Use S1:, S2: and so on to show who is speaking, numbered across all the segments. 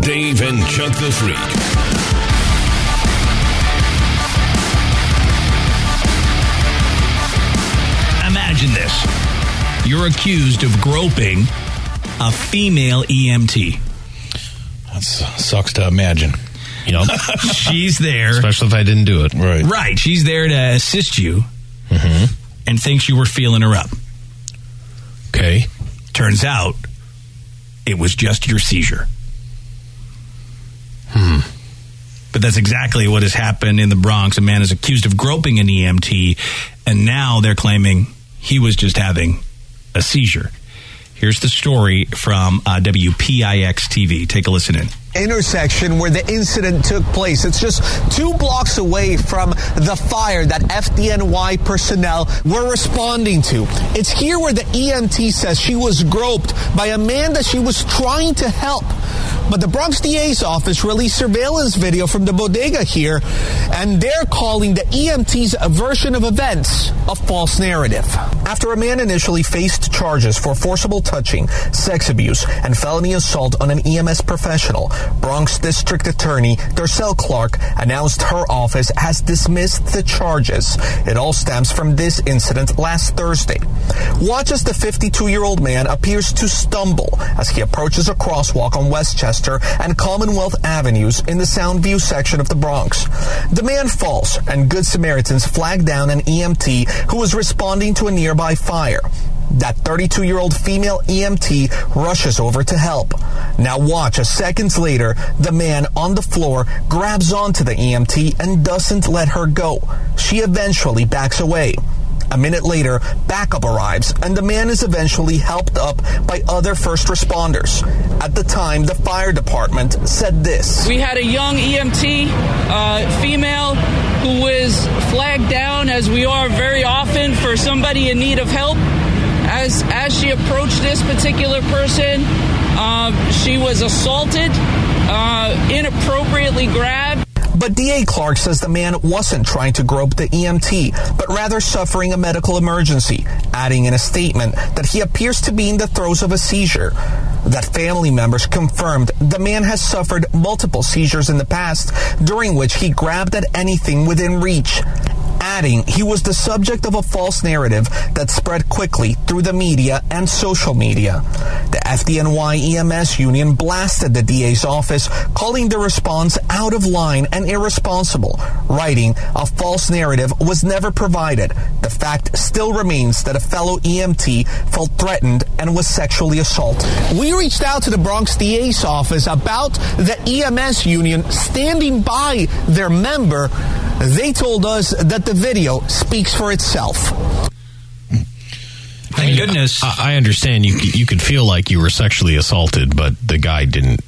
S1: Dave and Chuck the Freak.
S2: Imagine this. You're accused of groping a female E EMT.
S3: That sucks to imagine.
S4: You know,
S2: She's there.
S4: especially if I didn't do it. Mm-hmm.
S3: Right.
S2: Right. She's there to assist you and thinks you were feeling her up.
S4: Okay.
S2: Turns out it was just your seizure. Hmm.
S4: Hmm.
S2: But that's exactly what has happened in the Bronx. A man is accused of groping an EMT, and now they're claiming he was just having a seizure. Here's the story from uh, WPIX TV. Take a listen in.
S5: intersection where the incident took place. It's just two blocks away from the fire that FDNY personnel were responding to. It's here where the EMT says she was groped by a man that she was trying to help. But the Bronx DA's office released surveillance video from the bodega here, and they're calling the E EMT's version of events a false narrative. After a man initially faced charges for forcible touching, sex abuse, and felony assault on an EMS professional, Bronx District Attorney Darcel Clark announced her office has dismissed the charges. It all stems from this incident last Thursday. Watch as the 52 year old man appears to stumble as he approaches a crosswalk on Westchester and Commonwealth Avenues in the Soundview section of the Bronx. The man falls, and Good Samaritans flag down an EMT who was responding to a nearby fire. That 32 year old female EMT rushes over to help. Now, watch as seconds later, the man on the floor grabs onto the EMT and doesn't let her go. She eventually backs away. A minute later, backup arrives, and the man is eventually helped up by other first responders. At the time, the fire department said this.
S6: We had a young EMT uh, female who was flagged down, as we are very often, for somebody in need of help. As as she approached this particular person, uh, she was assaulted, uh, inappropriately grabbed.
S5: But DA Clark says the man wasn't trying to grope the EMT, but rather suffering a medical emergency, adding in a statement that he appears to be in the throes of a seizure. That family members confirmed the man has suffered multiple seizures in the past, during which he grabbed at anything within reach. Adding, he was the subject of a false narrative that spread quickly through the media and social media. The FDNY EMS E union blasted the DA's office, calling the response out of line and irresponsible, writing, a false narrative was never provided. The fact still remains that a fellow EMT felt threatened and was sexually assaulted. We reached out to the Bronx DA's office about the EMS union standing by their member. They told us that the video speaks for itself.
S2: Thank goodness.
S4: I, I understand you. c- You could feel like you were sexually assaulted, but the guy didn't.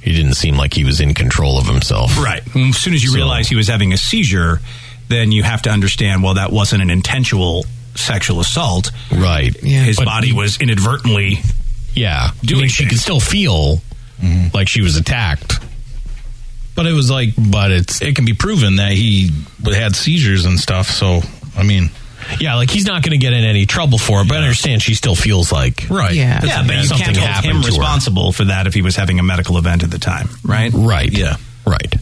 S4: He didn't seem like he was in control of himself.
S2: Right. As soon as you
S4: So-
S2: realize he was having a seizure, then you have to understand well, that wasn't an intentional sexual assault.
S4: Right.
S2: His
S4: But-
S2: body was inadvertently.
S4: Yeah.
S2: doing
S4: I mean, she
S2: things.
S4: could still feel
S3: Mm-hmm.
S4: like she was attacked.
S3: But it was like, but it's it can be proven that he had seizures and stuff. So I mean,
S4: Yeah, like he's not going to get in any trouble for it, but I understand she still feels like
S3: right?
S7: Yeah.
S3: It's-
S2: Yeah, but you
S4: Something
S2: can't hold
S4: happened
S2: him
S4: to her.
S2: responsible for that if he was having a medical event at the time, right?
S4: Right.
S3: Yeah.
S4: Right.
S2: And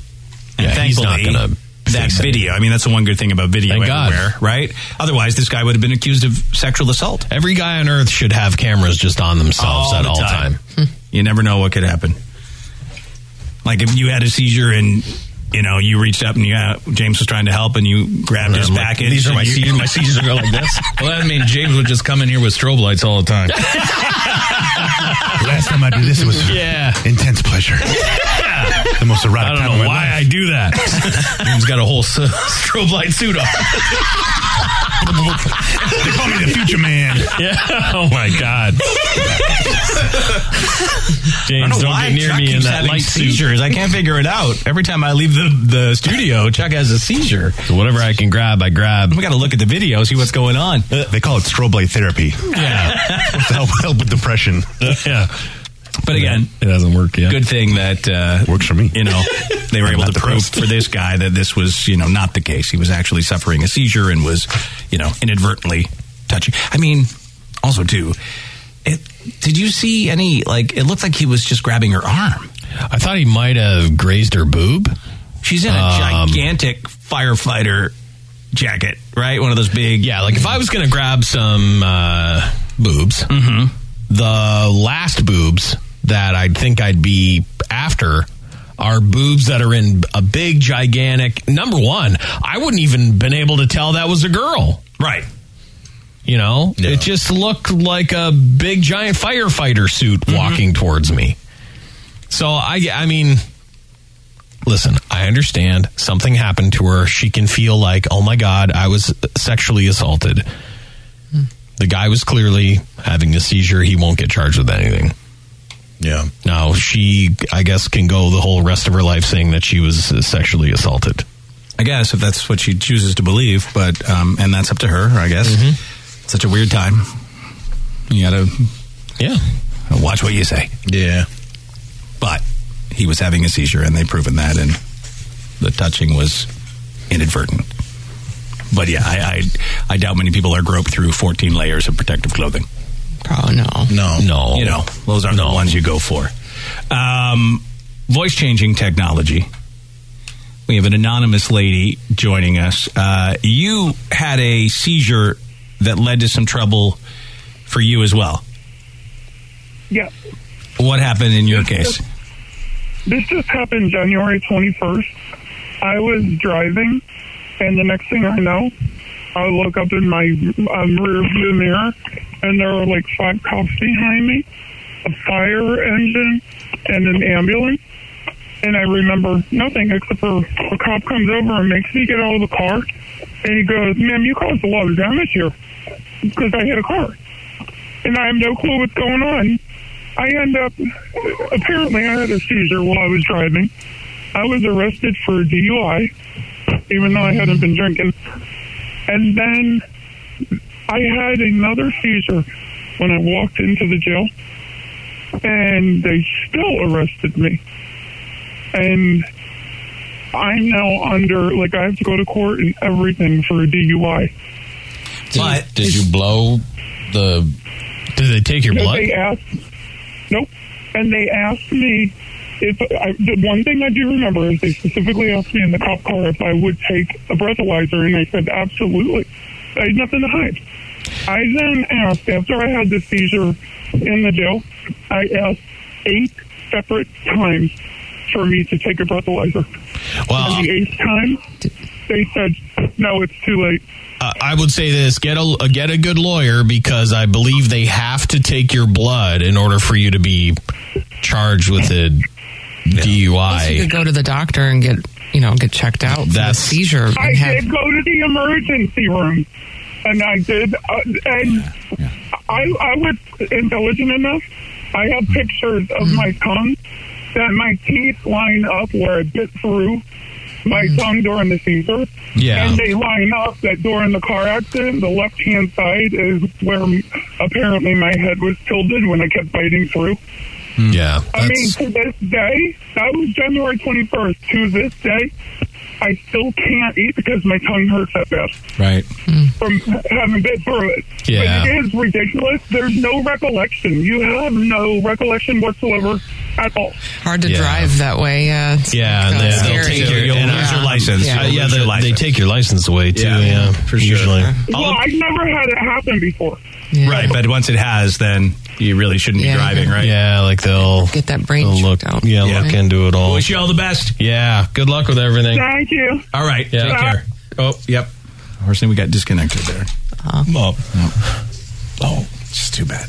S4: yeah, he's not
S2: thankfully,
S4: going to
S2: that video. I mean, that's the one good thing about video
S4: Thank God.
S2: everywhere, right? Otherwise, this guy would have been accused of sexual assault
S4: Every guy on earth should have cameras just on themselves at
S2: the Hmm.
S4: all time.
S2: you never know what could happen. Like if you had a seizure and you know you reached up and you had, James was trying to help and you grabbed his
S3: I'm like,
S2: package.
S3: These are
S2: and
S3: my
S2: you-
S3: seizures. My seizures go like this. Well, that means James would just come in here with strobe lights all the time.
S8: Last time I did this, it was
S4: Yeah.
S8: intense pleasure. The most
S3: I don't
S8: erotic time of
S3: know
S8: my
S3: why
S8: life.
S3: I do that. James got a whole s- strobe light suit on.
S8: They call me the future man.
S3: Yeah. Oh my God.
S2: I
S3: James,
S2: don't
S3: don't,
S2: know why
S3: get near
S2: Chuck
S3: me in
S2: keeps
S3: that
S2: having
S3: light suit.
S2: seizures. I can't figure it out. Every time I leave the, the studio, Chuck has a seizure.
S4: So whatever I can grab, I grab.
S2: We got to look at the video, see what's going on.
S8: They call it strobe light therapy.
S4: Yeah.
S8: to help, help with depression.
S4: yeah.
S2: But again,
S4: It doesn't work yet.
S2: good thing that uh,
S8: Works for me.
S2: You know, they were able to
S8: not
S2: prove
S8: depressed.
S2: for this guy that this was you know not the case. He was actually suffering a seizure and was you know inadvertently touching. I mean, also too, it, did you see any like? It looked like he was just grabbing her arm.
S4: I thought he might have grazed her boob.
S2: She's in a
S4: Um,
S2: gigantic firefighter jacket, right? One of those big.
S4: Yeah, like if I was going to grab some uh, boobs,
S2: Mm-hmm.
S4: the last boobs that I'd think I'd be after are boobs that are in a big, gigantic. Number one, I wouldn't even been able to tell that was a girl.
S2: Right.
S4: You know,
S3: No.
S4: it just looked like a big giant firefighter suit
S2: Mm-hmm.
S4: walking towards me. So I, I mean, listen, I understand something happened to her. She can feel like, oh my god, I was sexually assaulted. The guy was clearly having a seizure. He won't get charged with anything.
S8: Yeah.
S4: Now she, I guess, can go the whole rest of her life saying that she was uh, sexually assaulted.
S2: I guess if that's what she chooses to believe, but um, and that's up to her, I guess. Such a weird time. You got to
S4: Yeah,
S2: watch what you say.
S3: Yeah.
S2: But he was having a seizure, and they've proven that, and the touching was inadvertent. But yeah, I, I I doubt many people are groped through 14 layers of protective clothing.
S7: Oh no.
S3: No.
S4: no,
S2: You know, those aren't the ones you go for. Um, voice changing technology. We have an anonymous lady joining us. Uh, you had a seizure that led to some trouble for you as well.
S9: Yeah,
S2: What happened in your case?
S9: this just happened January 21st. I was driving, and the next thing I know, I look up in my um, rear view mirror, and there were like five cops behind me, a fire engine, and an ambulance. And I remember nothing except for a cop comes over and makes me get out of the car, and he goes, "Ma'am, you caused a lot of damage here because I hit a car." and I have no clue what's going on. I end up, apparently, I had a seizure while I was driving. I was arrested for DUI, even though I hadn't been drinking. And then I had another seizure when I walked into the jail, and they still arrested me. And I'm now under, like, I have to go to court and everything for a DUI.
S2: But
S4: did you blow the? Did they take your
S9: No,
S4: blood?
S9: They asked, nope. And they asked me if I, the one thing I do remember is they specifically asked me in the cop car if I would take a breathalyzer, and I said absolutely. I had nothing to hide. I then asked after I had the seizure in the jail. I asked eight separate times for me to take a breathalyzer.
S4: Well,
S9: and the eighth time, they said, "No, it's too late."
S4: Uh, I would say this: get a uh, get a good lawyer because I believe they have to take your blood in order for you to be charged with a
S7: Unless you could
S4: DUI.
S7: go to the doctor and get you know get checked out. for
S4: That's-
S7: a seizure. and
S9: I
S7: have-
S9: did go to the emergency room, and I did, uh, and I I was intelligent enough. I have pictures of my tongue that my teeth line up where I bit through my tongue during the seizure,
S4: Yeah.
S9: and they line up that during the car accident, the left hand side is where apparently my head was tilted when I kept biting through.
S4: Yeah,
S9: I mean,
S4: that's,
S9: to this day, that was January 21st. To this day, I still can't eat because my tongue hurts that bad
S2: right.
S7: Hmm.
S9: from having been through it.
S4: Yeah.
S9: But it is ridiculous. There's no recollection. You have no recollection whatsoever at all.
S7: hard to
S4: Yeah.
S7: drive that way. Yeah. It's
S4: Yeah,
S7: kinda
S4: and they- they'll
S7: scary.
S4: take your-
S2: You'll
S4: And
S2: lose
S4: I-
S2: your license.
S7: Yeah.
S2: You'll
S4: Uh,
S2: lose
S4: yeah.
S2: your
S4: They, they
S2: license.
S4: take your license away too.
S2: Yeah,
S4: Yeah,
S2: for sure.
S4: usually.
S9: well, I've never had it happen before.
S7: Yeah.
S2: Right, but once it has, then you really shouldn't
S7: Yeah.
S2: be driving, right?
S4: Yeah, like they'll
S7: Get that brain
S4: they'll look.
S7: checked out.
S4: Yeah,
S2: Yeah.
S4: look into it all.
S2: Wish you all the best.
S4: Yeah, good luck with everything.
S9: Thank you.
S2: All right.
S4: Yeah.
S2: Take care. Oh, yep. Unfortunately, we got disconnected there.
S7: Uh-huh.
S4: Well,
S2: Oh, it's too bad.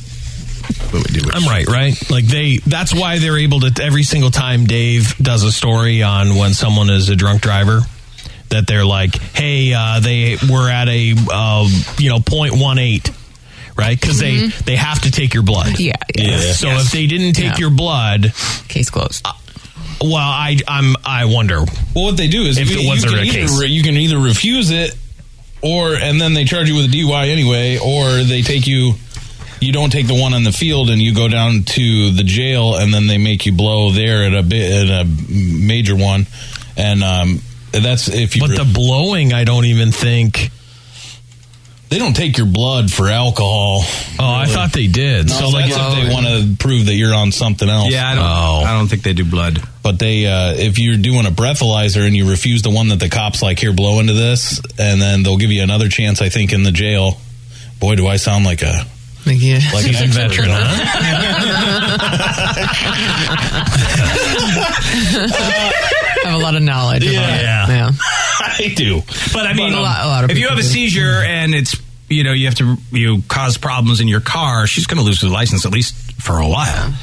S4: I'm right, right? Like they that's why they're able to every single time Dave does a story on when someone is a drunk driver that they're like, "Hey, uh, they were at a um, you know 0.18 Right, because they they have to take your blood.
S7: Mm-hmm. Yeah, yeah. Yeah.
S4: So if they didn't take
S7: Yeah.
S4: your blood, uh,
S7: Case closed.
S4: well, I I'm I wonder.
S3: Well, what they do is
S4: If
S3: you,
S4: it was
S3: you
S4: a
S3: can
S4: re-
S3: either
S4: case.
S3: re- you can either refuse it, or and then they charge you with a DUI anyway, or they take you. You don't take the one on the field, and you go down to the jail, and then they make you blow there at a bit at a major one, and um, that's if you.
S4: But the blowing, I don't even think
S10: They don't take your blood for alcohol.
S4: Oh, I thought they did.
S10: So
S4: so like,
S10: that's if they want to prove that you're on something else. Oh.
S2: Yeah, I don't. I don't think they do blood.
S10: But they, uh, if you're doing a breathalyzer and you refuse the one that the cops like, here, blow into this, and then they'll give you another chance. I think in the jail. Boy, do I sound like a
S7: Like, yeah.
S10: like an
S4: he's a
S10: expert.
S4: veteran, huh?
S7: have a lot of knowledge. Yeah.
S2: Yeah.
S7: Yeah.
S10: I do.
S2: But I mean,
S7: a lot- a lot of
S2: if you
S7: people
S2: have a
S7: do. Mm-hmm.
S2: seizure and it's you know you have to you cause problems in your car, she's going to lose her license at least for a while.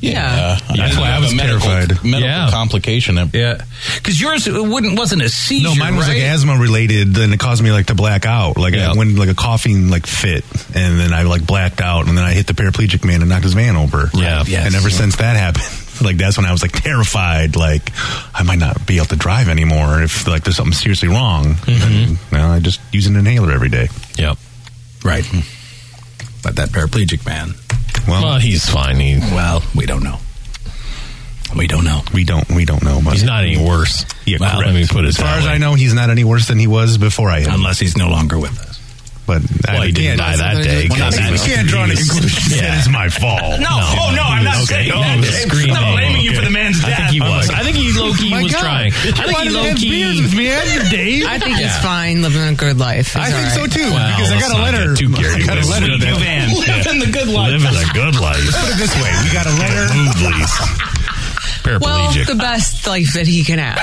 S7: Yeah.
S10: I
S8: That's
S10: did
S8: why I
S10: have a
S8: was
S10: medical,
S8: terrified.
S10: Medical
S4: Yeah.
S10: complication.
S2: Yeah, because yours it wouldn't wasn't a seizure.
S8: No, mine was
S2: right?
S8: like asthma related, and it caused me like to black out. Like
S4: Yeah.
S8: I went like a coughing like fit, and then I like blacked out, and then I hit the paraplegic man and knocked his van over.
S4: Yeah.
S2: Yes.
S8: and ever since that happened, like that's when I was like terrified. Like I might not be able to drive anymore if like there's something seriously wrong. And, well, I just use an inhaler every day.
S4: Yep.
S2: right. But that paraplegic man.
S8: Well,
S4: Well, he's fine. He,
S2: Well, we don't know. We don't know.
S8: we don't we don't know much.
S4: he's not any worse.
S8: Yeah,
S4: Well,
S8: correct.
S4: let me put it
S8: as far
S4: that
S8: as
S4: way.
S8: I know, he's not any worse than he was before I hit. him.
S2: Unless he's no longer with us.
S8: But
S4: Well,
S8: I
S4: he didn't
S8: can't-
S4: die that
S7: Well, that's-
S4: day. because he
S8: I
S4: was-
S8: can't draw any conclusions.
S4: Yeah.
S8: That is my fault.
S2: No, oh no, I'm not saying.
S4: Yeah, it was Scream Dog. Okay. I think he
S2: I'm
S8: Oh
S4: was.
S2: like,
S4: I think he low key was trying. I think he low key.
S8: me and your Dave.
S7: I think he's
S4: Yeah.
S7: fine living a good life.
S8: I think so too
S4: Wow,
S8: because I
S4: let's
S8: got a
S4: not
S8: letter.
S4: get too
S8: I
S4: carried
S8: got a
S4: away.
S8: letter
S4: Sweet
S8: that
S2: man.
S10: Living the good life.
S4: Living a good life.
S8: Put it this way, we got a letter.
S4: Paraplegic.
S7: Well, the best life that he can have.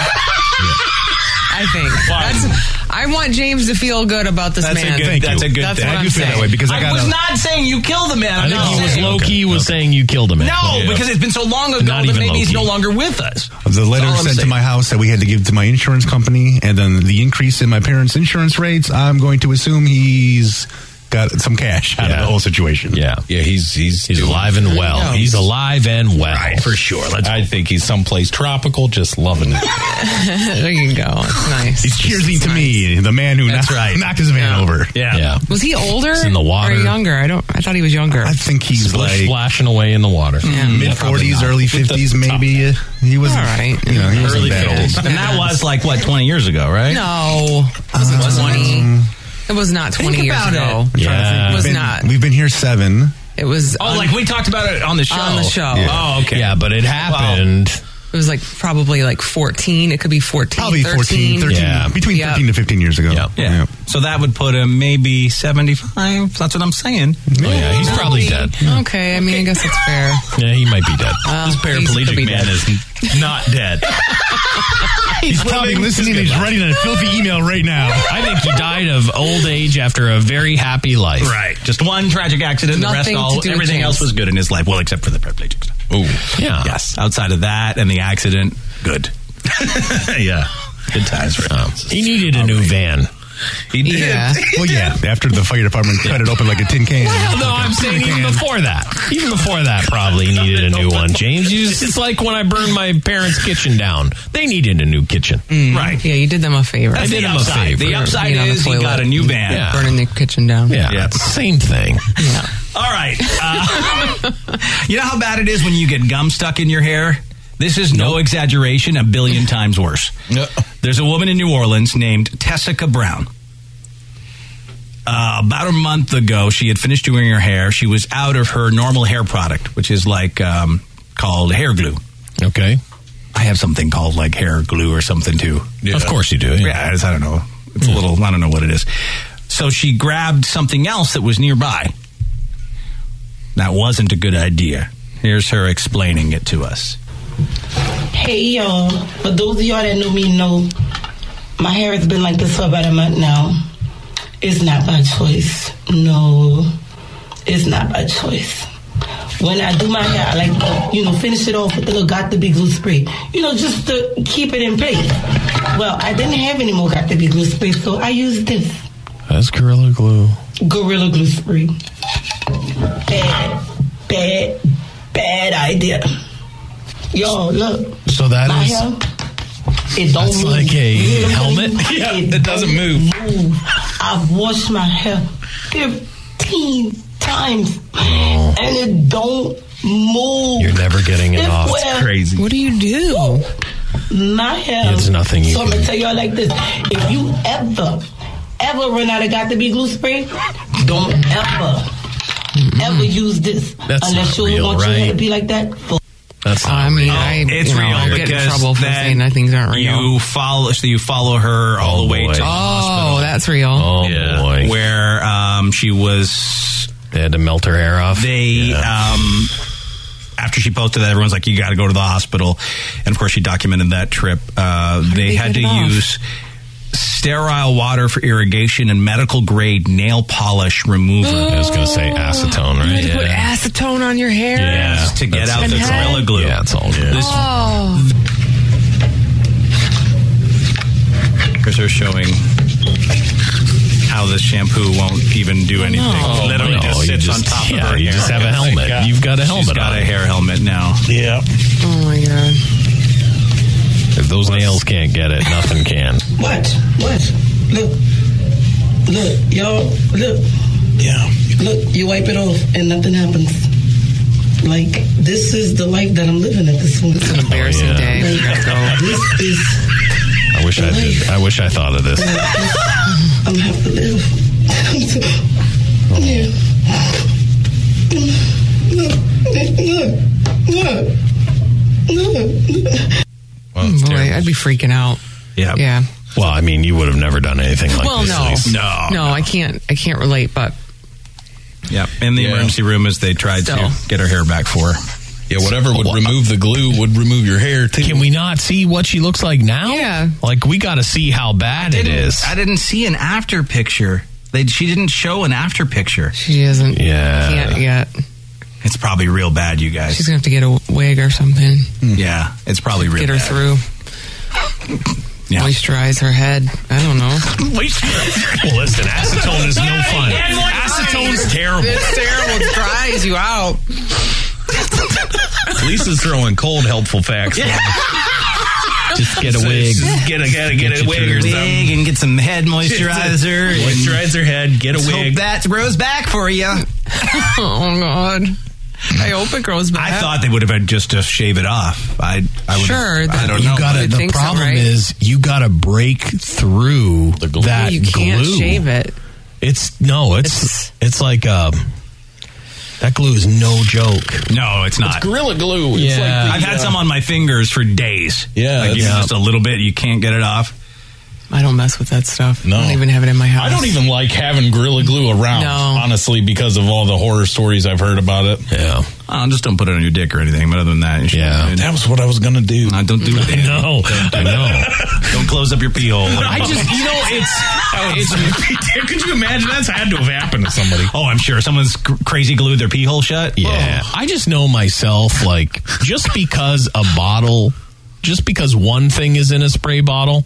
S7: I think. That's, I want James to feel good about this
S2: That's a
S7: man.
S2: good-
S8: Thank
S2: that's
S8: you.
S2: a good
S7: That's
S2: thing.
S7: what
S8: I
S7: I'm
S8: do feel
S7: saying.
S8: that way because I,
S2: I
S8: got
S2: was
S8: a,
S2: not saying you killed the man.
S4: I
S2: I'm
S4: think
S2: not
S4: he was
S2: saying-
S4: low key was saying you killed a man.
S2: No, because it's been so long ago
S4: Not
S2: that
S4: even
S2: maybe he's
S4: low-key.
S2: no longer with us.
S8: the
S2: That's
S8: letter
S2: all I'm
S8: sent to
S2: saying.
S8: my house that we had to give to my insurance company, and then the increase in my parents' insurance rates. I'm going to assume he's got some cash out
S4: Yeah.
S8: of the whole situation.
S4: yeah,
S10: Yeah, he's he's
S4: he's alive and well.
S7: Yeah.
S4: He's alive and well
S10: for sure. I think he's someplace tropical, just loving it.
S7: There you go. It's nice.
S8: He's cheersing to me, the man who knocked, knocked his van
S7: Yeah.
S8: over.
S4: Yeah,
S7: Was he older?
S4: He's in the water.
S7: Or younger? I don't. I thought he was younger.
S8: I think he's
S4: Splish,
S8: like
S4: splashing away in the water.
S8: mid 40s, early 50s, maybe. He was
S7: All right.
S8: You know, he wasn't
S7: Early
S8: that old.
S7: 50s.
S2: And that was like what twenty years ago, right?
S7: no, it wasn't twenty. It was not twenty years
S2: about it.
S7: ago.
S8: I'm trying to think.
S4: Yeah.
S7: It was
S8: We've been-
S7: not.
S8: We've been here seven.
S7: It was.
S2: Oh,
S7: un-
S2: like we talked about it on the show.
S7: On the show.
S2: Oh, okay.
S4: Yeah, but it happened.
S7: It was like probably like fourteen. It could be fourteen.
S8: Probably
S7: 13.
S8: 14, 13,
S4: Yeah.
S8: between
S7: Yeah.
S8: 13 to 15 years ago.
S4: Yeah.
S2: Yeah. So that would put him maybe seventy-five. That's what I'm saying.
S4: Oh, yeah, he's probably dead.
S7: Okay, I mean, I guess it's fair.
S4: Yeah, he might be dead.
S2: this
S7: could be
S2: paraplegic man
S7: dead.
S2: is not dead.
S8: He's probably listening and he's writing a filthy email right now.
S4: I think he died of old age after a very happy life.
S2: Just one tragic accident.
S7: Nothing
S2: the
S7: to
S2: rest, all
S7: do with
S2: everything
S7: James.
S2: else was good in his life. Well, except for the paraplegic stuff.
S4: Ooh. Yeah.
S2: Yes. Outside of that and the accident, good. yeah. Good times for him.
S4: He needed a new van.
S2: He did.
S7: Yeah.
S8: Well, yeah, after the fire department cut it open like a tin can.
S4: Well, no, I'm saying even before that. Even before that, probably needed a new one. James, you just, it's like when I burned my parents' kitchen down. They needed a new kitchen.
S2: Right.
S7: Mm. Yeah, you did them a favor.
S4: I did
S2: the
S4: him a
S2: upside.
S4: favor.
S2: The upside
S7: Being on the
S2: is he
S7: toilet.
S2: got a new van.
S4: Yeah.
S7: Burning the kitchen down.
S4: Yeah,
S2: Yeah.
S4: same thing.
S7: Yeah.
S2: All right. Uh, you know how bad it is when you get gum stuck in your hair? This is no exaggeration, a billion times worse.
S10: Yeah.
S2: There's a woman in New Orleans named Tessica Brown. Uh, about a month ago, she had finished doing her hair. She was out of her normal hair product, which is like um, called hair glue.
S4: Okay.
S2: I have something called like hair glue or something too.
S4: Of course you do. Yeah.
S2: Yeah, it's, I don't know. It's a little, I don't know what it is. So she grabbed something else that was nearby. That wasn't a good idea. Here's her explaining it to us.
S3: Hey y'all, for those of y'all that know me know, my hair has been like this for about a month now. It's not by choice. No, it's not by choice. When I do my hair, I like to, you know, finish it off with a little got to be glue spray. You know, just to keep it in place. Well, I didn't have any more got to be glue spray, so I used this
S4: That's Gorilla Glue.
S3: gorilla glue spray. Bad, bad, bad idea. Y'all, look.
S4: So that
S3: My
S4: is
S3: hair, It don't
S4: That's
S3: move.
S4: like a
S3: You know what I'm
S4: helmet?
S3: telling you?
S10: Yeah, it doesn't move.
S3: move. I've washed my hair 15 times and it don't move.
S4: Oh. You're never getting it off. It's
S3: Well,
S4: crazy.
S7: What do you do?
S3: My hair.
S4: It's nothing you
S3: So I'm going
S4: can-
S3: to tell y'all like this. If you ever,
S11: ever run out of got to be glue spray, don't ever, ever use this
S4: That's not
S11: unless you
S4: real,
S11: want your hair to
S4: right?
S11: be like that. For
S4: That's
S7: I mean, I,
S2: Oh, it's
S7: you know,
S2: real
S7: I'll get in
S2: because
S7: trouble for
S2: then
S7: saying that things aren't real.
S2: You follow, so you follow her all the way to the
S7: oh,
S2: hospital.
S7: that's real.
S4: Oh boy,
S2: where um, she was.
S4: they had to melt her hair off.
S2: They um, after she posted that, everyone's like, "You got to go to the hospital," and of course, she documented that trip. Uh, they,
S7: they
S2: had
S7: get
S2: to
S7: it off?
S2: use sterile water for irrigation and medical grade nail polish remover
S4: I was gonna say acetone,
S7: You
S4: right?
S7: had to put acetone on your hair.
S4: Yeah.
S2: to get
S4: That's-
S2: out the
S4: that's all-
S2: gorilla glue.
S4: Yeah, it's all good.
S2: This
S7: Oh,
S2: Because they're showing how the shampoo won't even do anything.
S4: Oh,
S2: Literally
S4: no,
S2: just
S4: you
S2: sits
S4: just-
S2: on top
S4: yeah,
S2: of her
S4: You
S2: hair.
S4: just have a helmet. You've got a helmet
S2: She's got
S4: on.
S2: a hair helmet now.
S8: Yeah.
S7: oh my god.
S4: If those nails can't get it, nothing can.
S11: Watch, watch, look, look, y'all, look,
S8: Yeah.
S11: look. You wipe it off and nothing happens. Like this is the life that I'm living at this moment.
S7: It's an
S2: Oh,
S7: embarrassing
S4: yeah.
S7: day. You gotta go.
S11: This is
S4: I wish I did. I wish I thought of this.
S11: I'm gonna have to live. yeah. Look, look, look, look, look.
S4: Well,
S7: Boy, I'd be freaking out.
S2: Yeah.
S7: Yeah.
S4: Well, I mean, you would have never done anything like
S7: Well,
S4: this.
S7: no.
S4: Lisa.
S2: No.
S7: No, I can't. I can't relate. But
S2: Yeah. In the
S3: Yeah.
S2: emergency room as they tried
S7: Still.
S2: to get her hair back for her.
S3: Yeah, whatever would remove the glue would remove your hair too.
S4: Can we not see what she looks like now?
S7: Yeah.
S4: Like we got to see how bad it is.
S2: I didn't see an after picture. They, she didn't show an after picture.
S7: she isn't.
S4: Yeah.
S7: Can't yet.
S2: It's probably real bad, you guys.
S7: She's gonna have to get a wig or something.
S2: yeah, Mm. it's probably real.
S7: Get her
S2: bad.
S7: through.
S2: Yeah.
S7: Moisturize her head. I don't know.
S4: well, listen, acetone is no fun. Acetone's terrible.
S7: It's terrible. It dries you out.
S4: Lisa's throwing cold, helpful facts. Just get a wig.
S8: Get a, get a, get a
S4: you
S8: wig or
S4: through.
S8: something.
S2: Wig and get some head moisturizer. and
S8: Moisturize her head. Get a
S2: let's Hope
S8: wig.
S2: that grows back for you.
S7: Oh god. I hope it grows back.
S2: I thought they would have had just to shave it off. I, I would.
S7: Sure,
S2: I
S7: that-
S2: don't
S7: You
S2: know.
S7: gotta- You'd
S12: the
S7: think so,
S12: problem
S7: right?
S12: is you got to break through that
S7: you can't
S12: glue.
S7: shave it.
S12: It's no, it's
S7: It's-
S12: it's, like um, that glue is no joke.
S2: no, it's not.
S3: Gorilla glue. It's
S12: Yeah.
S3: the,
S2: I've had
S3: uh,
S2: some on my fingers for days.
S3: Yeah,
S2: like
S3: that's-
S2: even just a little bit, you can't get it off.
S7: I don't mess with that stuff.
S3: No.
S7: I don't even have it in my house.
S3: I don't even like having gorilla glue around,
S7: No.
S3: honestly, because of all the horror stories I've heard about it.
S4: Yeah.
S2: Oh, just don't put it on your dick or anything. But other than that, you should-
S4: Yeah.
S3: That was what I was gonna do.
S2: No, don't do it.
S4: No, I know.
S2: Don't close up your pee hole.
S4: I just, you know, it's. it's could you imagine? That's had to have happened to somebody.
S2: Oh, I'm sure someone's cr- crazy glued their pee hole shut. Oh.
S4: Yeah. I just know myself, like, just because a bottle, just because one thing is in a spray bottle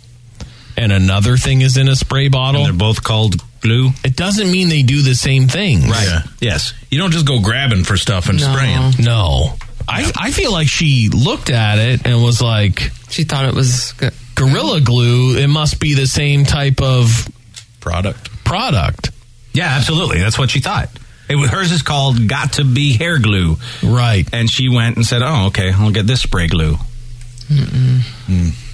S4: and another thing is in a spray
S2: And
S4: bottle,
S2: they're both called glue.
S4: it doesn't mean they do the same thing.
S2: Yes.
S3: You don't just go grabbing for stuff and
S7: No.
S3: spraying.
S4: No. I, I feel like she looked at it and was like,
S7: She thought it was good.
S4: Gorilla Glue, it must be the same type of
S3: Product.
S4: product.
S2: Yeah, absolutely. That's what she thought. It was, hers is called "Got to Be Hair Glue,"
S4: Right.
S2: and she went and said, "Oh, okay, I'll get this spray glue." Mm.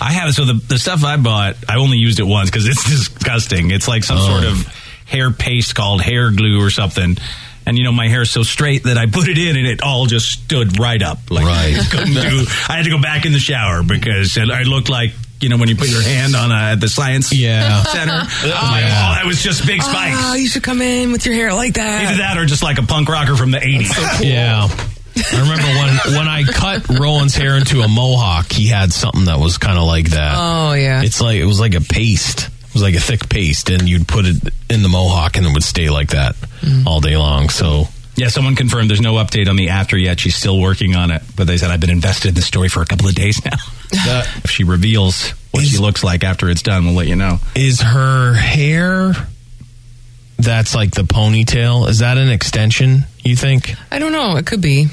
S2: I have so the the stuff I bought, I only used it once because it's disgusting. It's like some
S4: Oh.
S2: sort of hair paste called hair glue or something. And you know my hair is so straight that I put it in and it all just stood right up. Like
S4: Right.
S2: couldn't do. I had to go back in the shower because it, I looked like you know when you put your hand on a, at the science
S4: Yeah.
S2: center. It was like, oh, that was just big spikes.
S7: Oh, you should come in with your hair like that.
S2: Either that or just like a punk rocker from the 80s.
S4: Yeah. I remember when, when I cut Rowan's hair into a mohawk, he had something that was kind of like that.
S7: Oh yeah.
S4: It's like it was like a paste. It was like a thick paste, and you'd put it in the mohawk, and it would stay like that all day long. So
S2: Yeah, someone confirmed there's no update on the after yet. She's still working on it, but they said I've been invested in this story for a couple of days now. if she reveals what she
S4: Is-
S2: looks like after it's done, we'll let you know.
S4: is her hair that's like the ponytail? Is that an extension? You think?
S7: I don't know. It could be.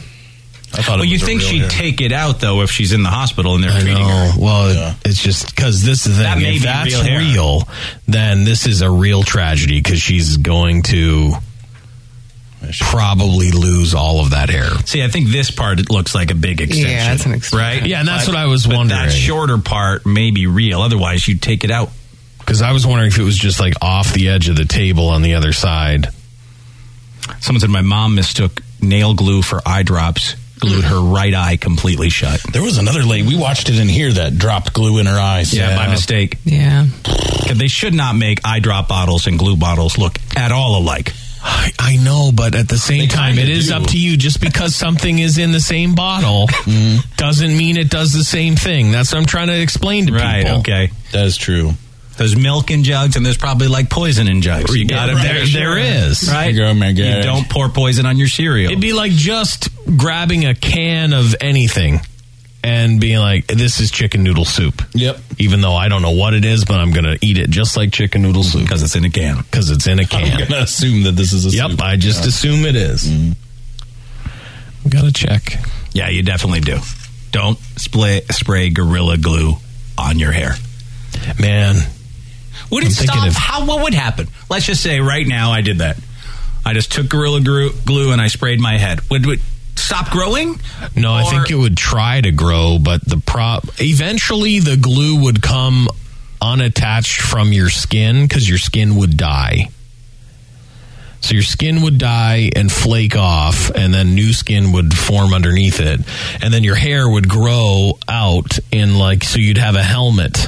S3: I thought
S2: Well,
S3: it
S2: you
S3: was a
S2: think
S3: real
S2: she'd
S3: hair.
S2: take it out though if she's in the hospital and they're
S4: I
S2: treating her?
S4: know. Well,
S3: Yeah.
S4: it's just because this is the
S2: That
S4: thing.
S2: may
S4: If
S2: be
S4: that's
S2: real hair.
S4: real, then this is a real tragedy because she's going to probably lose all of that hair.
S2: See, I think this part it looks like a big extension.
S7: Yeah, it's an extension.
S2: right?
S4: Yeah, and that's
S2: But-
S4: what I was
S2: but
S4: wondering.
S2: That shorter part may be real. Otherwise, you'd take it out.
S4: Because I was wondering if it was just like off the edge of the table on the other side.
S2: Someone said my mom mistook nail glue for eye drops, glued her right eye completely shut.
S3: There was another lady. We watched it in here that dropped glue in her eyes.
S2: Yeah, by mistake.
S7: Yeah.
S2: 'Cause They should not make eye drop bottles and glue bottles look at all alike.
S4: I, I know, but at the same time, it
S2: kinda
S4: is
S2: do.
S4: up to you. Just because something is in the same bottle
S2: Mm-hmm.
S4: doesn't mean it does the same thing. That's what I'm trying to explain to
S2: Right,
S4: people.
S2: okay.
S3: That is true.
S2: There's milk in jugs, and there's probably like poison in jugs. You
S4: Yeah,
S2: got it.
S4: right, sure.
S2: right.
S4: Go, my
S2: You
S4: God.
S2: don't pour poison on your cereal.
S4: It'd be like just grabbing a can of anything and being like, this is chicken noodle soup.
S3: Yep.
S4: Even though I don't know what it is, but I'm going to eat it just like chicken noodle soup.
S2: Because it's in a can.
S4: Because it's
S2: Oh,
S4: in a
S3: I'm
S4: can.
S3: going to assume that this is a
S4: Yep,
S3: soup.
S4: I just
S3: Yeah.
S4: assume it is. Got to check.
S2: Yeah, you definitely do. Don't spray, spray gorilla glue on your hair.
S4: Man,
S2: Would
S4: I'm
S2: it
S4: thinking
S2: stop?
S4: of-
S2: How? What would happen? Let's just say right now I did that. I just took gorilla glue, glue and I sprayed my head. Would it stop growing?
S4: No, I
S2: Or-
S4: think it would try to grow, but the prop eventually the glue would come unattached from your skin because your skin would die. So your skin would die and flake off, and then new skin would form underneath it, and then your hair would grow out in like so you'd have a helmet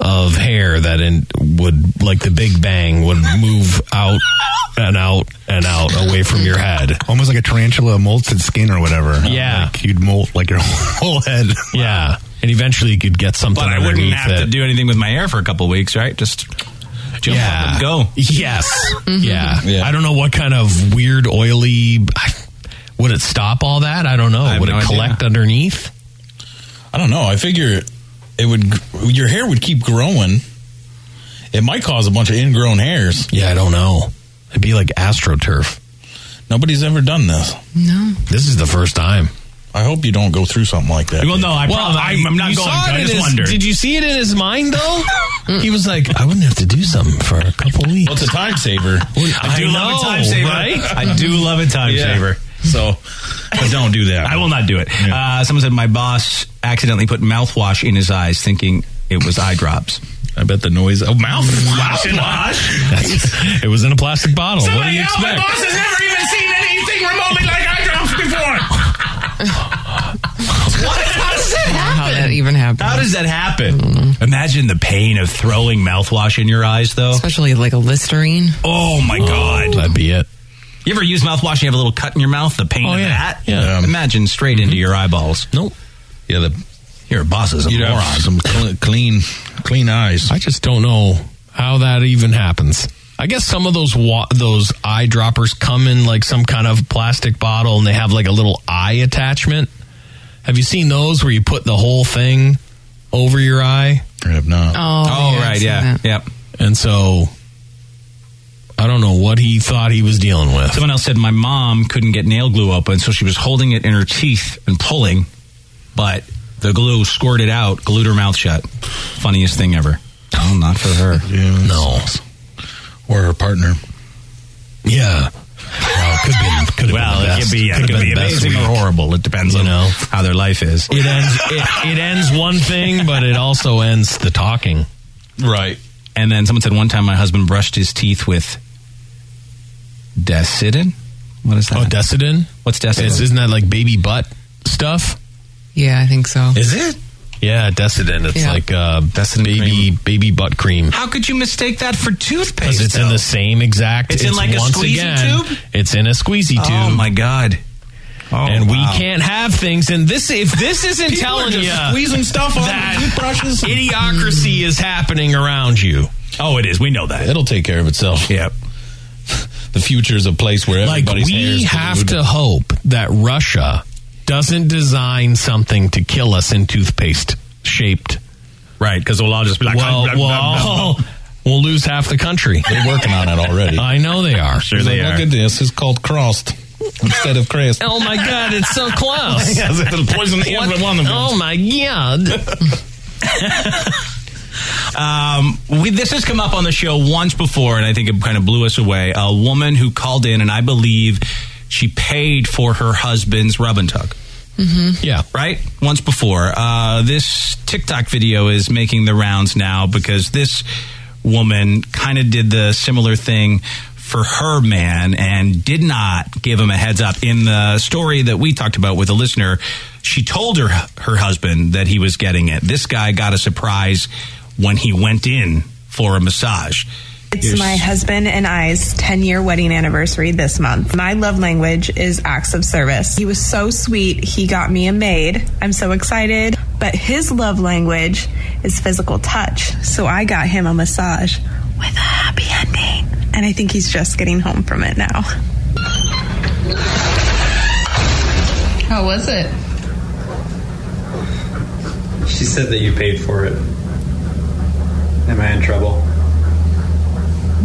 S4: of hair that in, would like the Big Bang would move out and out and out away from your head.
S8: Almost like a tarantula molts its skin or whatever.
S4: Yeah.
S8: Like you'd molt like your whole head.
S4: Yeah, and eventually you could get something.
S2: But I wouldn't
S4: underneath
S2: have
S4: it.
S2: to do anything with my hair for a couple weeks, right? Just jump up
S4: Yeah.
S2: and go.
S4: Yes. yeah.
S3: Yeah.
S4: I don't know what kind of weird oily. Would it stop all that? I don't know.
S2: I have
S4: would
S2: no
S4: it collect
S2: idea.
S4: underneath?
S3: I don't know. Oh, I figure it would. gr- Your hair would keep growing. It might cause a bunch of ingrown hairs.
S4: Yeah, I don't know. It'd be like astroturf.
S3: Nobody's ever done this.
S7: No.
S4: This is the first time.
S3: I hope you don't go through something like that.
S2: Well, no, I probably, I'm not
S4: you
S2: going.
S4: saw
S2: to. I
S4: it in
S2: just
S4: his-
S2: wondered.
S4: Did you see it in his mind though? he was like, I wouldn't have to do something for a couple weeks.
S3: Well, it's a time saver.
S2: I do love a time saver.
S4: right?
S2: I do love a time
S3: Yeah.
S2: saver.
S3: So, but don't do that.
S2: I will not do it. Uh, someone said my boss accidentally put mouthwash in his eyes, thinking it was eye drops.
S3: I bet the noise. Oh, mouth.
S4: That's- it was in a plastic bottle. what do you expect?
S1: has never even seen anything remotely like eye drops before.
S7: How does that happen? How that even happen?
S2: How does that happen? Imagine the pain of throwing mouthwash in your eyes, though.
S7: Especially like a Listerine.
S2: Oh my god!
S4: That'd be it.
S2: You ever use mouthwash? and You have a little cut in your mouth. The pain
S4: Oh,
S2: of
S4: yeah.
S2: that.
S4: Yeah.
S2: Imagine straight into your eyeballs.
S4: Nope.
S3: Yeah, the
S2: Your boss is a
S3: you'd
S2: moron.
S3: have some cl- clean, clean eyes.
S4: I just don't know how that even happens. I guess some of those wa- those eye droppers come in like some kind of plastic bottle, and they have like a little eye attachment. Have you seen those where you put the whole thing over your eye?
S3: I have not.
S7: Oh,
S2: Oh,
S7: yeah, I've
S2: right,
S7: seen
S2: yeah,
S7: that.
S2: yeah.
S4: And so, I don't know what he thought he was dealing with.
S2: Someone else said my mom couldn't get nail glue open, so she was holding it in her teeth and pulling, but the glue squirted out, glued her mouth shut. Funniest thing ever. Oh, not for her.
S3: Yeah,
S4: No,
S3: or her partner.
S4: yeah, well, could have been, could have been the best.
S2: it
S4: Could have been the best week.
S2: horrible. It depends
S4: You know.
S2: how their life is.
S4: It ends. It, it ends one thing, but it also ends the talking.
S3: Right.
S2: And then someone said one time my husband brushed his teeth with Decidin. What is that?
S4: Oh, Decidin.
S2: What's Decidin?
S4: It's, isn't that like baby butt stuff?
S7: Yeah, I think so.
S4: Is it? Yeah, Decident. It's
S7: Yeah.
S4: like uh, baby baby butt cream.
S2: how could you mistake that for toothpaste?
S4: Because it's in
S2: though?
S4: the same exact.
S2: It's in like a
S4: once
S2: squeezy
S4: again,
S2: tube?
S4: It's in a squeezy tube.
S2: Oh my god. Oh,
S4: and we
S2: wow.
S4: can't have things. And this, if this isn't telling you,
S3: squeezing stuff on
S4: that-
S3: with toothbrushes.
S4: idiocracy is happening around you.
S2: Oh, it is. We know that.
S3: It'll take care of itself.
S2: Yep.
S3: The future is a place where
S4: Like
S3: everybody's hair
S4: we
S3: is
S4: have
S3: glued.
S4: to hope that Russia doesn't design something to kill us in toothpaste shaped.
S2: Right, because we'll all just be like,
S4: Well,
S2: "Blah, blah,
S4: we'll,
S2: blah, blah,
S4: all- we'll lose half the country.
S3: They're working on it already.
S4: I know they are.
S2: Sure they
S3: Look
S2: are.
S3: at this. It's called crossed instead of crest.
S4: Oh my god, it's so close.
S3: it'll poison every one of them.
S4: Oh my god.
S2: Um, we, this has come up on the show once before, and I think it kind of blew us away. A woman who called in, and I believe she paid for her husband's rub and tug.
S7: Mm-hmm.
S4: Yeah.
S2: Right? Once before. Uh, this TikTok video is making the rounds now because this woman kind of did the similar thing for her man and did not give him a heads up. In the story that we talked about with a listener, she told her her husband that he was getting it. This guy got a surprise when he went in for a massage.
S13: It's
S2: Here's-
S13: my husband and I's 10 year wedding anniversary this month. My love language is acts of service. He was so sweet, he got me a maid. I'm so excited. But his love language is physical touch. So I got him a massage with a happy ending. And I think he's just getting home from it now.
S14: How was it?
S15: She said that you paid for it. Am I in trouble?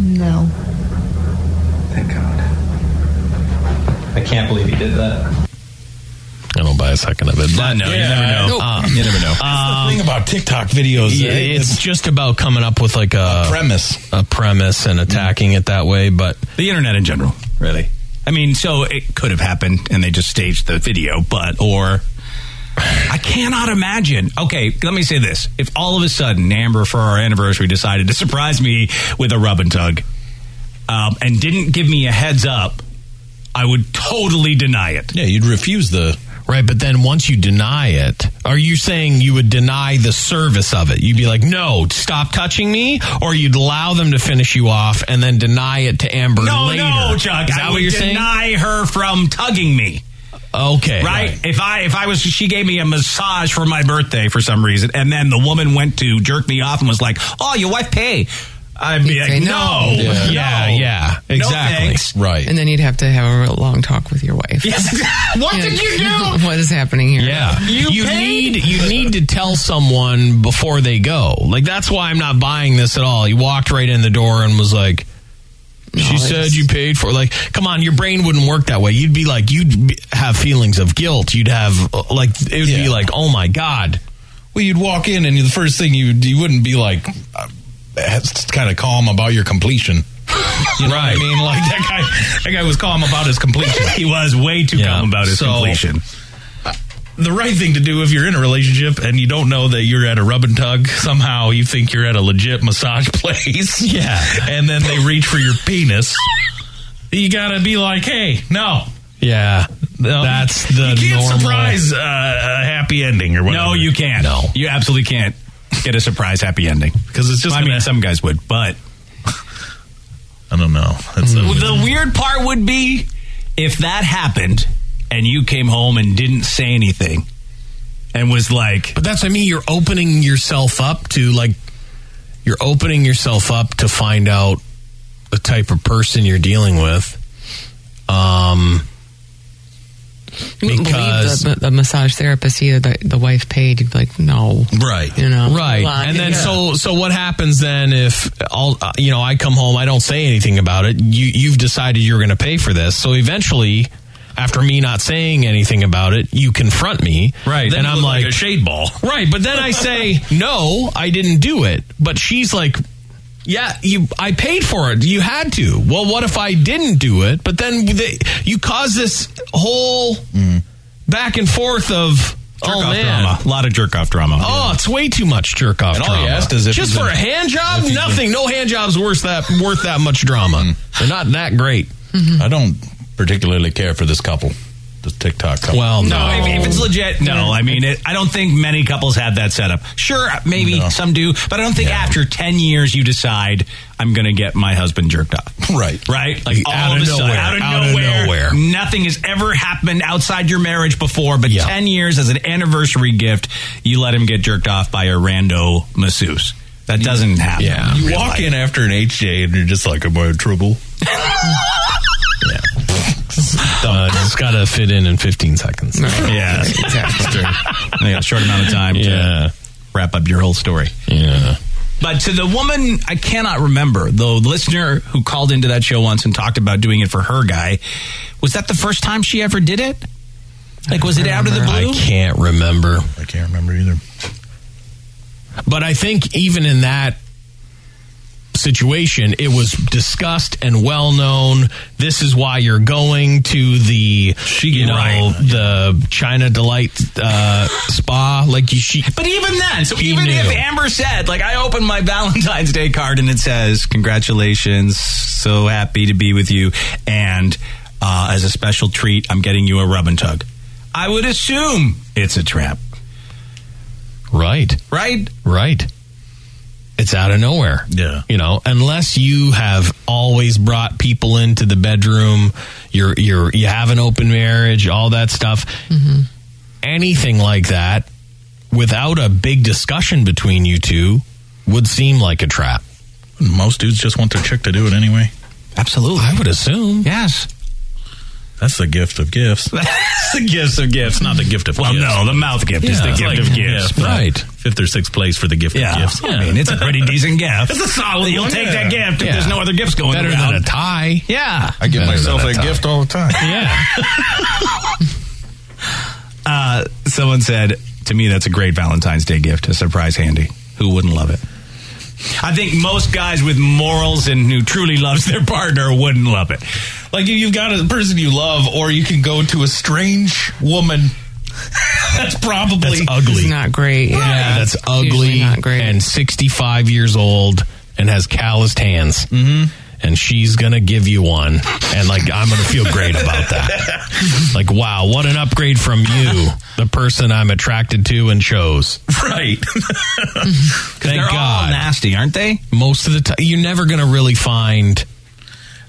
S14: No.
S15: Thank God. I can't believe you did that.
S4: I don't buy a second of it. But
S2: no, you never know. Nope.
S4: Uh,
S2: You never know.
S4: Um,
S10: thing about TikTok videos,
S4: yeah,
S10: they-
S4: it's just about coming up with like a,
S10: premise,
S4: a premise, and attacking it that way. But
S2: the internet in general, really. I mean, so it could have happened and they just staged the video, but, or. I cannot imagine. Okay, let me say this. If all of a sudden Amber, for our anniversary, decided to surprise me with a rub and tug um, and didn't give me a heads up, I would totally deny it.
S10: Yeah, you'd refuse the.
S4: Right, but then once you deny it, are you saying you would deny the service of it? You'd be like, no, stop touching me, or you'd allow them to finish you off and then deny it to Amber
S2: No,
S4: later?
S2: no, Chuck.
S4: Is that
S2: I
S4: what
S2: would
S4: you're saying?
S2: deny her from tugging me.
S4: Okay,
S2: right? If I if I was she gave me a massage for my birthday for some reason, and then the woman went to jerk me off and was like, "Oh, your wife pay." I'd be
S7: say
S2: like,
S7: no.
S2: no,
S7: Yeah.
S2: no.
S7: Yeah, yeah,
S2: No
S7: exactly.
S2: thanks.
S10: Right.
S7: And then you'd have to have a real long talk with your wife.
S2: what
S7: did
S2: you
S7: do? what is happening here?
S4: Yeah, you, need you need to tell someone before they go. Like that's why I'm not buying this at all. He walked right in the door and was like, "She said you paid for." Like, come on, your brain wouldn't work that way. You'd be like, you'd be, have feelings of guilt. You'd have uh, like it would be like, "Oh my god."
S10: Well, you'd walk in and the first thing you you wouldn't be like kind of calm about your completion. You know
S4: right.
S10: what I mean? Like that guy that guy was calm about his completion.
S2: he was way too
S10: calm
S2: about his completion.
S10: The right thing to do if you're in a relationship and you don't know that you're at a rub and tug, somehow you think you're at a legit massage place.
S4: Yeah.
S10: And then they reach for your penis. You gotta be like, hey, no.
S4: Yeah. That's the
S10: you can't
S4: normal-
S10: surprise uh, a happy ending or whatever.
S2: No, you can't. No, you absolutely can't get a surprise happy ending because it's just. I mean, some guys would, but Hmm.
S10: I don't know. That's
S2: Well, the weird part would be if that happened and you came home and didn't say anything and was like,
S4: But that's what I mean. You're opening yourself up to like you're opening yourself up to find out the type of person you're dealing with. Um,
S7: You wouldn't
S4: Because-
S7: believe the, the massage therapist either. The, the wife paid. You'd be like, no,
S4: right?
S7: You know,
S4: right.
S7: Well,
S4: and then
S7: yeah.
S4: so so what happens then if all uh, you know I come home I don't say anything about it. You you've decided you're going to pay for this. So eventually. After me not saying anything about it, you confront me, right?
S10: Then
S4: and
S10: you
S4: I'm
S10: look like
S4: like,
S10: a shade ball.
S4: right? But then I say, no, I didn't do it. But she's like, yeah, you. I paid for it. You had to. Well, what if I didn't do it? But then they, you cause this whole back and forth of oh
S2: Hmm. off
S4: man,
S2: drama. A lot of jerk off drama.
S4: Oh, it's way too much jerk off
S2: And all
S4: drama.
S2: he asked is if
S4: just
S2: he's
S4: for
S2: in- Hmm.
S4: a hand job,
S2: if he's
S4: nothing. no hand jobs worth that worth that much drama. They're not that great.
S10: I don't particularly care for this couple, this TikTok couple.
S4: Well,
S2: No, if, if it's legit, no. I mean, it, I don't think many couples have that setup. Sure, maybe some do, but I don't think after ten years you decide I'm going to get my husband jerked off.
S10: Right,
S2: right. Like
S4: Out
S2: all
S4: of
S2: of a sudden,
S4: nowhere,
S2: out of
S4: out of
S2: nowhere,
S4: nowhere.
S2: nothing has ever happened outside your marriage before. But ten years as an anniversary gift, you let him get jerked off by a rando masseuse. That doesn't happen.
S10: Yeah. You walk in after an HJ and you're just like, am I in trouble?
S4: Uh, it's got to fit in in 15 seconds.
S2: Yeah, exactly. Yeah, short amount of time
S4: Yeah.
S2: to wrap up your whole story.
S4: Yeah.
S2: But to the woman, I cannot remember, the listener who called into that show once and talked about doing it for her guy, was that the first time she ever did it? Like, was it out of the blue?
S4: I can't remember.
S10: I can't remember either.
S4: But I think even in that situation. It was discussed and well known. This is why you're going to the you know the China delight uh, spa. Like you, she.
S2: But even then, so
S4: He
S2: even if
S4: knew.
S2: Amber said, like, I opened my Valentine's Day card and it says, "Congratulations, so happy to be with you," and uh, as a special treat, I'm getting you a rub and tug. I would assume it's a trap.
S4: Right.
S2: Right.
S4: Right. It's out of nowhere. Yeah. You know, unless you have always brought people into the bedroom, you're you're you have an open marriage, all that stuff.
S10: Mm-hmm.
S4: Anything like that without a big discussion between you two would seem like a trap.
S10: Most dudes just want their chick to do it anyway.
S2: Absolutely.
S4: I would assume.
S2: Yes.
S10: That's the gift of gifts.
S2: That's the gifts of gifts,
S10: not the gift of
S2: Well,
S10: gifts.
S2: no, the mouth gift is the
S10: it's
S2: gift of gifts,
S10: but
S2: right.
S10: Fifth or sixth place for the gift
S2: Yeah.
S10: of gifts.
S2: I mean, it's a pretty decent gift.
S10: It's a solid
S2: You'll
S10: one,
S2: take
S10: yeah.
S2: that gift if
S10: Yeah.
S2: there's no other gifts going
S10: Better
S2: around.
S10: than a
S4: tie.
S2: Yeah.
S10: I give
S2: Better
S10: myself
S2: than
S10: a
S2: tie.
S10: gift all the time.
S4: Yeah.
S2: Uh, someone said to me, "That's a great Valentine's Day gift, a surprise handy. Who wouldn't love it?" I think most guys with morals and who truly loves their partner wouldn't love it.
S10: Like you- you've got a person you love, or you can go to a strange woman. That's probably
S4: That's ugly.
S7: It's not great. Yeah,
S4: Yeah, that's
S7: It's usually
S4: ugly
S7: Not great.
S4: and 65 years old and has calloused hands. Mm-hmm. And she's going to give you one. And, like, I'm going to feel great about that. like, wow, what an upgrade from you, the person I'm attracted to and chose.
S10: right.
S4: Thank
S2: they're all
S4: God.
S2: nasty, aren't they?
S4: Most of the time. You're never going to really find.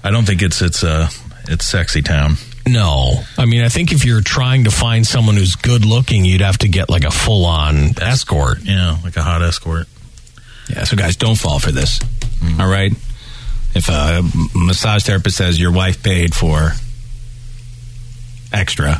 S10: I don't think it's it's uh it's sexy town.
S4: No. I mean, I think if you're trying to find someone who's good looking, you'd have to get like a full on escort.
S10: Yeah, like a hot escort.
S2: Yeah, so guys, don't fall for this. All right. If a massage therapist says your wife paid for extra,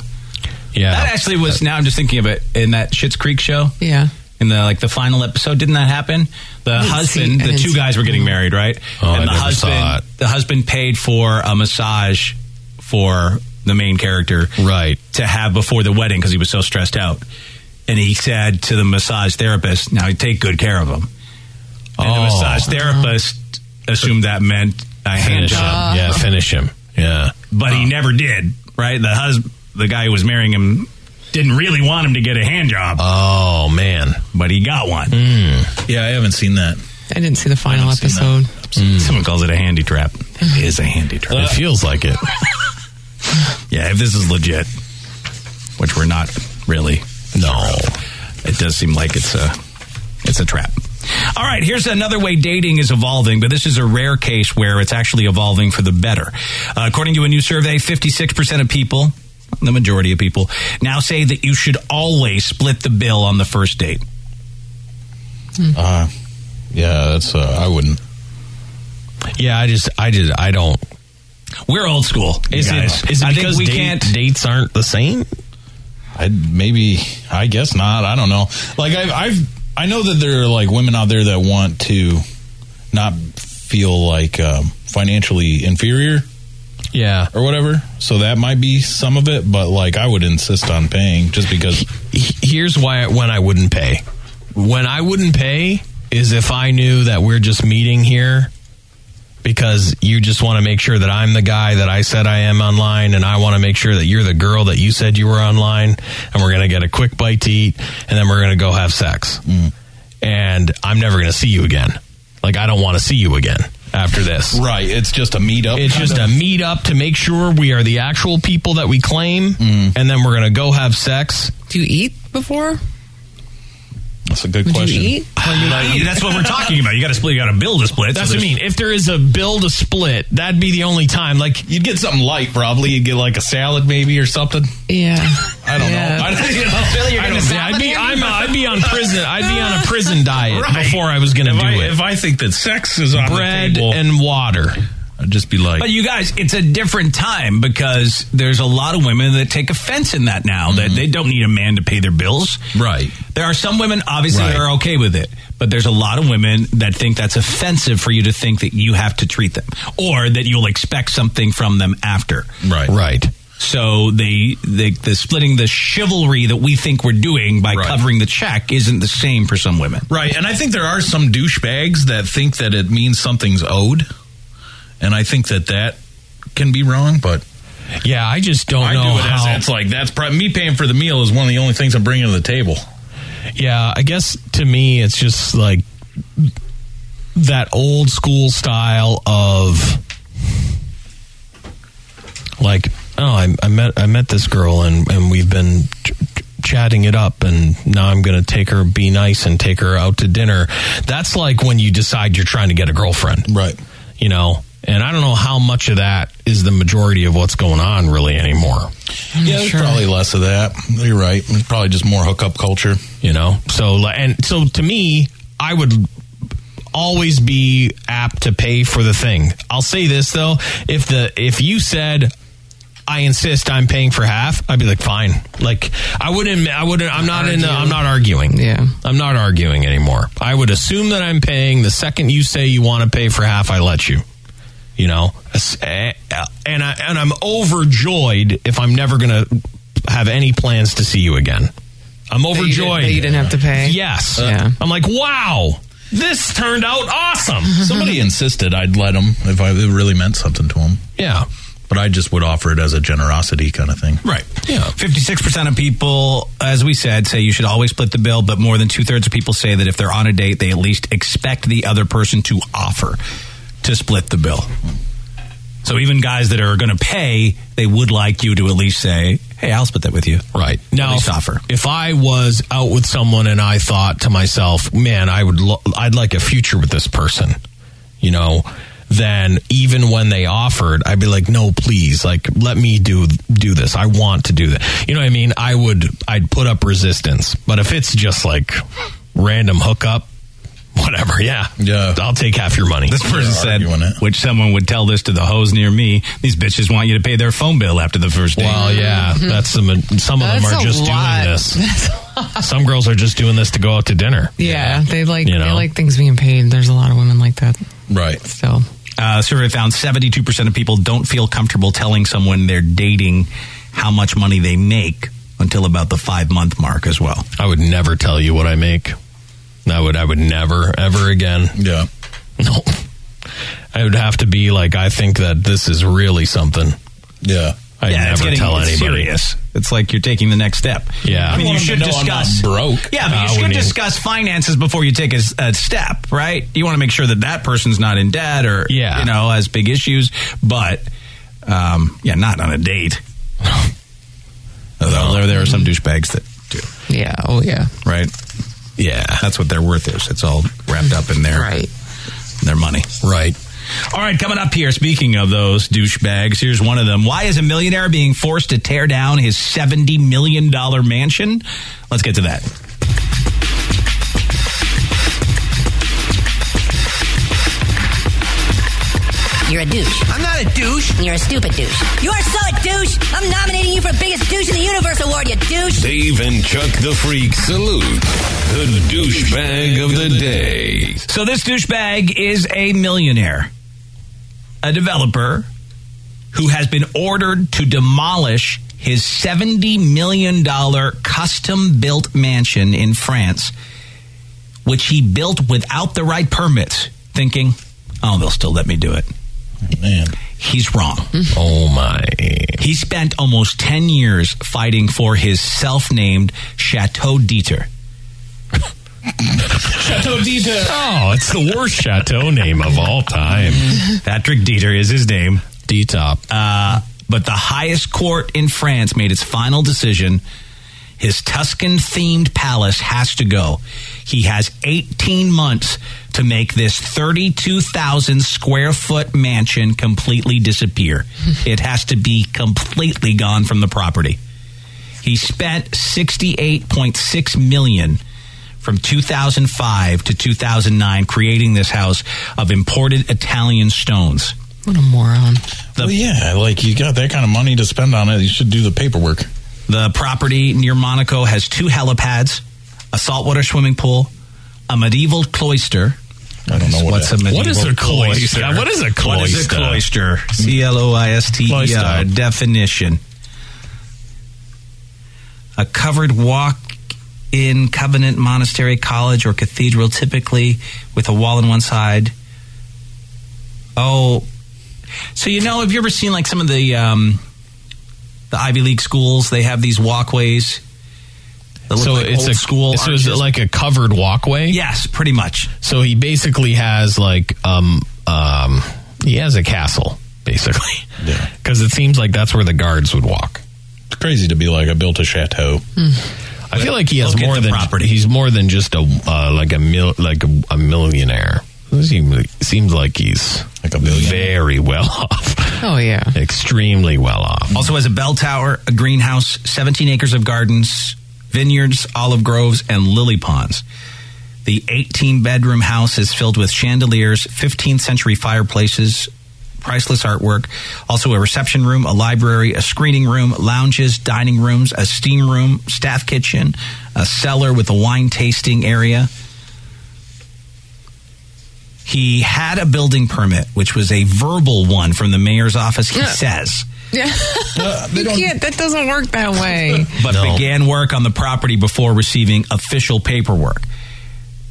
S4: yeah,
S2: that actually was. Now I'm just thinking of it in that Schitt's Creek show.
S7: Yeah.
S2: In the like the final episode, didn't that happen? The
S4: didn't see-
S2: husband,
S4: I
S2: the
S4: didn't
S2: two
S4: see-
S2: guys were getting married, right?
S4: Oh, I
S2: and the
S4: never saw
S2: husband,
S4: it.
S2: the husband paid for a massage for the main character,
S4: right,
S2: to have before the wedding because he was so stressed out. And he said to the massage therapist, "Now take good care of him." And the
S4: Oh.
S2: massage therapist assumed that meant I hand
S4: Finish him.
S2: job.
S4: Yeah, finish him. Yeah.
S2: But he never did, right? The husband, the guy who was marrying him, didn't really want him to get a hand job.
S4: Oh man! Hmm.
S2: But he got one.
S10: Yeah, I haven't seen that.
S7: I didn't see the final episode. Hmm.
S2: Someone calls it a handy trap. It is a handy trap.
S4: Hmm. It feels like it.
S2: yeah, if this is legit, which we're not really.
S4: No,
S2: it does seem like it's a it's a trap. All right, here's another way dating is evolving, but this is a rare case where it's actually evolving for the better. Uh, according to a new survey, 56% of people, the majority of people, now say that you should always split the bill on the first date. Mm-hmm.
S10: Uh, yeah, that's uh, I wouldn't.
S4: Yeah, I just, I just, I don't.
S2: We're old school.
S4: Is
S2: guys.
S4: it? Is it
S2: I think
S4: because
S2: we
S4: date-
S2: can't-
S4: dates aren't the same?
S10: I maybe I guess not. I don't know. Like I've, I've I know that there are like women out there that want to not feel like um, financially inferior.
S4: Yeah,
S10: or whatever. So that might be some of it, but like I would insist on paying just because.
S4: He- Here's why. When I wouldn't pay. When I wouldn't pay is if I knew that we're just meeting here because you just want to make sure that I'm the guy that I said I am online, and I want to make sure that you're the girl that you said you were online, and we're gonna get a quick bite to eat, and then we're gonna go have sex,
S10: Mm.
S4: and I'm never gonna see you again. Like I don't want to see you again after this.
S10: Right, it's just a meetup.
S4: It's
S10: kind
S4: just
S10: of.
S4: a meet up to make sure we are the actual people that we claim,
S10: Mm.
S4: and then we're gonna go have sex.
S7: Do you eat before?
S10: That's a good
S7: Would
S10: question.
S7: you eat?
S2: That's what we're talking about. You got to split. You got to build a split.
S4: That's
S2: So
S4: what I
S2: there's-
S4: mean. If there is a bill to split, that'd be the only time. Like
S10: You'd get something light, probably. You'd get like a salad, maybe, or something.
S7: Yeah.
S10: I don't know. I don't, you know.
S2: Really, you're
S10: I
S2: gonna
S10: don't
S2: say-
S10: know.
S4: I'd be I'm a, I'd be on prison. I'd be on a prison diet
S10: Right.
S4: before I was gonna
S10: if
S4: do
S10: I,
S4: it.
S10: If I think that sex is on
S4: Bread
S10: the table,
S4: and water.
S10: I'd just be like,
S2: But you guys, it's a different time because there's a lot of women that take offense in that now that they don't need a man to pay their bills.
S10: Mm-hmm. right.
S2: There are some women obviously that
S10: Right.
S2: are okay with it, but there's a lot of women that think that's offensive for you to think that you have to treat them or that you'll expect something from them after.
S10: Right.
S4: Right.
S2: So they, they the splitting the chivalry that we think we're doing by covering the check isn't the same for some women.
S10: Right. And I think there are some douchebags that think that it means something's owed. And I think that that can be wrong, but.
S4: Yeah, I just don't
S10: I
S4: know
S10: do it as
S4: how-
S10: that's like that's probably me paying for the meal is one of the only things I'm bringing to the table.
S4: Yeah, I guess to me, it's just like that old school style of like, oh, I, I met I met this girl and and we've been ch- ch- chatting it up, and now I'm gonna take her, be nice, and take her out to dinner. That's like when you decide you're trying to get a girlfriend,
S10: right?
S4: You know. And I don't know how much of that is the majority of what's going on really anymore.
S10: Yeah, there's probably less of that. You're right. It's probably just more hookup culture,
S4: you know. So li- and so to me, I would always be apt to pay for the thing. I'll say this though, if the if you said I insist I'm paying for half, I'd be like fine. Like I wouldn't I wouldn't I'm not in the, I'm not arguing.
S7: Yeah.
S4: I'm not arguing anymore. I would assume that I'm paying the second you say you want to pay for half, I let you. You know, As- eh, and I and I'm overjoyed if I'm never going to have any plans to see you again. I'm
S7: That you didn't-
S4: overjoyed.
S7: that you didn't have to pay?
S4: Yes.
S7: Yeah.
S4: I'm like, wow, this turned out awesome.
S10: Somebody insisted I'd let him if I, it really meant something to him.
S4: Yeah.
S10: But I just would offer it as a generosity kind of thing.
S2: Right. Yeah. 56% of people, as we said, say you should always split the bill, but more than two thirds of people say that if they're on a date, they at least expect the other person to offer to split the bill. So even guys that are going to pay, they would like you to at least say, hey, I'll split that with you.
S4: Right. Now,
S2: at least
S4: if-
S2: offer.
S4: If I was out with someone and I thought to myself, "Man, I would lo- I'd like a future with this person," you know, then even when they offered, I'd be like, "No, please, like let me do do this. I want to do that." You know what I mean? I would I'd put up resistance. But if it's just like random hookup, whatever, yeah, yeah, I'll take half your money.
S2: This person said, which someone would tell this to the hoes near me, these bitches want you to pay their phone bill after the first date.
S4: Well, yeah, that's the, ma- some of them
S7: That's
S4: are
S7: a
S4: just
S7: lot.
S4: doing this. Some girls are just doing this to go out to dinner.
S7: Yeah, they like
S4: You
S7: they
S4: know?
S7: like things being paid. There's a lot of women like that.
S10: Right.
S7: So,
S2: uh, survey found 72% of people don't feel comfortable telling someone they're dating how much money they make until about the five month mark as well.
S4: I would never tell you what I make. I would I would never ever again.
S10: Yeah.
S4: No. I would have to be like I think that this is really something.
S10: Yeah.
S4: I'd
S2: yeah, it's
S4: never
S2: getting
S4: tell anybody.
S2: Serious. It's like you're taking the next step.
S4: Yeah.
S2: I mean, you
S4: I want 'em
S2: should
S4: to know I'm not
S2: discuss
S4: broke. Uh,
S2: Yeah, but
S4: I
S2: you should
S4: wouldn't even-
S2: discuss finances before you take a, s- a step, right? You want to make sure that that person's not in debt or
S4: Yeah.
S2: you know has big issues. But um, yeah, not on a date. Although there, there are some douchebags that do.
S7: Yeah. Oh yeah.
S2: Right. Yeah, that's what their worth is. It's all wrapped up in their right. their money.
S4: Right.
S2: All right, coming up here, speaking of those douchebags, here's one of them. Why is a millionaire being forced to tear down his $70 million mansion? Let's get to that.
S16: You're a douche. I'm not a douche. You're a stupid douche. You're so a douche. I'm nominating you for Biggest Douche in the Universe Award, you douche.
S17: Dave and Chuck the Freak salute the douchebag of the day.
S2: So, this douchebag is a millionaire, a developer who has been ordered to demolish his $70 million custom built mansion in France, which he built without the right permits, thinking, oh, they'll still let me do it.
S10: Man.
S2: He's wrong.
S4: Oh my.
S2: He spent almost 10 years fighting for his self named Chateau Dieter.
S10: Chateau Dieter.
S4: Oh, it's the worst chateau name of all time.
S2: Patrick Dieter is his name.
S4: D top.
S2: Uh, but the highest court in France made its final decision. His Tuscan themed palace has to go. He has 18 months to make this 32,000 square foot mansion completely disappear. it has to be completely gone from the property. He spent 68.6 million from 2005 to 2009 creating this house of imported Italian stones.
S7: what a moron.
S10: well, yeah, like you got that kind of money to spend on it, you should do the paperwork.
S2: The property near Monaco has two helipads, a saltwater swimming pool, a medieval cloister. I don't know
S10: what
S2: what's
S10: that-
S2: a medieval
S10: What is a cloister?
S2: cloister?
S10: What is a
S2: What is a
S10: cloister?
S2: cloister? C L O I S T E
S10: Cloister.
S2: R definition. a covered walk in covenant monastery, college, or cathedral, typically with a wall on one side. Oh, so you know, have you ever seen like some of the um, the Ivy League schools? They have these walkways. that look
S4: So
S2: like
S4: it's
S2: old
S4: a
S2: school.
S4: So is it
S2: arches.
S4: like a covered walkway?
S2: Yes, pretty much.
S4: So he basically has like um um he has a castle basically. Yeah. Because it seems like that's where the guards would walk. It's
S10: crazy to be like I built a chateau.
S2: Hmm.
S4: I feel like he has
S10: Look at
S4: more
S10: the
S4: than
S10: property.
S4: he's more than just a uh, like a mil, like a, a millionaire. He seems- seems like he's like a very well off.
S7: Oh yeah,
S4: extremely well off.
S2: Also has a bell tower, a greenhouse, 17 acres of gardens, vineyards, olive groves, and lily ponds. The 18 bedroom house is filled with chandeliers, 15th century fireplaces, priceless artwork, also a reception room, a library, a screening room, lounges, dining rooms, a steam room, staff kitchen, a cellar with a wine tasting area. He had a building permit, which was a verbal one from the mayor's office, he
S7: Yeah.
S2: says. Uh,
S7: Yeah. you can't. That doesn't work that way.
S2: but began work on the property before receiving official paperwork.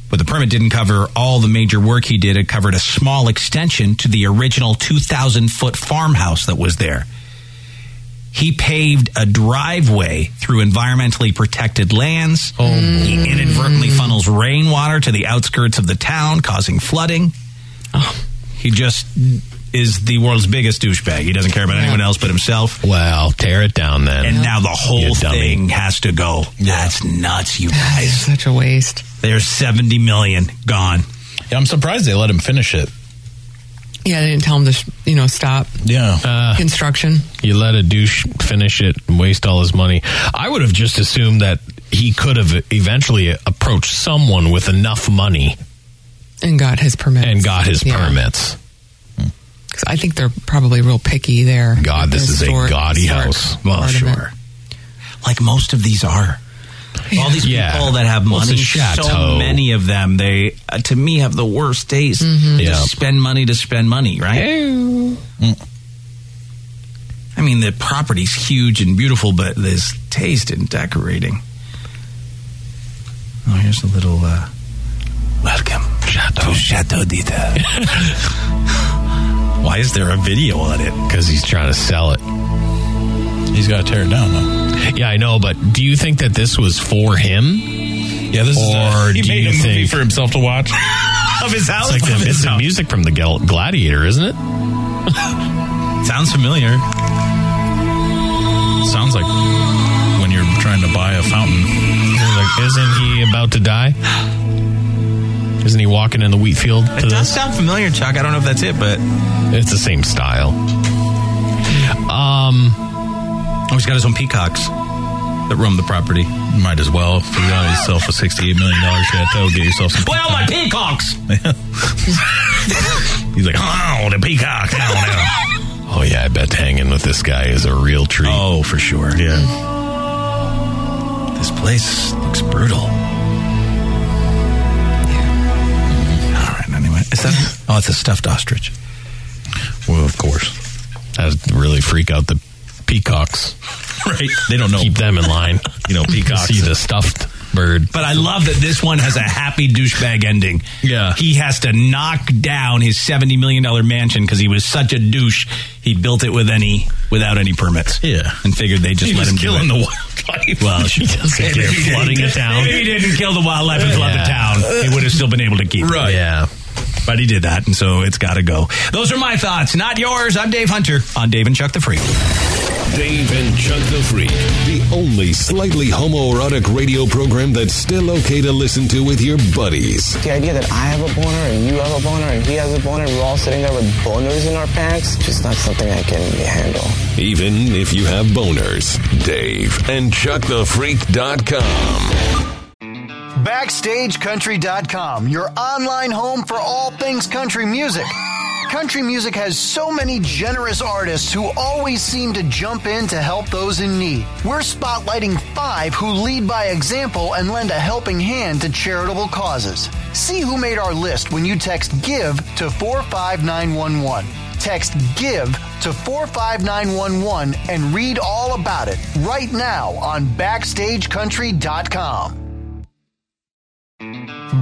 S2: But the permit didn't cover all the major work he did. It covered a small extension to the original 2,000 foot farmhouse that was there. He paved a driveway through environmentally protected lands. he inadvertently funnels rainwater to the outskirts of the town, causing flooding. He just is the world's biggest douchebag. He doesn't care about anyone else but himself.
S4: Well, tear it down then.
S2: And now the whole
S4: You dummy.
S2: thing has to go. That's nuts, you guys.
S7: Such a waste.
S2: There's 70 million gone.
S10: Yeah, I'm surprised they let him finish it.
S7: Yeah, they didn't tell him to sh- you know stop
S10: Yeah.
S4: Uh.
S7: construction.
S4: You let a douche finish it and waste all his money. I would have just assumed that he could have eventually approached someone with enough money
S7: and got his permits.
S4: and got his
S7: Yeah.
S4: permits.
S7: 'Cause I think they're probably real picky there.
S4: God, this is a
S7: Historic-
S4: gaudy
S7: historic
S4: house.
S2: Well,
S7: part of it.
S2: sure. Like most of these are. All these
S4: Yeah.
S2: people that have
S4: Well, it's a
S2: money,
S4: chateau.
S2: so many of them, they uh, to me have the worst taste.
S7: Mm-hmm.
S2: They
S4: Yeah.
S2: just spend money to spend money, right?
S7: Hmm.
S2: I mean, the property's huge and beautiful, but this taste in decorating. Oh, here's a little uh, welcome Chateau Chateau d'Ita. Why is there a video on it?
S4: Because he's trying to sell it.
S10: He's got to tear it down, though.
S4: Yeah, I know, but do you think that this was for him? Yeah,
S10: this
S4: or
S10: is a- he
S4: do
S10: made
S4: you
S10: a movie
S4: think,
S10: for himself to watch.
S2: of his house.
S4: It's, like the, it's the music from the Gal- Gladiator, isn't it?
S2: Sounds familiar.
S10: Sounds like when you're trying to buy a fountain.
S4: You're like, isn't he about to die? Isn't he walking in the wheat field? To
S2: It does sound familiar, Chuck. I don't know if that's it, but
S4: it's the same style. Um,
S2: oh, he's got his own peacocks that roam the property.
S10: Might as well. If you got yourself a $68 million chateau, get yourself some.
S2: Well, my peacocks.
S10: He's like, oh, the peacock.
S4: Oh yeah, I bet hanging with this guy is a real treat.
S2: Oh, for sure.
S10: Yeah.
S2: This place looks brutal. All right. Anyway, is that? Oh, it's a stuffed ostrich.
S10: Well, of course.
S4: That'd really freak out the peacocks.
S2: Right.
S10: They don't know.
S4: Keep them in line.
S10: you know, peacocks.
S4: See the stuffed bird.
S2: But I love that this one has a happy douchebag ending.
S4: Yeah.
S2: He has to knock down his seventy million dollar mansion because he was such a douche. He built it with any without any permits.
S10: Yeah.
S2: And figured they just
S10: He
S2: let
S10: was
S2: him
S10: killing
S2: do
S10: the
S2: it.
S10: wildlife.
S2: Well, she
S4: doesn't care. Flooding a town.
S2: Maybe he didn't kill the wildlife and flood
S4: Yeah.
S2: the town. He would have still been able to keep it.
S10: Right.
S4: Yeah.
S2: But he did that, and so it's got to go. Those are my thoughts, not yours. I'm Dave Hunter on Dave and Chuck the Freak.
S18: Dave and Chuck the Freak, the only slightly homoerotic radio program that's still okay to listen to with your buddies.
S19: The idea that I have a boner and you have a boner and he has a boner, we're all sitting there with boners in our pants, just not something I can handle.
S18: Even if you have boners. Dave and ChuckTheFreak.com.
S20: BackstageCountry.com, your online home for all things country music. Country music has so many generous artists who always seem to jump in to help those in need. We're spotlighting five who lead by example and lend a helping hand to charitable causes. See who made our list when you text GIVE to 45911. text GIVE to 45911 and read all about it right now on BackstageCountry.com.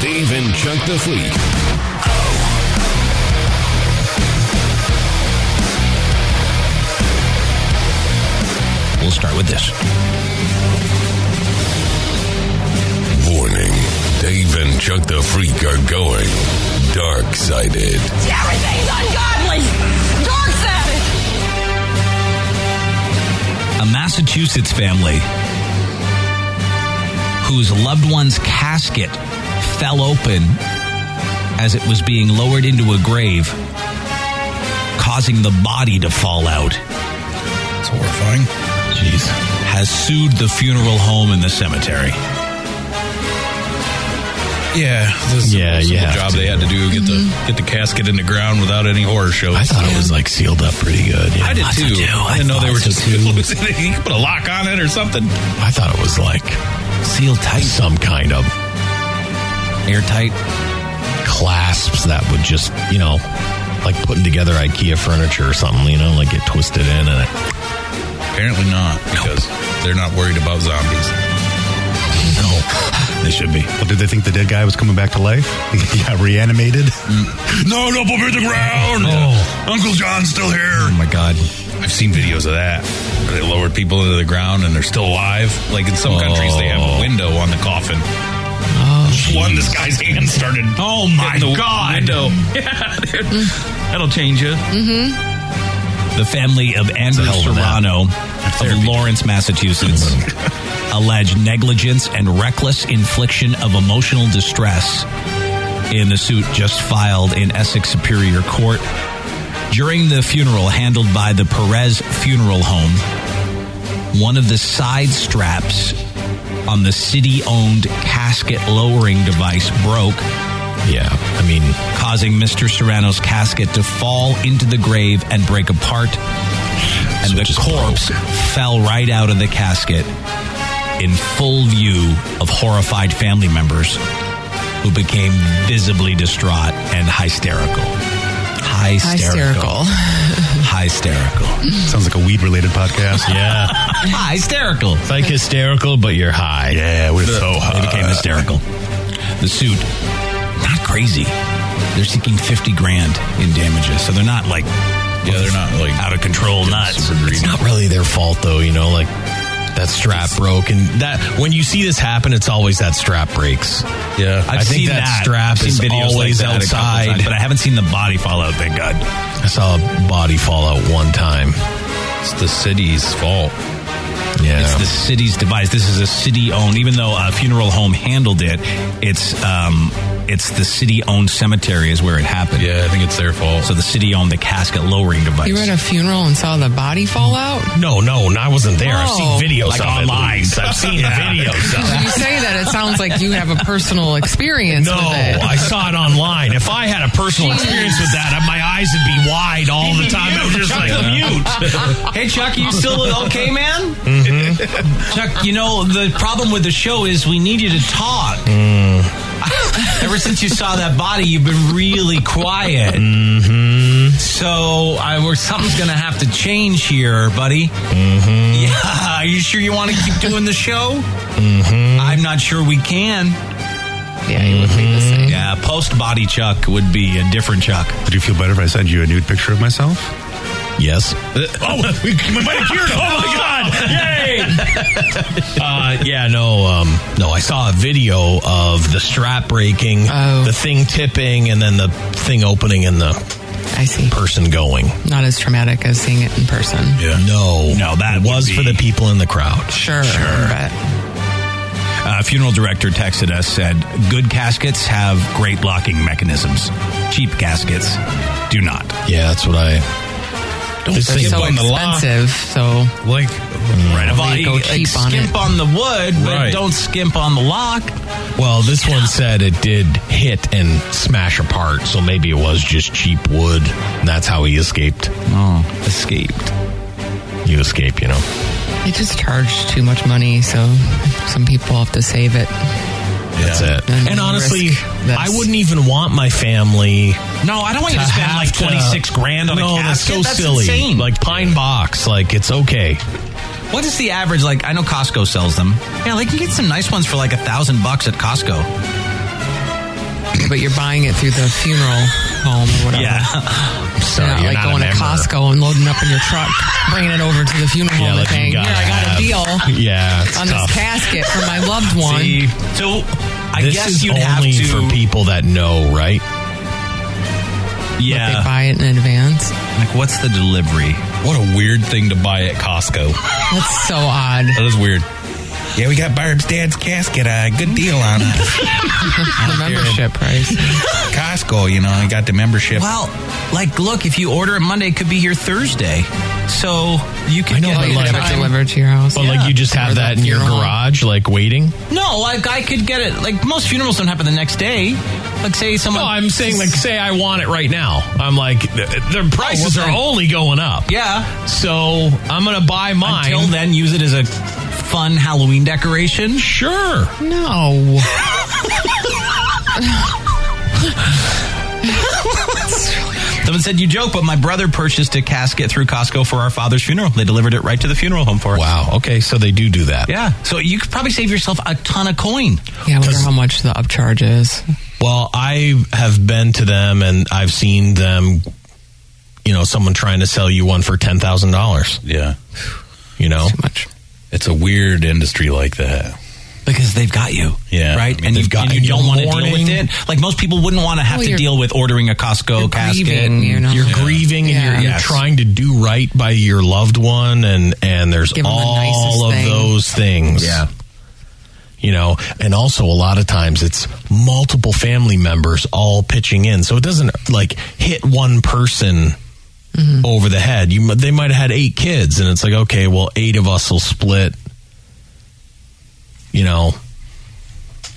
S8: Dave and Chuck the Freak.
S2: We'll start with this.
S8: Warning Dave and Chuck the Freak are going dark sided.
S21: Everything's ungodly! Dark savage!
S2: a Massachusetts family whose loved one's casket fell open as it was being lowered into a grave, causing the body to fall out. It's horrifying. Jeez. Has sued the funeral home in the cemetery.
S10: Yeah, this is
S4: Yeah,
S10: yeah,
S4: you have
S10: job
S4: to.
S10: they had to do get the get the casket in the ground without any horror shows.
S4: I thought it was like sealed up pretty good.
S10: I did too. I didn't know they were just
S4: you could put a lock on it or something. I thought it was like
S2: sealed tight,
S4: some kind of
S2: airtight
S4: clasps that would just you know like putting together IKEA furniture or something. You know, like get twisted in and it.
S10: Apparently not, because they're not worried about Oh, zombies.
S8: No, they should be. Well, did they think the dead guy was coming back to life? he got reanimated?
S4: Mm.
S21: No, no, put me to the ground! Uncle John's still here!
S4: Oh my god.
S10: I've seen videos of that. Where they lowered people into the ground and they're still alive. Like in some countries they have
S4: Oh.
S10: a window on the coffin. One this guy's hand started
S2: Oh my
S10: hitting the
S2: God.
S10: window.
S2: That'll change you.
S21: Mm-hmm.
S2: The family of Andrew
S21: hell of a
S2: Serrano of Lawrence, Massachusetts, alleged negligence and reckless infliction of emotional distress in the suit just filed in Essex Superior Court. During the funeral handled by the Perez Funeral Home, one of the side straps on the city owned casket lowering device broke.
S4: Yeah, I mean,
S2: causing Mr. Serrano's casket to fall into the grave and break apart, and the corpse fell right out of the casket in full view of horrified family members who became visibly distraught and hysterical. Hysterical. Hysterical.
S8: Sounds like a weed related podcast.
S4: Yeah.
S2: hysterical. It's
S4: like hysterical, but you're high.
S8: Yeah, we're so high.
S2: They became hysterical. The suit, not crazy. They're seeking 50 grand in damages, so they're not like. Yeah, they're not like out of control nuts.
S4: It's not really their fault though, you know, like that strap broke and that when you see this happen, it's always that strap breaks.
S10: Yeah.
S4: i think that, strap
S2: I've
S4: is
S2: seen videos like
S4: always
S2: that a couple
S4: outside.
S2: times, but I haven't seen the body fall out, thank God.
S4: I saw a body fall out one time.
S10: It's the city's fault.
S4: Yeah.
S2: It's the city's device. This is a city-owned. Even though a funeral home handled it, it's um, it's the city-owned cemetery is where it happened.
S10: Yeah, I think it's their fault.
S2: So the city owned the casket lowering device.
S7: You were at a funeral and saw the body fall out?
S4: No, no, no, I wasn't there. I've
S7: Oh.
S4: seen videos
S2: Like
S4: of
S2: online.
S4: it. Louise. I've seen
S2: Yeah.
S4: videos of
S7: When
S4: it.
S7: you say that, it sounds like you have a personal experience
S4: No,
S7: with it.
S4: I saw it online. If I had a personal
S7: Jeez.
S4: experience with that, my eyes would be wide all the time. I was just like, mute.
S2: hey, Chuck, you still okay, man? Chuck, you know the problem with the show is we need you to talk. Ever since you saw that body, you've been really quiet. Mm-hmm. So I, we're, something's going to have to change here, buddy. Mm-hmm. Yeah, are you sure you want to keep doing the show? Mm-hmm. I'm not sure we can. Mm-hmm.
S7: Yeah, you would be the same.
S2: Yeah, post body Chuck would be a different Chuck.
S8: Did Mm-hmm. you feel better if I sent you a nude picture of myself?
S4: Yes.
S8: Oh, we, we might have cured him.
S4: Oh my god! Yay! uh, yeah, no, um, no. I saw a video of the strap breaking,
S7: Oh.
S4: the thing tipping, and then the thing opening and the
S7: I see
S4: person going.
S7: Not as traumatic as seeing it in person.
S4: No, no, that was for the people in the crowd.
S7: Sure. Sure. But
S2: Uh, funeral director texted us said, "Good caskets have great locking mechanisms. Cheap caskets do not."
S4: Yeah, that's what I.
S2: Don't
S7: It's
S2: skimp
S7: so
S2: on the lock.
S7: expensive. So
S2: like right
S7: Well,
S2: about
S7: you go
S2: like,
S7: cheap on
S2: skimp
S7: it.
S2: on the wood, but
S4: Right.
S2: don't skimp on the lock.
S4: Well, this one said it did hit and smash apart, so maybe it was just cheap wood. and that's how he escaped.
S2: Oh, escaped.
S4: You escape, you know.
S7: They just charge too much money, so some people have to save it.
S4: That's it.
S7: And
S4: And,
S7: the
S4: honestly,
S7: risk
S4: I wouldn't even want my family.
S2: No, I don't want you to spend
S4: have
S2: like
S4: to-
S2: twenty six grand on
S4: no,
S2: a casket.
S4: That's so silly.
S2: insane.
S4: Like pine box, like it's okay.
S2: What is the average? Like, I know Costco sells them. Yeah, they can get some nice ones for like a thousand bucks at Costco.
S7: But you're buying it through the funeral home or whatever.
S2: Yeah.
S4: Sorry,
S7: You're not like
S4: you're not a
S7: going to
S4: member.
S7: Costco and loading up in your truck, bringing it over to the funeral home and saying,
S4: you
S7: "Here,
S4: gotta
S7: I got
S4: have-
S7: a deal
S4: Yeah, it's
S7: on
S4: tough.
S7: this casket for my loved one."
S4: See,
S2: so I
S4: this
S2: guess
S4: is
S2: you'd
S4: only
S2: have to-
S4: for people that know, right?
S2: Yeah.
S7: They buy it in advance.
S2: Like, what's the delivery?
S10: What a weird thing to buy at Costco.
S7: That's so odd.
S10: that is weird.
S12: Yeah, we got Barb's dad's casket. A good deal on it.
S7: the membership price.
S12: Costco, you know, I got the membership.
S2: Well, like, look, if you order it Monday, it could be here Thursday. So you can
S7: know,
S2: get
S7: but
S2: it
S7: like-
S2: in
S7: have it
S2: time.
S7: delivered to your house.
S4: But like you just
S7: Or
S4: have
S7: the
S4: that in your
S7: funeral home.
S4: garage, like waiting.
S2: No, like I could get it. Like most funerals don't happen the next day. Like say someone.
S4: No, I'm saying like say I want it right now. I'm like th- their prices are
S2: then-
S4: only going up.
S2: Oh, yeah.
S4: So I'm gonna buy mine.
S2: Until then, use it as a fun Halloween decoration.
S4: sure.
S7: No.
S2: Someone said you joke, but my brother purchased a casket through Costco for our father's funeral. They delivered it right to the funeral home for us.
S4: Wow. Okay, so they do do that.
S2: Yeah. So you could probably save yourself a ton of coin.
S7: Yeah, I wonder how much the upcharge is.
S4: Well, I have been to them and I've seen them. You know, someone trying to sell you one for ten thousand dollars.
S10: Yeah.
S4: You know,
S7: Too much.
S10: It's a weird industry like that.
S2: Because they've got you,
S10: Yeah.
S2: right,
S10: I mean,
S2: and
S10: they've
S2: you've
S10: got
S2: got you
S10: you.
S2: don't want to deal
S4: Mourning.
S2: with it. Like most people wouldn't want to have
S7: Well,
S2: to
S7: you're-
S2: deal with ordering a Costco
S7: You're
S2: casket.
S7: grieving, you know?
S4: you're grieving and
S7: Yeah.
S4: you're, you're
S2: Yes.
S4: trying to do right by your loved one, and and there's
S7: Give 'em the nicest
S4: all of
S7: thing.
S4: those things.
S2: Yeah.
S4: you know, and also a lot of times it's multiple family members all pitching in, so it doesn't like hit one person.
S7: Mm-hmm.
S4: Over the head, you mi- they might have had eight kids, and it's like okay, well, eight of us will split, you know,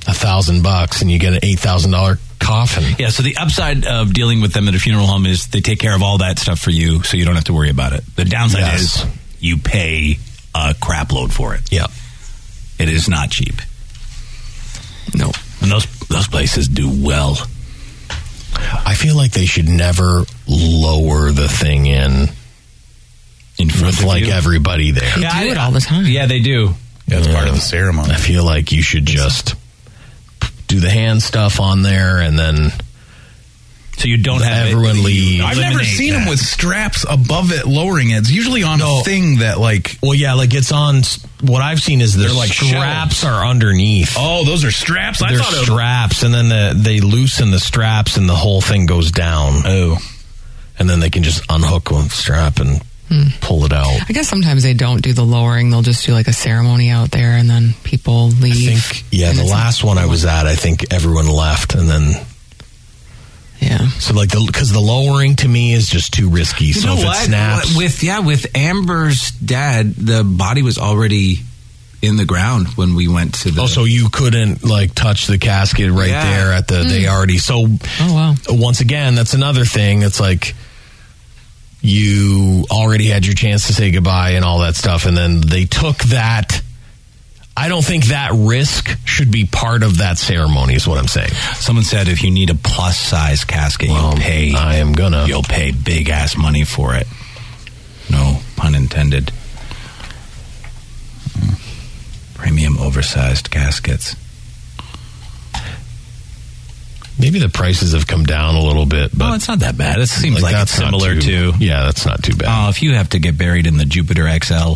S4: a thousand bucks, and you get an eight thousand dollar coffin.
S2: Yeah, so the upside of dealing with them at a funeral home is they take care of all that stuff for you, so you don't have to worry about it. The downside
S4: Yes.
S2: is you pay a crap load for it.
S4: Yep.
S2: It is not cheap,
S7: No.
S2: and those those places do well.
S4: I feel like they should never lower the thing in
S2: In front
S4: with
S2: of
S4: like
S2: you.
S4: everybody there.
S7: They do it all the time.
S2: Yeah, they do.
S10: That's part of the ceremony.
S4: I feel like you should just do the hand stuff on there and then
S2: So you don't have it-
S4: everyone leave.
S10: I've never
S2: eliminate
S10: seen them
S2: that.
S10: with straps above it, lowering it. It's usually on a thing that, like,
S4: Well, yeah, like it's on. s- What I've seen is the
S10: They're like
S4: straps are underneath.
S10: oh, those are straps. I
S4: They're
S10: thought it was.
S4: straps, and then the, they loosen the straps, and the whole thing goes down.
S10: Oh,
S4: And then they can just unhook one strap and pull it out.
S7: Hmm. I guess sometimes they don't do the lowering. They'll just do like a ceremony out there and then people
S4: I
S7: leave.
S4: think, yeah,
S7: And
S4: the
S7: it's-
S4: last one I was at, I think everyone left, and then
S7: Yeah.
S4: So like the because the lowering to me is just too risky.
S2: You
S4: so
S2: know
S4: if
S2: what?
S4: it snaps,
S2: with yeah, with Amber's dad, the body was already in the ground when we went to the.
S4: oh, so you couldn't like touch the casket right
S2: Yeah.
S4: there at the they
S7: Hmm.
S4: already. So
S7: Oh, wow.
S4: once again, that's another thing. That's like you already had your chance to say goodbye and all that stuff, and then they took that. I don't think that risk should be part of that ceremony. Is what I'm saying.
S2: Someone said if you need a plus size casket,
S4: Well,
S2: you'll pay.
S4: I am gonna.
S2: You'll pay big ass money for it. No pun intended. Premium oversized caskets.
S4: Maybe the prices have come down a little bit, but
S2: Well, Oh, it's not that bad. It seems like, it's
S4: that's not
S2: similar
S4: too-
S2: to.
S4: Yeah, that's not too bad.
S2: Oh, if you have to get buried in the Jupiter XL,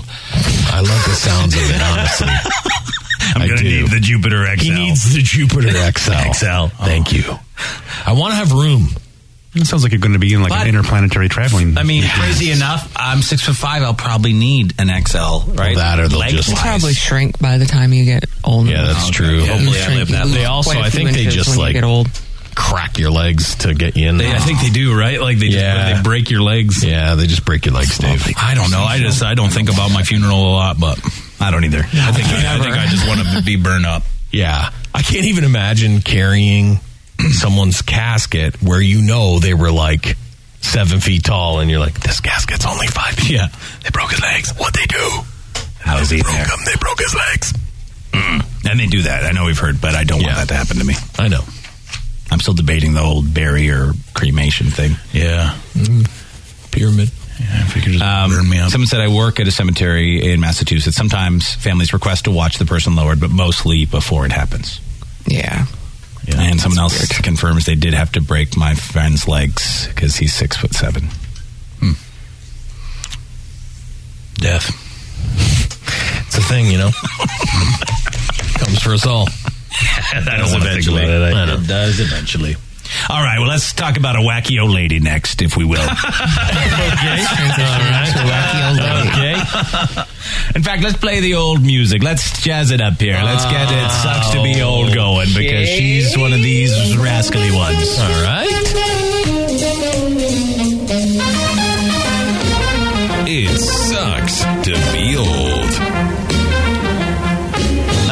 S4: I love the sounds of it. Honestly, I do.
S2: Jupiter
S4: He needs the Jupiter XL.
S2: XL.
S4: Thank you. I want to have room.
S8: It sounds like you're going to be in like
S2: But-
S8: an interplanetary traveling.
S2: I mean,
S8: Yeah.
S2: crazy enough, I'm six foot five. I'll probably need an XL, right?
S8: that or they'll
S2: Lengthwise.
S7: You'll probably shrink by the time you get older.
S4: Yeah, that's true.
S7: You'll
S4: Hopefully, I
S7: shrink-
S4: live that.
S7: lose
S4: They also,
S7: quite a
S4: I
S7: few
S4: think they
S7: inches
S4: just
S7: when you
S4: like
S7: get old.
S4: crack your legs to get you in.
S2: They- I think they do, right? Like they just
S4: yeah.
S2: they break your legs.
S4: Yeah, they just break your legs, Dave.
S2: I don't know. I just I don't think about my funeral a lot, but I don't either.
S4: I think
S2: I think I just want to be burned up.
S4: Yeah, I can't even imagine carrying someone's casket where you know they were like seven feet tall, and you're like, this casket's only five feet.
S2: Yeah,
S4: they broke his legs. What they do?
S2: How is he
S4: broke
S2: there? Mm.
S4: him. They broke his legs.
S2: And they do that. I know we've heard, but I don't want that to happen to me.
S4: I know.
S2: I'm still debating the whole bury or cremation thing.
S10: Yeah. Mm-hmm.
S4: Pyramid.
S10: Yeah, if you could just
S2: Um,
S10: burn me up.
S2: Someone said I work at a cemetery in Massachusetts. Sometimes families request to watch the person lowered, but mostly before it happens.
S7: Yeah.
S2: and someone else confirms they did have to break my friend's legs because he's six foot seven.
S4: Death. It's a thing, you know. Comes for us all. I don't want to think about it. I, know.
S2: does eventually. All right, well, let's talk about a wacky old lady next, if we will.
S4: okay.
S2: In fact, let's play the old music. Let's jazz it up here. Let's get it. Sucks to be old going because she's one of these rascally ones. All right.
S17: It sucks to be old.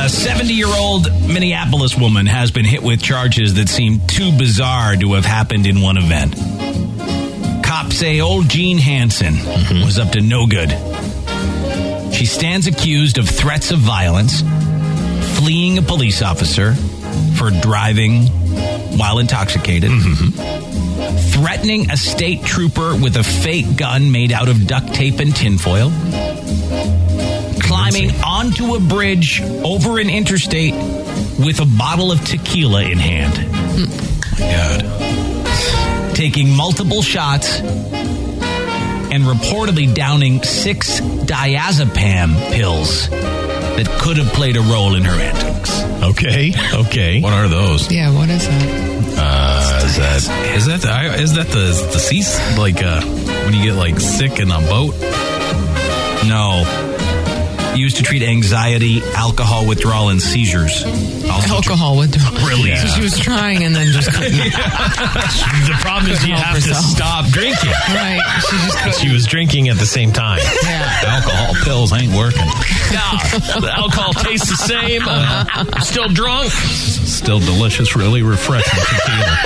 S2: A 70 year old Minneapolis woman has been hit with charges that seem too bizarre to have happened in one event. Cops say old Jean Hansen was up to no good. She stands accused of threats of violence, fleeing a police officer for driving while intoxicated, threatening a state trooper with a fake gun made out of duct tape and tinfoil climbing onto a bridge over an interstate with a bottle of tequila in hand. God. Taking multiple shots and reportedly downing six diazepam pills that could have played a role in her antics.
S4: Okay. Okay.
S10: What are those?
S7: Yeah, what is that?
S10: Uh, is that is that the, I- is that the the cease like uh, when you get like sick in a boat?
S2: No. Used to treat anxiety, alcohol withdrawal, and seizures. Also
S7: Alcohol withdrawal.
S2: Brilliant.
S7: So she was trying and then just couldn't.
S4: The problem is you
S7: help
S4: have
S7: herself.
S4: to stop drinking.
S7: right. She just couldn't.
S4: She was drinking at the same time.
S7: Yeah.
S10: Alcohol pills ain't working.
S4: the alcohol tastes the same. I'm still drunk.
S10: Still delicious, really refreshing tequila.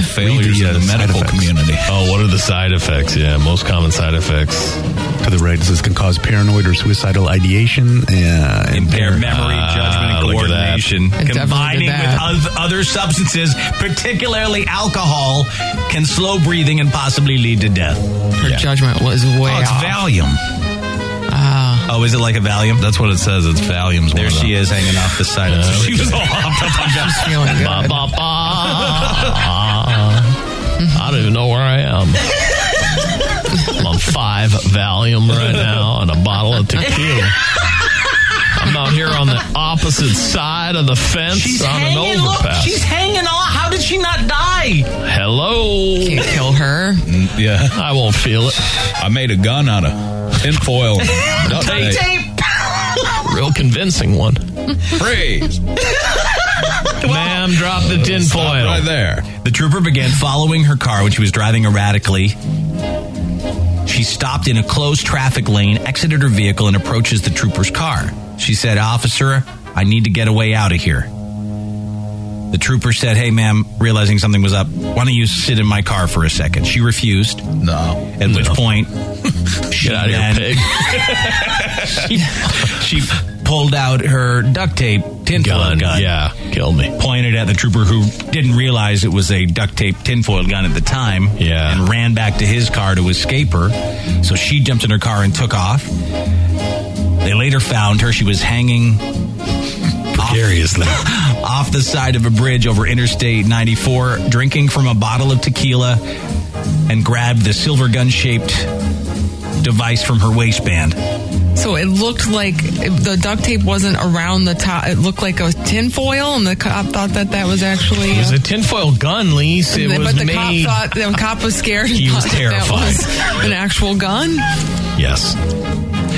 S10: the failures
S8: the,
S10: of
S8: uh,
S10: the
S8: side
S10: medical
S8: effects.
S10: community.
S4: Oh, what are the side effects? Yeah, most common side effects.
S8: To the right, this can cause paranoid or suicidal ideation. Uh,
S2: impaired memory, judgment, and
S4: Ah, look at that.
S2: coordination.
S7: It definitely
S2: Combining
S7: did
S2: with
S7: that.
S2: oth- other substances, particularly alcohol, can slow breathing and possibly lead to death.
S7: Her judgment was way
S10: Oh, it's
S7: off. Ah.
S10: Valium.
S2: Oh, is it like a Valium?
S10: That's what it says. It's Valium's.
S2: There
S10: one of
S2: she
S10: them.
S2: is hanging off the side of the She was all off
S7: She's feeling good.
S4: Ba, ba, ba. Uh-uh. I don't even know where I am. I'm on five Valium right now and a bottle of tequila. I'm out here on the opposite side of the fence on an overpass.
S2: hanging off. How did she not die?
S4: Hello.
S7: Can't kill her.
S4: Mm,
S10: Yeah,
S4: I won't feel it.
S10: I made a gun out of tinfoil. and duct tape.
S4: Real convincing one.
S10: Freeze!
S4: Ma'am, drop the tinfoil.
S10: Right there.
S2: The trooper began following her car when she was driving erratically. She stopped in a closed traffic lane, exited her vehicle, and approaches the trooper's car. She said, Officer, I need to get away out of here. The trooper said, Hey, ma'am, realizing something was up, why don't you sit in my car for a second? She refused,
S10: No.
S2: at which point she,
S4: Get out of here,
S2: then-
S4: pig.
S2: she pulled out her duct tape tinfoil gun,
S4: Gun. Yeah, kill me.
S2: pointed at the trooper who didn't realize it was a duct tape tinfoil gun at the time
S4: Yeah.
S2: and ran back to his car to escape her. So she jumped in her car and took off. They later found her. She was hanging
S4: Seriously.
S2: off the side of a bridge over Interstate 94, drinking from a bottle of tequila, and grabbed the silver gun shaped device from her waistband.
S7: So it looked like the duct tape wasn't around the top. It looked like a tinfoil, and the cop thought that that was actually.
S4: It was a tinfoil gun, Lise. It was
S7: but the
S4: made.
S7: cop thought the cop was scared.
S4: He was
S7: thought that that
S4: terrified.
S7: was an actual gun.
S4: yes.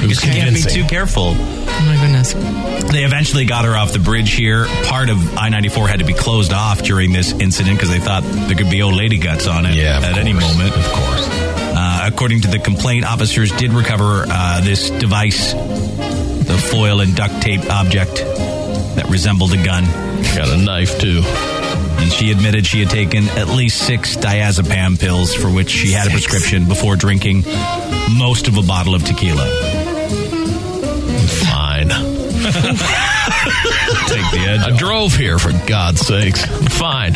S2: You can't be too careful.
S7: Oh my goodness.
S2: They eventually got her off the bridge here. Part of I 94 had to be closed off during this incident because they thought there could be old lady guts on it at any moment. Of course. Uh, according to the complaint, officers did recover uh, this device, the foil and duct tape object that resembled a gun.
S4: Got a knife, too.
S2: And she admitted she had taken at least six diazepam pills for which she had a prescription before drinking most of a bottle of tequila.
S4: Fine. Take the edge. I drove here for God's sakes. Fine.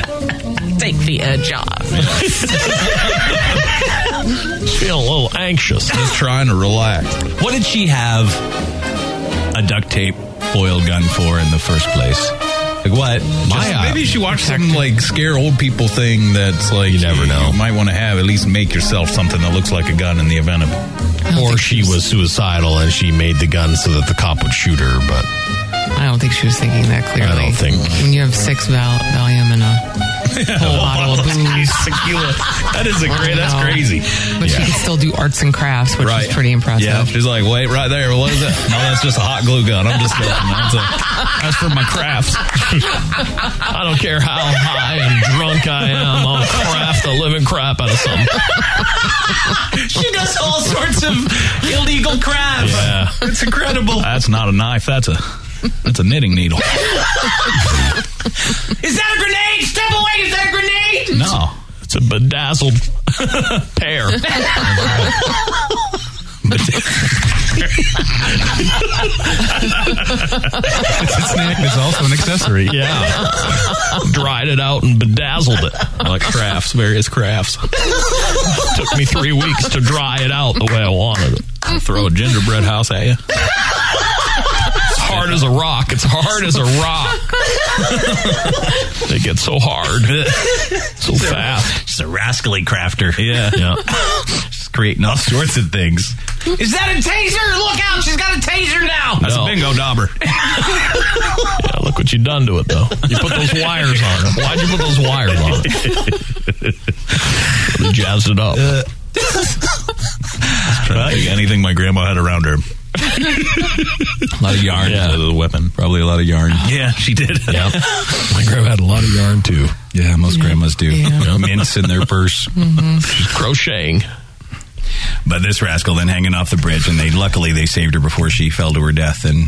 S7: Take the edge off.
S4: Feel a little anxious.
S2: Just trying to relax. What did she have a duct tape foil gun for in the first place? Like what?
S10: Just-
S2: Just-
S10: maybe she watched some like scare old people thing that's like you never know. You might want to have at least make yourself something that looks like a gun in the event of
S4: Or she was suicidal and she made the gun so that the cop would shoot her, but
S7: I don't think she was thinking that clearly.
S4: I don't think.
S7: When you have six Val- Valium and a whole bottle of booze.
S4: Tequila. That is a great. That's
S7: No.
S4: crazy.
S7: But she
S4: Yeah.
S7: could still do arts and crafts, which
S10: Right.
S7: is pretty impressive.
S10: Yeah, she's like, wait, right there. What is that? No, that's just a hot glue gun. I'm just kidding. That's, a, that's for my crafts.
S4: I don't care how high and drunk I am. I'll craft the living crap out of something.
S2: she does all sorts of illegal crafts.
S10: Yeah.
S2: It's incredible.
S10: That's not a knife. That's a that's a knitting needle.
S2: Is that a grenade? Step away! Is that a grenade?
S10: No,
S4: Oh, it's a bedazzled pear.
S10: it's a snack. It's also an accessory.
S4: Yeah. Dried it out and bedazzled it. I like crafts, various crafts. Took me three weeks to dry it out the way I wanted it.
S10: Throw a gingerbread house at you.
S4: It's hard as a rock. It's hard as a rock. they get so hard, so fast.
S2: She's a rascally crafter. Yeah.
S4: Yeah.
S2: She's creating all sorts of things.
S22: Is that a taser? Look out! She's got a taser now.
S2: That's a bingo dauber.
S4: Yeah, look what you done to it, though. You put those wires on it. Why'd you put those wires on it? Really jazzed it up.
S10: Uh, Trying to think of anything my grandma had around her. a lot of yarn yeah. the weapon. Probably a lot of yarn.
S2: Yeah, she did.
S4: Yeah. My grandma had a lot of yarn too.
S10: Yeah, most grandmas do.
S4: Yeah.
S2: Mints in their purse.
S7: Mm-hmm.
S4: She's crocheting.
S2: But this rascal then hanging off the bridge, and they luckily they saved her before she fell to her death, and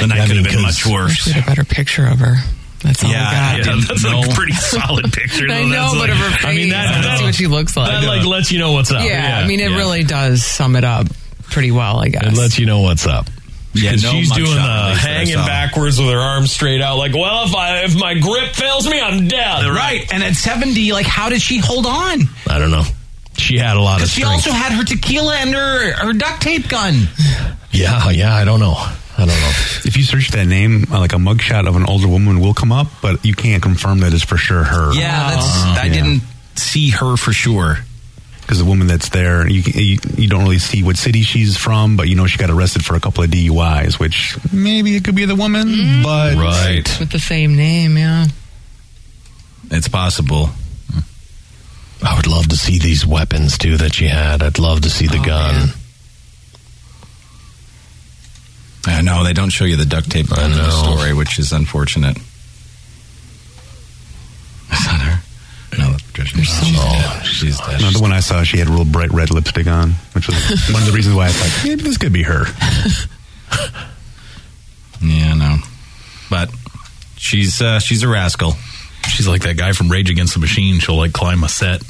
S2: the night
S4: Yeah, I
S2: could
S4: mean,
S2: have been
S4: 'cause-
S2: much worse.
S7: We had a better picture of her. That's all
S2: yeah,
S7: we
S2: yeah,
S7: got.
S2: that's a pretty solid picture.
S7: I
S2: though.
S7: know,
S2: That's
S7: but
S2: like-
S7: of her face,
S2: I mean, that,
S7: that's
S2: that-
S7: what she looks like.
S4: That like lets you know what's up.
S7: yeah, I mean, it
S4: yeah.
S7: really does sum it up pretty well, I guess.
S4: It lets you know what's up.
S2: Yeah,
S4: 'Cause
S2: no
S4: she's
S2: mugshot
S4: doing
S2: release that
S4: the
S2: I
S4: hanging
S2: saw.
S4: backwards with her arms straight out, like, well, if I if my grip fails me, I'm dead.
S22: Right, and at 70, like, how did she hold on?
S4: I don't know. She had a lot of
S22: Because she
S4: strength.
S22: also had her tequila and her, her duct tape gun.
S4: yeah, yeah. I don't know. I don't know.
S8: If you search that name, uh, like a mugshot of an older woman will come up, but you can't confirm that it's for sure her.
S22: Yeah, that's-
S4: Uh-huh.
S2: I didn't see her for sure.
S8: Because the woman that's there, you, can- you you don't really see what city she's from, but you know she got arrested for a couple of DUIs, which maybe it could be the woman, but
S10: Right.
S7: Mm. With the same name, yeah.
S2: It's possible.
S4: I would love to see these weapons too that she had. I'd love to see the
S7: Oh,
S4: gun.
S2: I know they don't show you the duct tape in the
S4: know.
S2: story, which is unfortunate. That's not her. No, she's, dead. she's dead.
S8: No, the one I saw, she had real bright red lipstick on, which was one of the reasons why I was like, maybe this could be her.
S2: Yeah, no. But she's uh, she's a rascal.
S10: She's like that guy from Rage Against the Machine. She'll like climb a set.
S8: As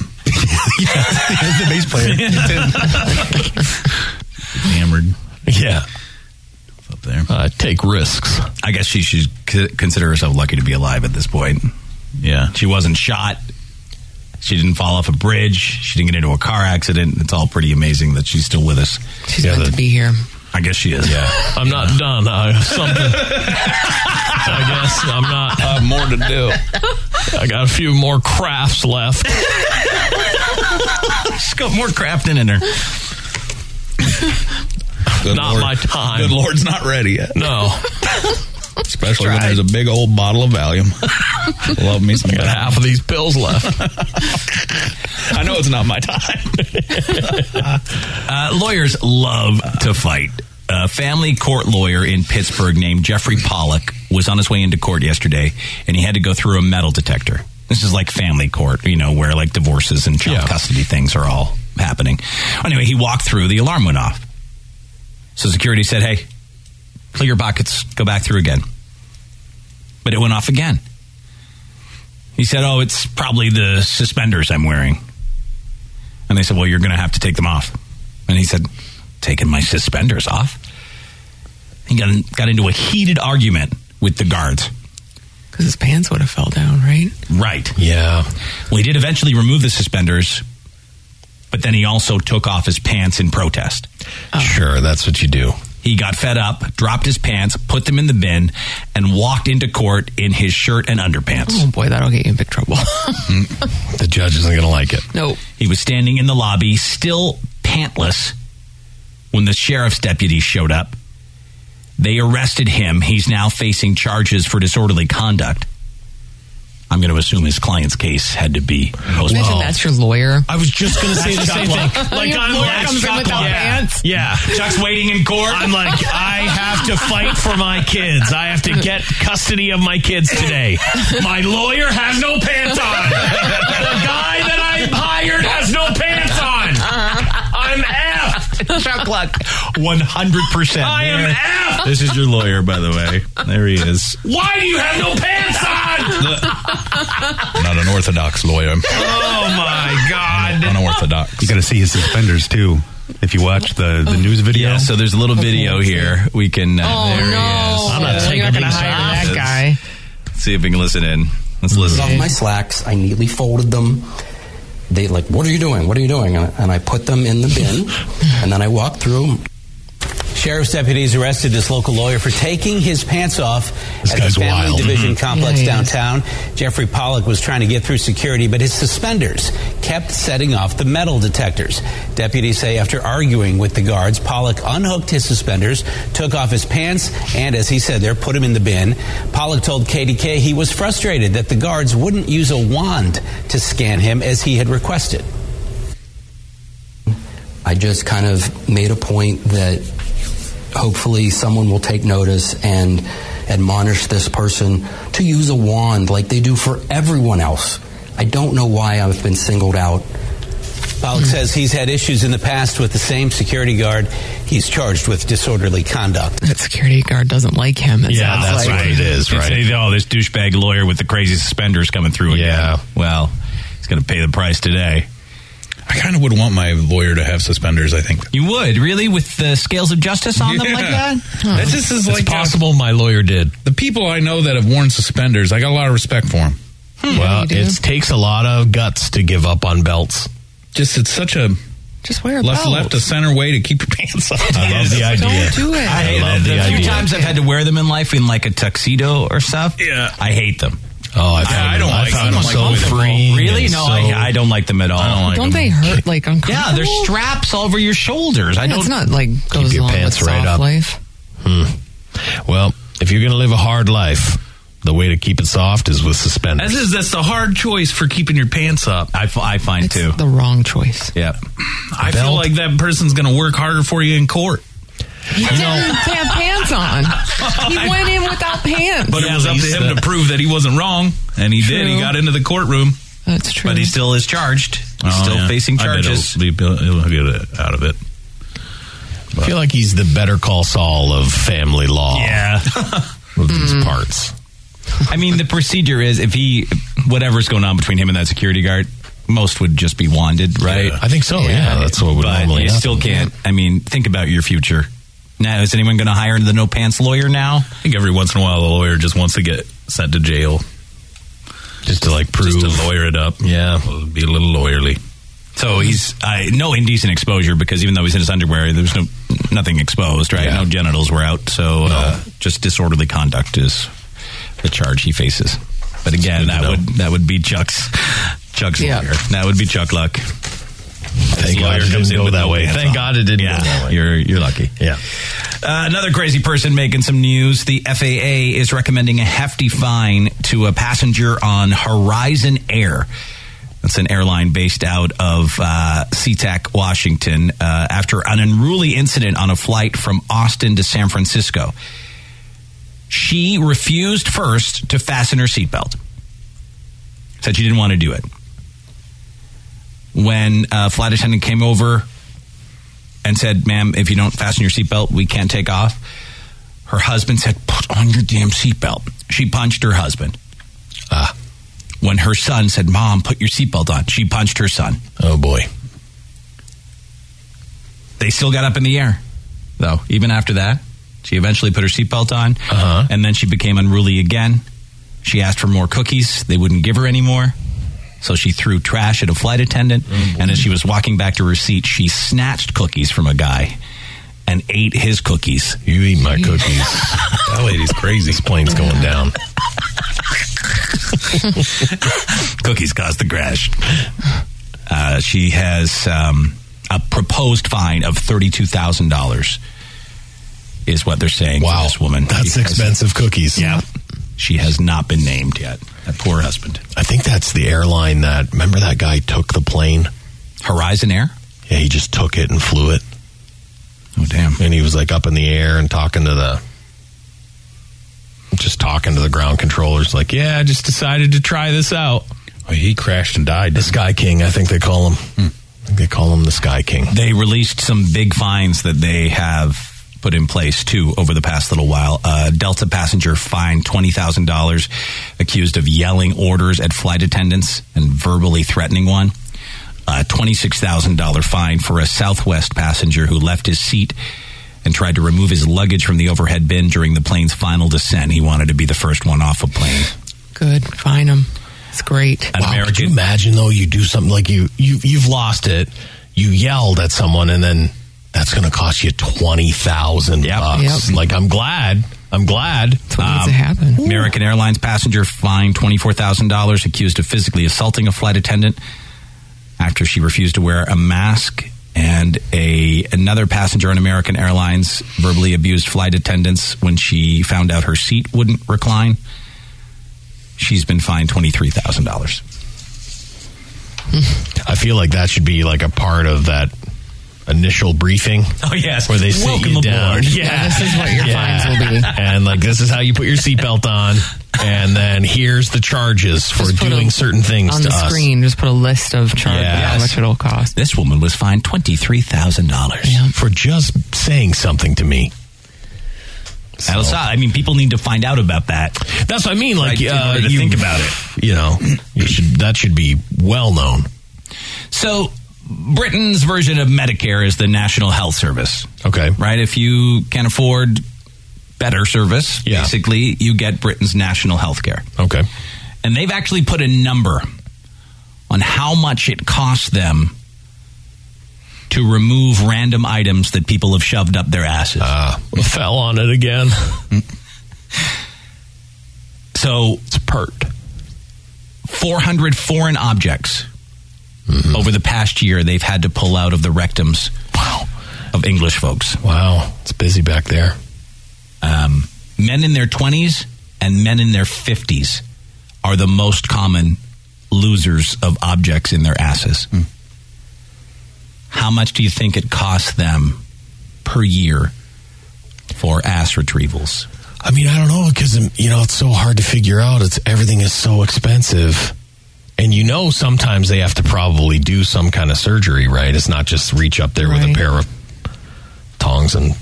S8: the bass player.
S10: hammered
S4: Yeah,
S10: up there.
S4: uh, take risks.
S2: I guess she should c- consider herself lucky to be alive at this point.
S10: Yeah.
S2: She wasn't shot. She didn't fall off a bridge. She didn't get into a car accident. It's all pretty amazing that she's still with us.
S7: She's meant to be here.
S2: I guess she is. Yeah.
S4: I'm not done. I have something. I guess I'm not. I have more to do. I got a few more crafts left.
S2: She's got more craft in her.
S3: Good
S4: not
S3: Lord.
S4: my time.
S3: Good Lord's not ready yet.
S4: No.
S3: Especially when there's a big old bottle of Valium. Love me some. got
S4: half of these pills left.
S3: I know it's not my time.
S2: Uh, lawyers love to fight. A family court lawyer in Pittsburgh named Jeffrey Pollock was on his way into court yesterday, and he had to go through a metal detector. This is like family court, you know, where like divorces and child custody things are all happening. Anyway, he walked through, the alarm went off. So security said, hey, clear your pockets, go back through again. But it went off again. He said, oh, it's probably the suspenders I'm wearing. And they said, Well, you're going to have to take them off. And he said, Taking my suspenders off? He got, got into a heated argument with the guards.
S7: Because his pants would have fell down, right?
S2: Right. Yeah. Well, he did eventually remove the suspenders, but then he also took off his pants in protest.
S7: Oh.
S4: Sure, that's what you do.
S2: He got fed up, dropped his pants, put them in the bin, and walked into court in his shirt and underpants.
S7: Oh boy, that'll get you in big trouble.
S2: the judge isn't going to like it.
S7: No.
S2: He was standing in the lobby, still pantless, when the sheriff's deputies showed up. They arrested him. He's now facing charges for disorderly conduct. I'm going to assume his client's case had to be
S4: Oh,
S2: postponed.
S7: Imagine that's your lawyer.
S4: I was just gonna say the same thing. Like,
S7: your
S4: I'm
S7: lawyer
S4: like,
S7: comes in
S4: Chuck
S7: without
S4: Lorre.
S7: pants.
S4: Yeah.
S2: Chuck's waiting in court.
S4: I'm like, I have to fight for my kids. I have to get custody of my kids today. My lawyer has no pants on. The guy that I hired has no pants on. I'm F.
S7: Chuck Luck.
S2: 100%.
S4: I am F.
S2: This is your lawyer, by the way. There he is.
S4: Why do you have no pants on?
S3: Not an orthodox lawyer. I'm
S4: oh my God.
S3: unorthodox.
S8: You got to see his suspenders too. If you watch the, the news video,
S2: Yeah, so there's a little video here. We can. Uh,
S7: Oh,
S2: there
S7: no.
S2: he is.
S7: I'm not You're taking not gonna these hire chances. that guy.
S2: See if we can listen in. Let's listen.
S20: Off my slacks, I neatly folded them. They like, what are you doing? What are you doing? And I, and I put them in the bin, and then I walked through.
S23: Sheriff's deputies arrested this local lawyer for taking his pants off at the
S20: guy's
S23: Family
S20: wild.
S23: Division
S20: Mhm.
S23: complex
S20: Yeah, he is.
S23: downtown. Jeffrey Pollock was trying to get through security, but his suspenders kept setting off the metal detectors. Deputies say after arguing with the guards, Pollock unhooked his suspenders, took off his pants, and as he said there, put him in the bin. Pollock told KDK he was frustrated that the guards wouldn't use a wand to scan him as he had requested.
S20: I just kind of made a point that hopefully someone will take notice and admonish this person to use a wand like they do for everyone else. I don't know why I've been singled out.
S23: Pollock says he's had issues in the past with the same security guard. He's charged with disorderly conduct.
S7: That security guard doesn't like him. It
S23: Yeah,
S7: sounds
S23: that's
S7: like.
S23: right. It is,
S2: It's
S23: right.
S2: a- oh, this douchebag lawyer with the crazy suspenders coming through again. Yeah. Well, he's going to pay the price today.
S3: I kind of would want my lawyer to have suspenders. I think
S2: you would really with the scales of justice on them like that.
S3: That's just is
S2: It's
S3: like uh,
S4: possible. my lawyer did.
S3: The people I know that have worn suspenders, I got a lot of respect for them.
S2: Hmm.
S4: well, it takes a lot of guts to give up on belts.
S3: Just it's such a
S7: just wear a
S3: left
S7: belt.
S3: left to center way to keep your pants on.
S4: I love the idea. Don't do it.
S2: I, hate
S4: I love
S2: it.
S4: the
S2: the few
S4: idea.
S2: times I've had to wear them in life in like a tuxedo or stuff.
S3: Yeah,
S2: I hate them.
S4: Oh, I,
S2: found
S4: I don't like them. I don't like them.
S2: Really?
S4: and
S2: No,
S4: so-
S2: I, I don't Oh, like them at all.
S7: Don't they hurt like uncomfortable?
S2: Yeah, there's straps all over your shoulders. I
S7: Yeah,
S2: don't.
S7: It's not like goes
S4: your
S7: along
S4: pants
S7: with
S4: right
S7: soft
S4: up.
S7: life.
S4: Hmm. Well, if you're going to live a hard life, the way to keep it soft is with suspenders.
S3: As is that's the hard choice for keeping your pants up.
S2: I, I find
S7: too the wrong choice.
S2: Yeah,
S3: I feel like that person's going to work harder for you in court.
S7: He didn't have pants on. He went in without pants.
S3: But it was up to him to prove that he wasn't wrong, and he did. He
S7: True.
S3: got into the courtroom.
S7: That's true.
S2: But he still is charged. He's
S3: Oh,
S2: still
S3: yeah.
S2: facing
S3: I bet
S2: charges.
S3: He'll, be- he'll get it out of it.
S4: I feel like he's the better call Saul of family law.
S2: Yeah.
S4: Of these parts.
S2: I mean, the procedure is if he, whatever's going on between him and that security guard, most would just be wanded, right?
S4: I think so. Yeah, that's what would
S2: but
S4: normally
S2: you
S4: happen.
S2: still can't. I mean, think about your future. Now, is anyone going to hire the no pants lawyer now? I
S3: think every once in a while, the lawyer just wants to get sent to jail,
S4: just to like prove,
S3: just to lawyer it up.
S4: Yeah,
S3: be a little lawyerly.
S2: So he's I, no indecent exposure because even though he's in his underwear, there was no nothing exposed, right? No genitals were out. So uh, just disorderly conduct is the charge he faces. But again, that would that would be Chuck's Chuck's
S7: Yeah.
S2: lawyer. That would be Chuck Luck.
S4: Thank God it didn't go that way. Thank God it didn't yeah. go that way. You're, you're lucky. Yeah.
S2: Uh, another crazy person making some news. The FAA is recommending a hefty fine to a passenger on Horizon Air. That's an airline based out of uh, SeaTac, Washington, uh, after an unruly incident on a flight from Austin to San Francisco. She refused first to fasten her seatbelt, said she didn't want to do it. When a flight attendant came over and said, Ma'am, if you don't fasten your seatbelt, we can't take off. Her husband said, Put on your damn seatbelt. She punched her husband. Ah. When her son said, Mom, put your seatbelt on, she punched her son.
S4: Oh, boy.
S2: They still got up in the air, though, even after that. She eventually put her seatbelt on, uh-huh. and then she became unruly again. She asked for more cookies. They wouldn't give her any more. So she threw trash at a flight
S4: Oh,
S2: attendant, and as she was walking back to her seat, she snatched cookies from a guy and ate his cookies.
S4: You eat my cookies. that lady's crazy. This plane's going down.
S2: cookies caused the crash. Uh, she has um, a proposed fine of thirty-two thousand dollars. Is what they're saying. Wow, this woman.
S4: That's
S2: Because-
S4: expensive cookies.
S2: Yeah. She has not been named yet. That poor husband.
S4: I think that's the airline that remember that guy took the plane,
S2: Horizon Air.
S4: Yeah, he just took it and flew it.
S2: Oh damn!
S4: And he was like up in the air and talking to the, just talking to the ground controllers, like, "Yeah, I just decided to try this out."
S10: he crashed and died.
S4: The Sky King, I think they call him.
S2: Hmm.
S4: I think they call him the Sky King.
S2: They released some big fines that they have put in place too over the past little while. Uh, Delta passenger fined twenty thousand dollars, accused of yelling orders at flight attendants and verbally threatening one. A twenty-six thousand dollar fine for a Southwest passenger who left his seat and tried to remove his luggage from the overhead bin during the plane's final descent. He wanted to be the first one off a plane.
S7: Good. Fine them. It's great.
S2: An
S4: Could you imagine though? You do something like you you you've lost it. You yelled at someone, and then that's going to cost you twenty thousand bucks.
S7: Yep.
S4: Like I'm glad. I'm glad.
S7: needs to happen.
S2: um, American Airlines passenger fined twenty four thousand dollars, accused of physically assaulting a flight attendant after she refused to wear a mask. And a another passenger on American Airlines verbally abused flight attendants when she found out her seat wouldn't recline. She's been fined twenty three thousand dollars.
S4: I feel like that should be like a part of that initial briefing.
S2: Oh yes,
S4: where they sit
S2: Welcome
S4: you
S2: aboard.
S4: down.
S2: Yeah, this is what your fines will be.
S4: And like this is how you put your seatbelt on, and then here's the charges for
S7: Just put
S4: doing
S7: them
S4: certain things
S7: on
S4: to
S7: the
S4: us.
S7: screen. Just put a list of charges how
S4: Yes.
S7: much it'll cost.
S2: This woman was fined twenty three thousand dollars.
S4: For just saying something to me.
S2: I mean, people need to find out about that.
S4: That's what I mean. Like,
S2: Right, in
S4: uh,
S2: order to
S4: you-
S2: think about it.
S4: You know, you should, that should be well known.
S2: So, Britain's version of Medicare is the National Health Service.
S4: Okay.
S2: Right? If you can afford better service,
S4: Yeah.
S2: basically, you get Britain's national health care.
S4: Okay.
S2: And they've actually put a number on how much it costs them to remove random items that people have shoved up their asses.
S4: Ah, fell on it again.
S2: so,
S4: it's pert.
S2: 400 foreign objects
S4: Mm-hmm.
S2: over the past year they've had to pull out of the rectums of English folks.
S4: Wow, it's busy back there.
S2: Um, men in their 20s and men in their 50s are the most common losers of objects in their asses.
S4: Mm-hmm.
S2: How much do you think it costs them per year for ass retrievals?
S4: I mean, I don't know because you know it's so hard to figure out. It's everything is so expensive, and you know sometimes they have to probably do some kind of surgery, right? It's not just reach up there with a
S7: Right.
S4: pair of tongs and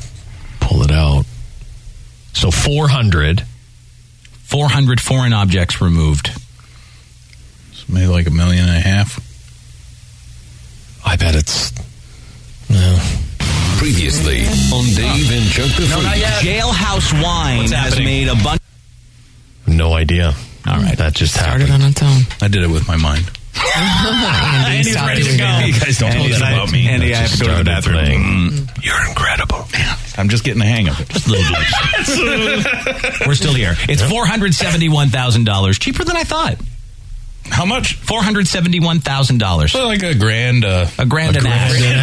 S4: pull it out. So four hundred.
S2: 400 foreign objects removed.
S10: Maybe like a million and a half.
S4: I bet it's
S17: Previously on Dave and Chuck the Freak.
S2: Jailhouse wine
S17: What's
S2: has
S17: happening?
S2: made a bunch.
S4: no idea.
S2: All right,
S4: that just
S7: Started
S4: happened.
S7: on its own.
S10: I did it with my mind.
S7: Andy, stop doing that.
S10: You guys don't know
S2: Andy's
S10: that
S2: like,
S10: about me. Mm.
S2: Andy, I have to go to the bathroom.
S4: You're incredible.
S10: I'm just getting the hang of it.
S2: We're still here. It's $471,000, cheaper than I thought. How much? Four hundred seventy-one thousand dollars.
S3: Like a grand, uh,
S2: a grand
S3: a
S2: an
S3: grand
S2: ass.
S3: an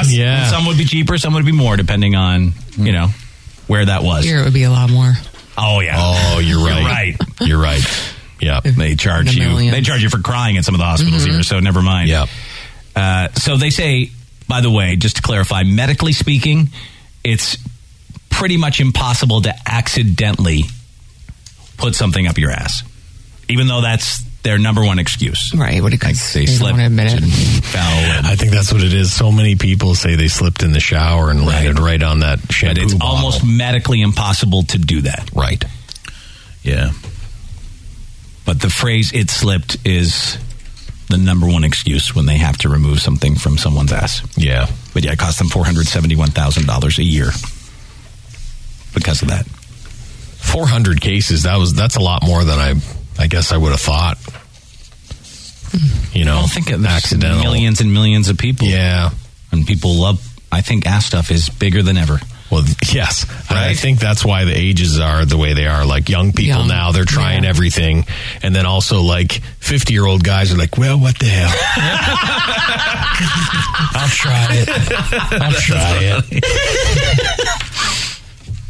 S3: ass. Yeah.
S2: And some would be cheaper, some would be more, depending on you know where that was.
S7: Here it would be a lot more.
S2: Oh yeah. Oh,
S4: you're right.
S2: right.
S4: You're right. Yeah,
S2: they charge
S7: In the
S2: you.
S7: millions.
S2: They charge you for crying at some of the hospitals
S7: Mhm.
S2: here, so never mind. Yeah. Uh, so they say, by the way, just to clarify, medically speaking, it's pretty much impossible to accidentally put something up your ass, even though that's their number one excuse.
S7: Right. What like
S2: they slipped,
S7: admit it.
S4: I think that's what it is. So many people say they slipped in the shower and landed right on that
S2: but
S4: shampoo
S2: it's
S4: bottle.
S2: almost medically impossible to do that.
S4: right.
S2: Yeah. But the phrase it slipped is the number one excuse when they have to remove something from someone's ass.
S4: Yeah.
S2: But yeah, it costs them $471,000 a year because of that.
S4: 400 cases. That was that's a lot more than I I guess I would have thought. You know,
S2: I don't think it's
S4: accidental.
S2: millions and millions of people.
S4: Yeah.
S2: And people love, I think ass stuff is bigger than ever.
S4: Well, yes. And I think that's why the ages are the way they are. Like young people
S2: Young.
S4: now, they're trying everything. And then also like 50 year old guys are like, well, what the hell? I'll try it. I'll try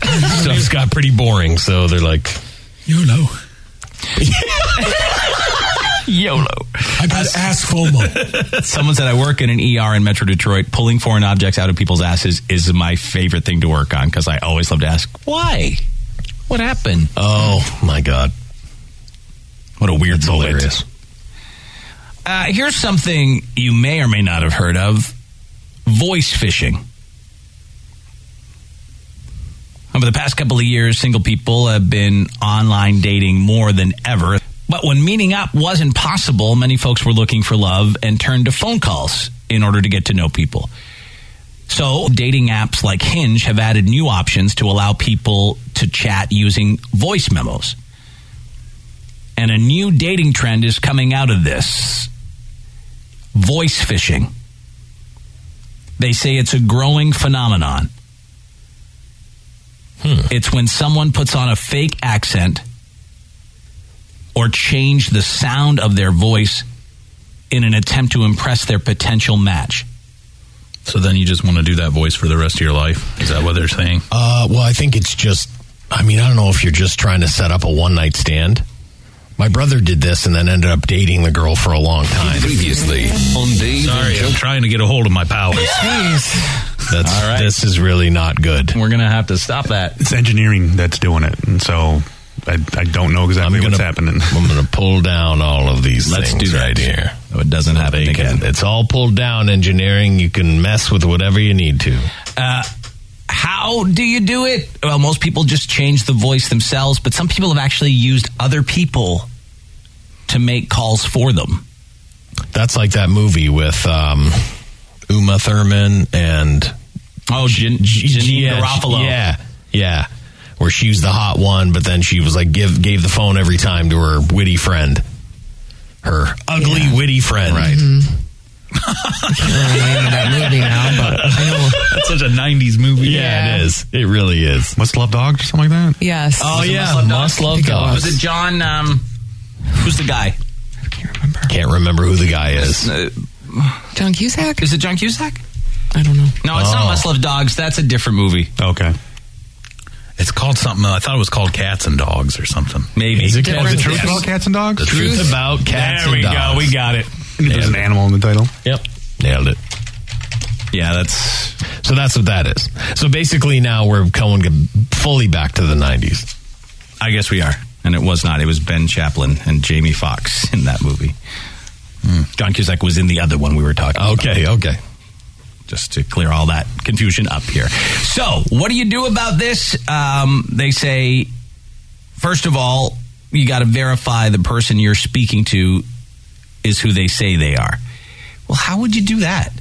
S4: it. Stuff's got pretty boring. So they're like,
S12: YOLO.
S2: YOLO.
S12: I got ass FOMO.
S2: Someone said I work in an ER in Metro Detroit. Pulling foreign objects out of people's asses is my favorite thing to work on because I always love to ask why. What happened?
S4: Oh my god!
S2: What a weird bullet.
S4: hilarious.
S2: Uh, here's something you may or may not have heard of: voice phishing. Over the past couple of years, single people have been online dating more than ever. But when meeting up wasn't possible, many folks were looking for love and turned to phone calls in order to get to know people. So, dating apps like Hinge have added new options to allow people to chat using voice memos. And a new dating trend is coming out of this voice phishing. They say it's a growing phenomenon. It's when someone puts on a fake accent or change the sound of their voice in an attempt to impress their potential match.
S10: So then you just want to do that voice for the rest of your life? Is that what they're saying?
S4: Uh, well, I think it's just. I mean, I don't know if you're just trying to set up a one night stand. My brother did this and then ended up dating the girl for a long time.
S17: Previously on Dave
S10: Sorry, I'm trying to get a hold of my powers.
S4: That's
S10: All right.
S4: this is really not good.
S2: We're gonna have to stop that.
S8: It's engineering that's doing it, and so I, I don't know exactly what's happening.
S4: I'm going to pull down all of these
S8: Let's do
S4: things
S8: that.
S4: right here.
S2: Oh, it doesn't happen
S4: They can-
S2: again.
S4: It's all pulled down engineering. You can mess with whatever you need to.
S2: Uh, how do you do it? Well, most people just change the voice themselves, but some people have actually used other people to make calls for them.
S4: That's like that movie with um, Uma Thurman and
S2: Oh, Jan- Janine
S4: yeah,
S2: Garofalo.
S4: Yeah, yeah. Where she was the hot one, but then she was like give gave the phone every time to her witty friend, her ugly witty friend. Right.
S10: That's such a 90s movie.
S4: Yeah, it is. It really is.
S8: Must love dogs or something like that.
S7: Yes.
S4: Oh
S2: Was it
S4: yeah,
S2: Must Love Dogs?
S4: must love
S2: I think it
S4: dogs.
S2: Was it John? Um, who's the guy?
S4: Can't remember who the guy is.
S2: Uh,
S7: John Cusack?
S2: is it John Cusack?
S7: I don't know.
S2: No, it's not
S4: Oh.
S2: Must Love Dogs. That's a different movie.
S8: Okay.
S10: It's called something. uh, I thought it was called Cats and Dogs or something.
S2: Maybe.
S4: Is it
S7: Different
S4: called the
S7: Yes.
S4: truth?
S8: Truth about cats and dogs.
S4: The truth, about cats.
S2: there
S4: and
S2: we
S4: dogs.
S2: go. We got it.
S8: There's an animal in the title.
S4: Yep, nailed it.
S2: Yeah, that's
S4: So that's what that is. So basically, now we're going fully back to the '90s.
S2: I guess we are. And it was not. It was Ben Chaplin and Jamie Foxx in that movie. John Cusack was in the other one we were talking about.
S4: Hmm. Okay, okay.
S2: Just to clear all that confusion up here. So, what do you do about this? Um, they say, first of all, you got to verify the person you're speaking to is who they say they are. Well, how would you do that?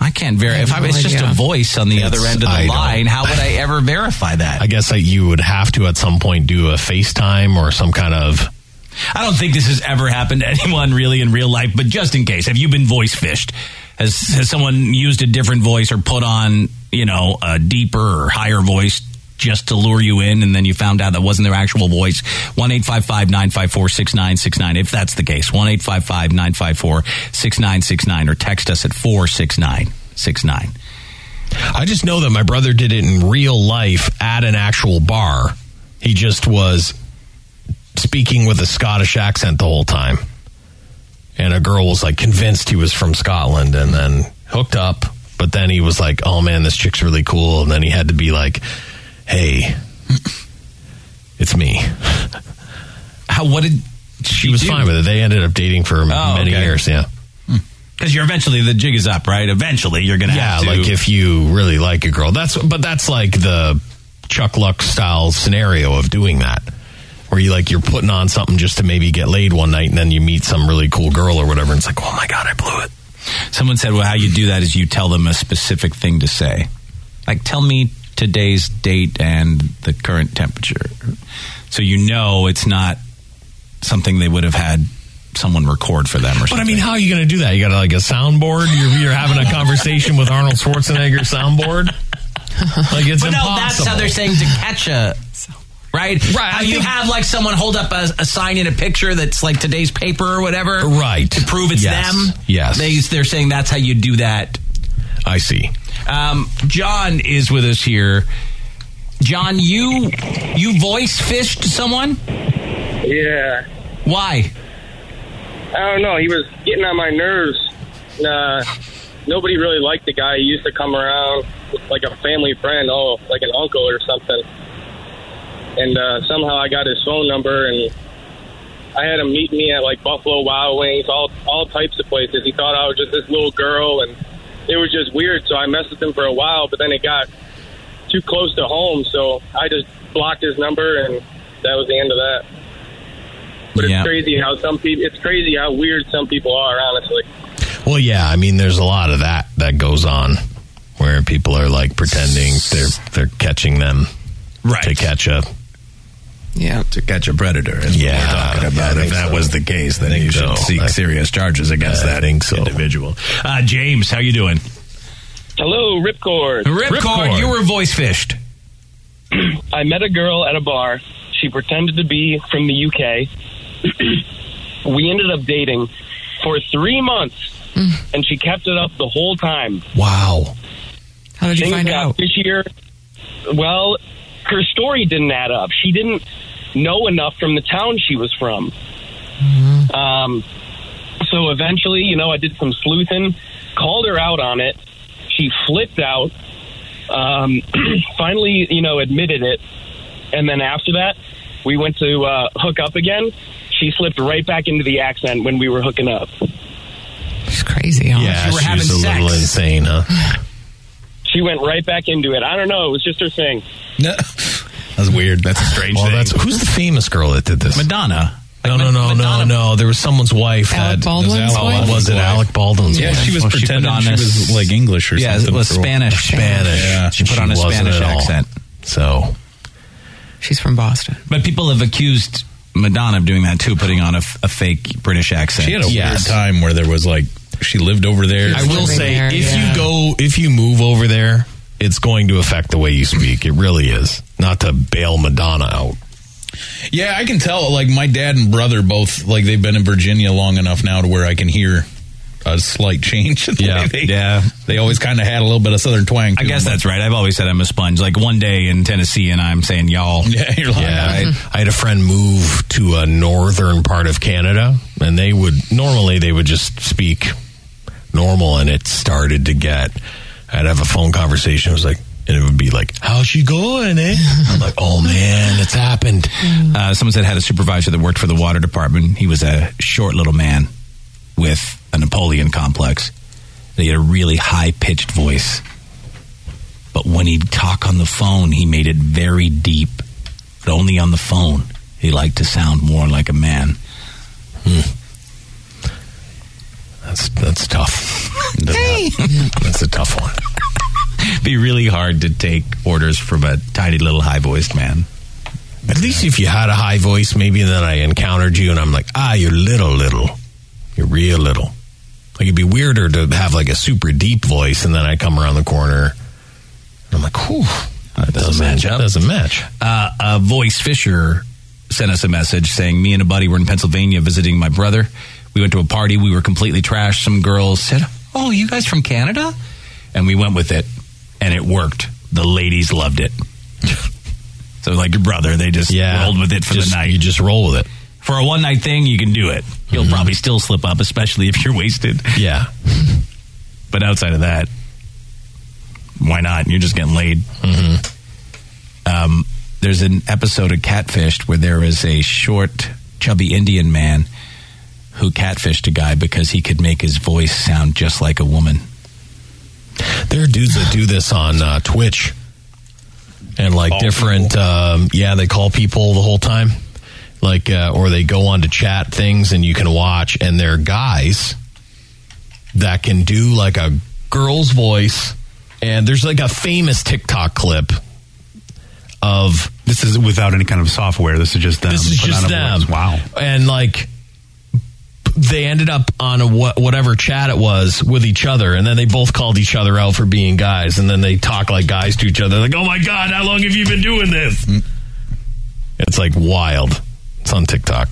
S2: I can't verify. If I,
S7: no
S2: it's just
S7: idea.
S2: a voice on the
S4: It's-
S2: other end of the
S4: I don't-
S2: line, how would I ever verify that?
S4: I guess that you would have to at some point do a FaceTime or some kind of
S2: I don't think this has ever happened to anyone really in real life, but just in case, have you been voice fished? Has, has someone used a different voice or put on, you know, a deeper or higher voice just to lure you in, and then you found out that wasn't their actual voice. 1 855 954 6969, if that's the case. 1 855 954 6969, or text us at 46969.
S4: I just know that my brother did it in real life at an actual bar. He just was speaking with a Scottish accent the whole time. And a girl was like convinced he was from Scotland and then hooked up. But then he was like, oh man, this chick's really cool. And then he had to be like, hey, it's me.
S2: How, what did Oh,
S4: she was fine with it. They ended up dating for many
S2: okay.
S4: years. Yeah.
S2: Because you're eventually, the jig is up, right? Eventually, you're going to
S4: yeah,
S2: have to.
S4: like if you really like a girl, that's but that's like the Chuck Luck style scenario of doing that, where you like you're putting on something just to maybe get laid one night, and then you meet some really cool girl or whatever, and it's like, oh my god, I blew it.
S2: Someone said, well, how you do that is you tell them a specific thing to say. Like, tell me today's date and the current temperature. So you know it's not something they would have had someone record for them or
S4: But
S2: something.
S4: I mean, how are you going to do that? You got like a soundboard. You're, you're having a conversation with Arnold Schwarzenegger soundboard. Like it's
S24: but no, that's how
S4: impossible.
S24: they're saying to catch a. Right?
S4: Right,
S24: How
S4: I
S24: you
S4: think-
S24: have like someone hold up a, a sign in a picture that's like today's paper or whatever.
S4: Right.
S24: To prove it's
S4: Yes.
S24: them.
S4: Yes.
S24: They, they're saying that's how you do that.
S4: I see.
S24: Um, John is with us here. John, you you voice fished someone?
S15: Yeah.
S24: Why?
S15: I don't know. He was getting on my nerves. Uh, nobody really liked the guy. He used to come around like a family friend, oh, like an uncle or something. And uh, somehow I got his phone number, and I had him meet me at like Buffalo Wild Wings, all all types of places. He thought I was just this little girl, and it was just weird. So I messed with him for a while, but then it got too close to home, so I just blocked his number, and that was the end of that. But it's
S4: Yeah.
S15: crazy how some people. It's crazy how weird some people are. Honestly,
S4: Well, yeah, I mean, there's a lot of that that goes on where people are like pretending they're they're catching them, right? To catch a
S2: yeah, to catch a predator.
S4: Is yeah, what we're talking about.
S2: if that was the case,
S4: then you should seek
S2: serious charges against that individual. Uh, James, how you doing?
S21: Hello, Ripcord.
S2: Ripcord, Ripcord. you were
S24: voice fished.
S21: I met a girl at a bar. She pretended to be from the UK. we ended up dating for three months, and she kept it up the whole time.
S4: Wow.
S21: How did you find out? Fishier. Well, her story didn't add up. She didn't know enough from the town she was from. Um, so eventually, you know, I did some sleuthing, called her out on it. She flipped out. Um, finally, you know, admitted it. And then after that, we went to uh, hook up again. She slipped right back into the accent when we were hooking up.
S4: She's crazy. Huh? Yeah,
S21: You were
S4: she's
S21: having
S4: a little
S21: sex.
S4: insane, huh?
S21: She went right back into it. I don't know. It was just her thing.
S4: That's weird. That's a strange. Well, that's who's the famous girl that did this? Madonna. No, no, no, no, no. There was someone's wife. Alec
S10: Baldwin's
S4: Oh, was
S10: wife?
S4: Was it Alec Baldwin's?
S10: Yeah,
S4: wife?
S10: she was
S4: Well, put
S10: pretending
S4: on
S10: she
S4: a-
S10: was, like, English or
S4: yeah,
S10: something
S4: it was
S10: for a while.
S4: Spanish. Spanish.
S10: Yeah.
S2: She put on a
S4: wasn't
S2: Spanish
S4: at all.
S2: accent.
S4: So
S2: She's from Boston. But people have accused Madonna of doing that too, putting on a, f- a fake British accent.
S10: She had a weird time where there was like she lived over there.
S4: I will say, if you go, if you move over there, it's going to affect the way you speak. It really is. Not to bail Madonna out.
S10: Yeah, I can tell. Like my dad and brother both like they've been in Virginia long enough now to where I can hear a slight change. in the
S2: Yeah,
S10: way they,
S2: yeah.
S10: They always kind of had a little bit of southern twang.
S2: I guess that's right. I've always said I'm a sponge. Like one day in Tennessee, and I'm saying y'all.
S10: Yeah, you're lying.
S4: Yeah, I, I had a friend move to a northern part of Canada, and they would normally they would just speak normal, and it started to get. I'd have a phone conversation. It was like, and it would be like, "How's she going?" Eh? I'm like, "Oh man, it's happened."
S2: Uh, someone said had a supervisor that worked for the water department. He was a short little man with a Napoleon complex. And he had a really high pitched voice, but when he'd talk on the phone, he made it very deep. But only on the phone, he liked to sound more like a man. Hmm.
S4: That's that's tough.
S2: Hey.
S4: That's a tough one.
S2: Be really hard to take orders from a tiny little high voiced man.
S4: At least if you had a high voice, maybe then I encountered you and I'm like, ah, you're little, little. You're real little. Like it'd be weirder to have like a super deep voice and then I come around the corner and I'm like, whew.
S2: That doesn't match up.
S4: Doesn't match.
S2: Uh, uh, Voice Fisher sent us a message saying, "Me and a buddy were in Pennsylvania visiting my brother. We went to a party. We were completely trashed. Some girls said, "Oh, you guys from Canada?" And we went with it, and it worked. The ladies loved it. so, like your brother, they just
S4: Yeah.
S2: rolled with it for
S4: Just-
S2: the night.
S4: you just roll with it. Mm-hmm.
S2: For a one night thing, you can do it. You'll probably still slip up, especially if you're wasted.
S4: Yeah.
S2: But outside of that, why not? You're just getting laid. Mm-hmm. Um, there's an episode of Catfished where there is a short, chubby Indian man who catfished a guy because he could make his voice sound just like a woman.
S4: There are dudes that do this on uh, Twitch and like different. Um, yeah, they call people the whole time, like uh, or they go on to chat things, and you can watch. And they're guys that can do like a girl's voice. And there's like a famous TikTok clip of
S8: this is without any kind of software. This is just them.
S4: This is
S8: put
S4: just
S8: on a
S4: them.
S8: voice. Wow.
S4: And like they ended up on a wha- whatever chat it was with each other, and then they both called each other out for being guys, and then they talk like guys to each other. Like, oh my god, how long have you been doing this?
S10: Mm,
S4: It's like wild. It's on TikTok.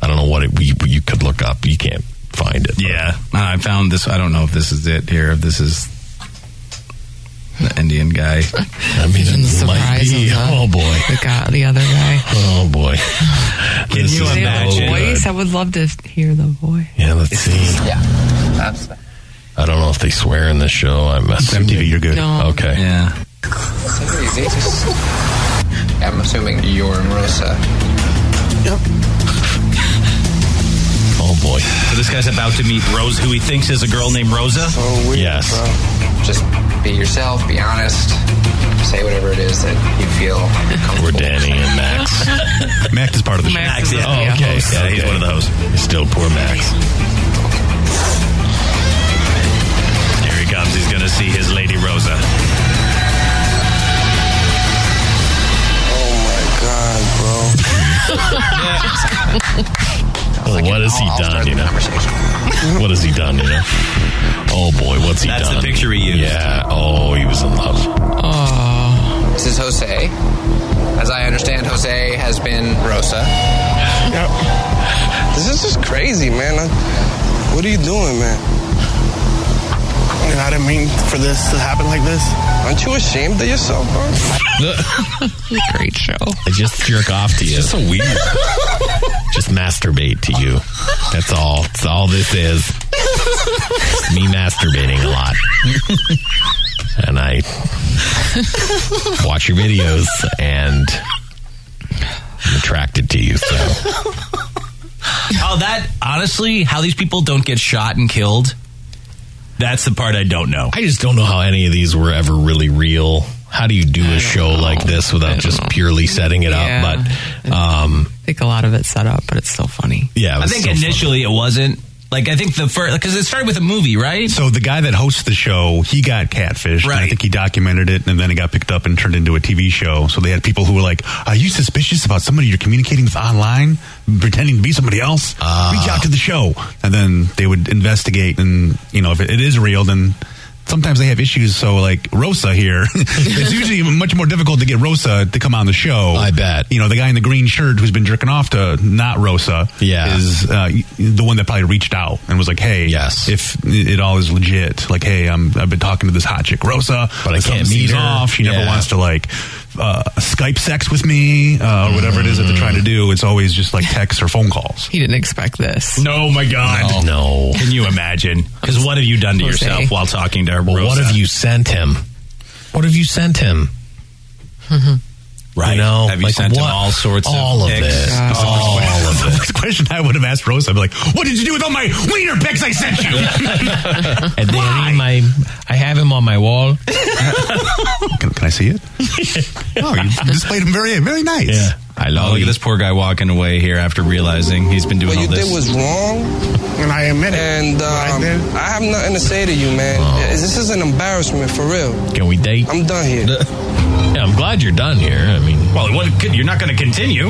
S4: I don't know what it, you, you could look up. You can't find it.
S2: Yeah, I found this. I don't know if this is it here. If this is the Indian guy.
S4: I mean,
S7: And the surprise of the,
S4: oh boy,
S7: the, guy, the other guy.
S4: Oh boy.
S2: Can
S7: Do they have a voice? I would love to hear the voice.
S4: Yeah, let's see.
S7: Yeah,
S4: I don't know if they swear in this show. I'm
S8: MTV, you're good.
S7: No.
S4: Okay.
S2: Yeah.
S21: I'm assuming you're Marissa.
S4: Oh boy.
S2: So this guy's about to meet Rose, who he thinks is a girl named Rosa.
S21: Oh,
S4: yes.
S21: Just be yourself, be honest, say whatever it is that you feel
S4: We're Danny and Max.
S8: Max is part of the show.
S2: Max, yeah.
S4: Oh, okay.
S2: Host. Yeah, he's one of the hosts.
S4: Still poor Max.
S2: Here he comes. He's going to see his lady Rosa.
S21: Oh my god, bro.
S4: Well, what has he done, you know? What has he done, you know? Oh boy, what's he
S2: That's
S4: done?
S2: the picture he used.
S4: Yeah. Oh, he was in love.
S21: Oh. This is Jose. As I understand, Jose has been Rosa.
S9: This is just crazy, man. I- what are you doing, man? I, mean, I didn't mean for this to happen like this. Aren't you ashamed of yourself, bro?
S7: Great show.
S4: I just jerk off to you. It's so weird. just masturbate to you. That's all. That's all this is. It's me masturbating a lot. and I watch your videos and I'm attracted to you, so
S2: Oh, that honestly, how these people don't get shot and killed. That's the part I don't know.
S4: I just don't know how any of these were ever really real. How do you do a show like this without just purely setting it up? But um,
S7: I think a lot of it's set up, but it's still funny.
S4: yeah, it
S2: I
S4: was
S2: think
S4: so funny.
S2: initially it wasn't. Like, I think the first, because it started with a movie, right?
S8: So the guy that hosts the show, he got catfished. and I
S2: Right.
S8: think he documented it, and then it got picked up and turned into a TV show. So they had people who were like, "Are you suspicious about somebody you're communicating with online, pretending to be somebody else? Reach
S2: Ah.
S8: out to the show." And then they would investigate, and you know, if it, it is real, then. Sometimes they have issues, so like Rosa here, it's usually much more difficult to get Rosa to come on the show. I
S4: bet.
S8: You know, the guy in the green shirt who's been jerking off to not Rosa
S4: Yeah.
S8: is uh, the one that probably reached out and was like, "Hey, yes, if it all is legit, like, hey, I'm I've been talking to this hot chick Rosa,
S4: But I
S8: something
S4: can't meet
S8: seems
S4: her."
S8: Off, she never
S4: Yeah.
S8: wants to like uh, Skype sex with me uh, or whatever it is that
S4: Mm.
S8: they're trying to do. It's always just like texts or phone calls.
S7: He didn't expect this.
S2: No, my God.
S4: No.
S2: Can you imagine? Because what have you done to
S7: Jose.
S2: yourself while talking to her?
S4: Well, what have you sent him? What have you sent him?
S2: Right.
S4: You know,
S2: have you
S4: like
S2: sent him
S4: what-
S2: all sorts of
S4: all of
S2: pics?
S4: this? All of
S8: The first question I would have asked Rosa, I'd be like, "What did you do with all my wiener pics I sent you?"
S4: And they are in my, I have him on my wall.
S8: can, can I see it? oh, you displayed them very very nice.
S2: I love. Look at this poor guy walking away here after realizing he's been doing
S9: What
S2: all
S9: you
S2: this.
S9: did was wrong,
S8: and I admit it.
S9: and um, I have nothing to say to you, man. This is an embarrassment for real.
S4: Oh. Can we date?
S9: I'm done here.
S4: Yeah, I'm glad you're done here. I mean,
S2: well, what, could- you're not going to continue.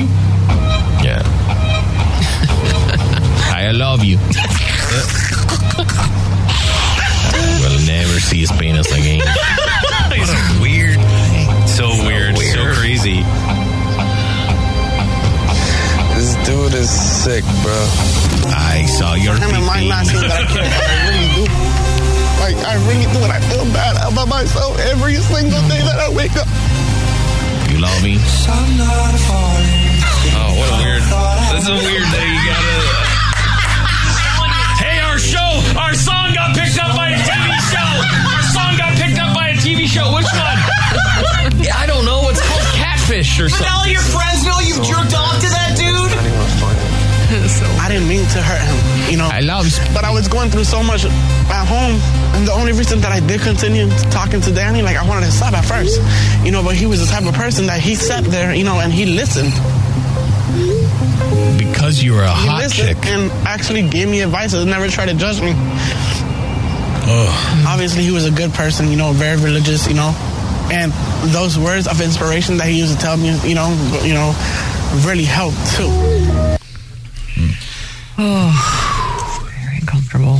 S4: yeah. I love you. I will never see his penis again.
S2: It's weird. So weird. crazy.
S19: This dude is sick, bro.
S2: I saw your
S19: I mean, my last thing that I care about, I really do. Like, I really do, and I feel bad about myself every single day that I wake up.
S2: You love me?
S4: Ah.
S25: Oh, what a weird. This is a weird day. You gotta.
S21: Hey, our show, our song got picked up by a TV show. Our song got picked up by a TV show. Which one? Yeah, I don't know. It's called Catfish or
S9: But all
S21: something.
S9: your friends know you jerked off to that dude.
S19: I didn't mean to hurt him, you know. I love But I was going through so much at home, and the only reason that I did continue talking to Danny, like I wanted to stop at first, you know, but he was the type of person that he sat there, you know, and he listened.
S4: Because you were a
S19: He
S4: hot chick.
S19: listened and actually gave me advice and never tried to judge me.
S25: Oh,
S19: Obviously, he was a good person, you know, very religious, you know, and those words of inspiration that he used to tell me, you know, you know, really helped too.
S7: Oh, very uncomfortable.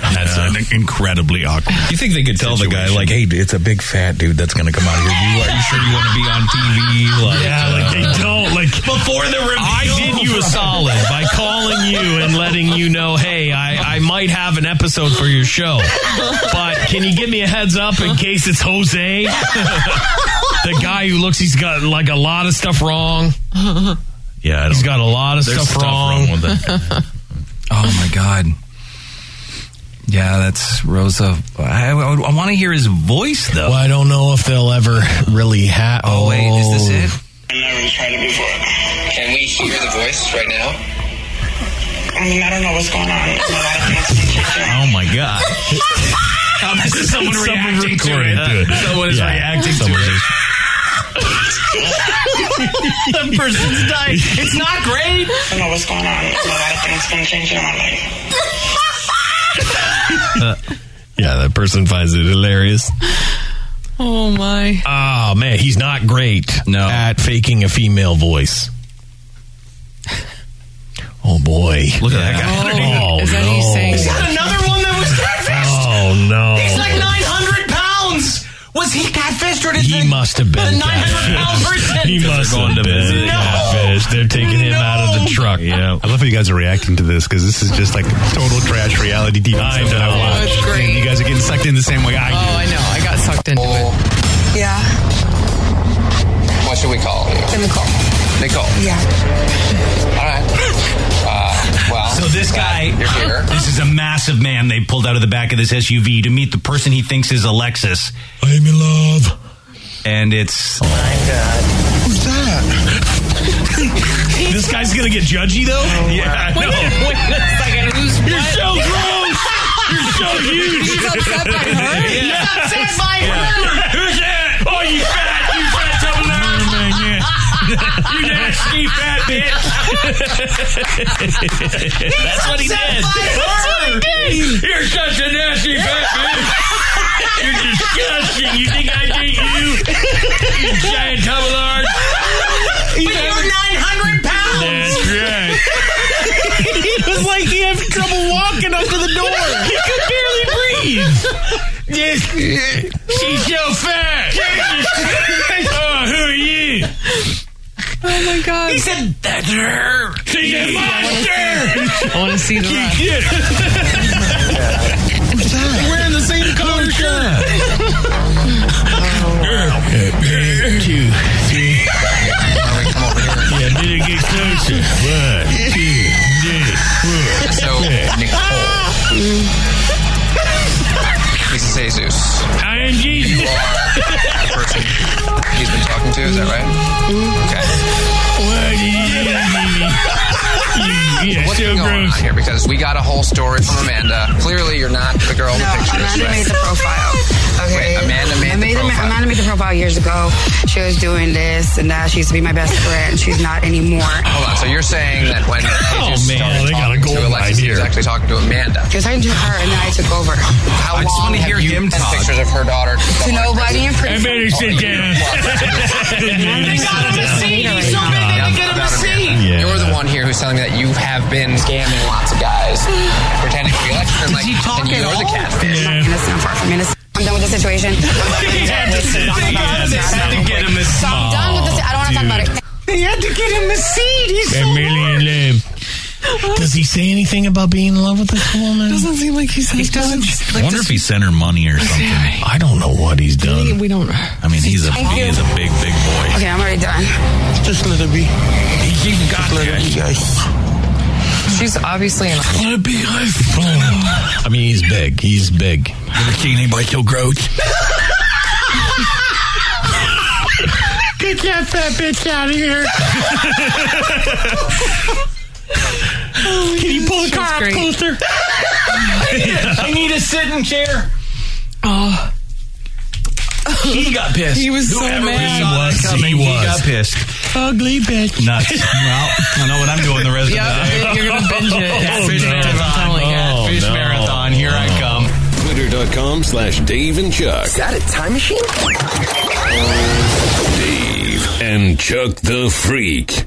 S2: That's an incredibly awkward.
S10: You think they could tell the guy like, "Hey, it's a big fat dude that's going to come out here. You, are you sure you want to be on TV?" Like,
S21: Yeah, like, they
S10: don't like before the reveal.
S4: I did you a solid by calling you and letting you know, hey, I, I might have an episode for your show. But can you give me a heads up in case it's Jose? the guy who looks he's got like a lot of stuff wrong.
S10: Yeah,
S4: he's got a lot of
S2: There's
S4: stuff,
S2: stuff
S4: wrong.
S2: wrong with Oh my god. Yeah, that's Rosa. I, want to hear his voice though.
S4: Well, I don't know if they'll ever really have.
S2: Oh, wait, is this it?
S20: Can we hear the voice right now?
S19: I mean, I don't know what's going on.
S4: Oh my god!
S21: Oh, this is someone,
S4: Someone
S21: reacting to
S4: recording
S21: it.
S4: to it.
S21: Someone is
S4: Yeah,
S21: reacting
S4: someone
S21: to it.
S4: is.
S21: the person's dying. It's not great.
S19: I don't know what's going on. A lot of things can change in my life.
S4: yeah, that person finds it hilarious.
S7: Oh my.
S4: Oh man, he's not great no. at faking a female voice. Oh boy! Look at that guy. Oh,
S21: Is that
S4: no.
S21: what he's saying?
S4: Is
S9: that another one that was catfished?
S4: Oh no!
S9: He's like 900 pounds. Was he catfished or did
S4: He must have been
S9: The 900 pound
S4: catfished.
S9: person.
S4: He must have been
S9: No.
S4: catfished. They're taking him out of the truck. Yeah.
S8: I love how you guys are reacting to this because this is just like total trash reality TV
S4: I
S8: stuff that I
S4: know.
S8: watch.
S4: That's
S8: great. you guys are getting sucked in the same way I do.
S7: Oh, I know. I got sucked into it.
S20: Yeah. What should we call you? Nicole. Nicole. Yeah. All right. Uh, well.
S2: So this guy, this is a massive man they pulled out of the back of this SUV to meet the person he thinks is Alexis. I'm in love. And it's oh my god.
S19: Who's that?
S4: this guy's gonna get judgy though. yeah.
S21: Wait, wait a second. Who's Your
S4: show's gross.
S21: Your show's huge.
S9: He's upset by her? He's upset by her.
S21: Who's that? Oh, you fat, you fat double You nasty fat bitch. That's what he did. That's what he did. You're such a nasty fat bitch. You're disgusting. You think I date you? You giant double large.
S9: But you're 900 pounds.
S21: That's right.
S9: it was like he had trouble walking up to the door.
S21: He could barely breathe. Yes. She's so fat. oh, who are you?
S7: Oh my god.
S21: He said, that's her. She's a monster.
S7: I want to see the rest.
S9: Who's that? Wearing the same color
S21: One, two, three. Yeah, did it get closer? One, two, three, four.
S20: So,
S21: Nicole.
S20: This is Jesus.
S21: I am Jesus.
S20: You are the person he's been talking to. Is that right?
S26: Mm-hmm.
S21: Okay.
S20: So what's been going on here? Because we got a whole story from Amanda. Clearly, you're not the girl in the pictures.
S26: Amanda
S20: right?
S26: made the profile. Okay.
S20: Wait, Amanda made the
S26: Amanda,
S20: profile.
S26: Amanda made the profile years ago. She was doing this and that. She used to be my best friend. She's not anymore.
S20: Hold on. So you're saying that when
S26: Oh,
S20: Jesus
S26: man,
S20: started
S26: they got a
S20: talking to
S26: gold
S20: Alexis, he was
S26: idea.
S20: actually talking to Amanda.
S26: She was talking to her and then I took over.
S20: How I just want to hear him talk. Pictures of her daughter. Oh,
S26: To nobody in prison.
S20: Amanda, sit down.
S9: They got him a seat. He's so big they could get him a seat.
S20: You're the one here who's telling me that you have been scamming lots of guys, pretending to be Alexis. and, Like,
S26: Did he talk
S20: and
S26: at
S20: you're the
S26: all?
S20: catfish.
S26: Innocent, far from innocent. I'm done with the situation. I'm done with
S21: He
S26: this.
S21: had to say-
S26: I'm
S21: Thank
S26: done
S21: God
S26: with
S21: they
S26: this.
S21: had to get him his-
S26: I'm done with this. I don't want to talk about it.
S21: They had to get him a seat. He's so
S4: Lamb. Does he say anything about being in love with this woman?
S27: Doesn't seem like he's. He doesn't.
S10: I
S27: Like
S10: wonder
S27: this,
S10: if he sent her money or something. I don't know what he's done.
S27: we don't.
S10: I mean, he's a he is a big, big boy.
S26: Okay, I'm already done.
S19: Just let it be.
S10: You got
S27: She's obviously an.
S10: Let it be.
S4: I mean, he's big. He's big. Never seen anybody so gross.
S21: Get that fat bitch out of here. Can you pull the car up closer? I need a sitting chair.
S27: Oh.
S21: He got pissed.
S27: He was so mad.
S2: He was. He was.
S21: got
S2: pissed.
S21: Ugly bitch.
S2: Nuts. well, I know what I'm doing the rest of the day.
S21: you're gonna binge it.
S2: Oh,
S21: Fish
S2: no.
S21: marathon.
S18: Oh,
S2: Fish
S18: no.
S2: marathon. Here I come.
S18: Twitter.com slash Dave and Chuck. Is that a time machine? Dave and Chuck the Freak.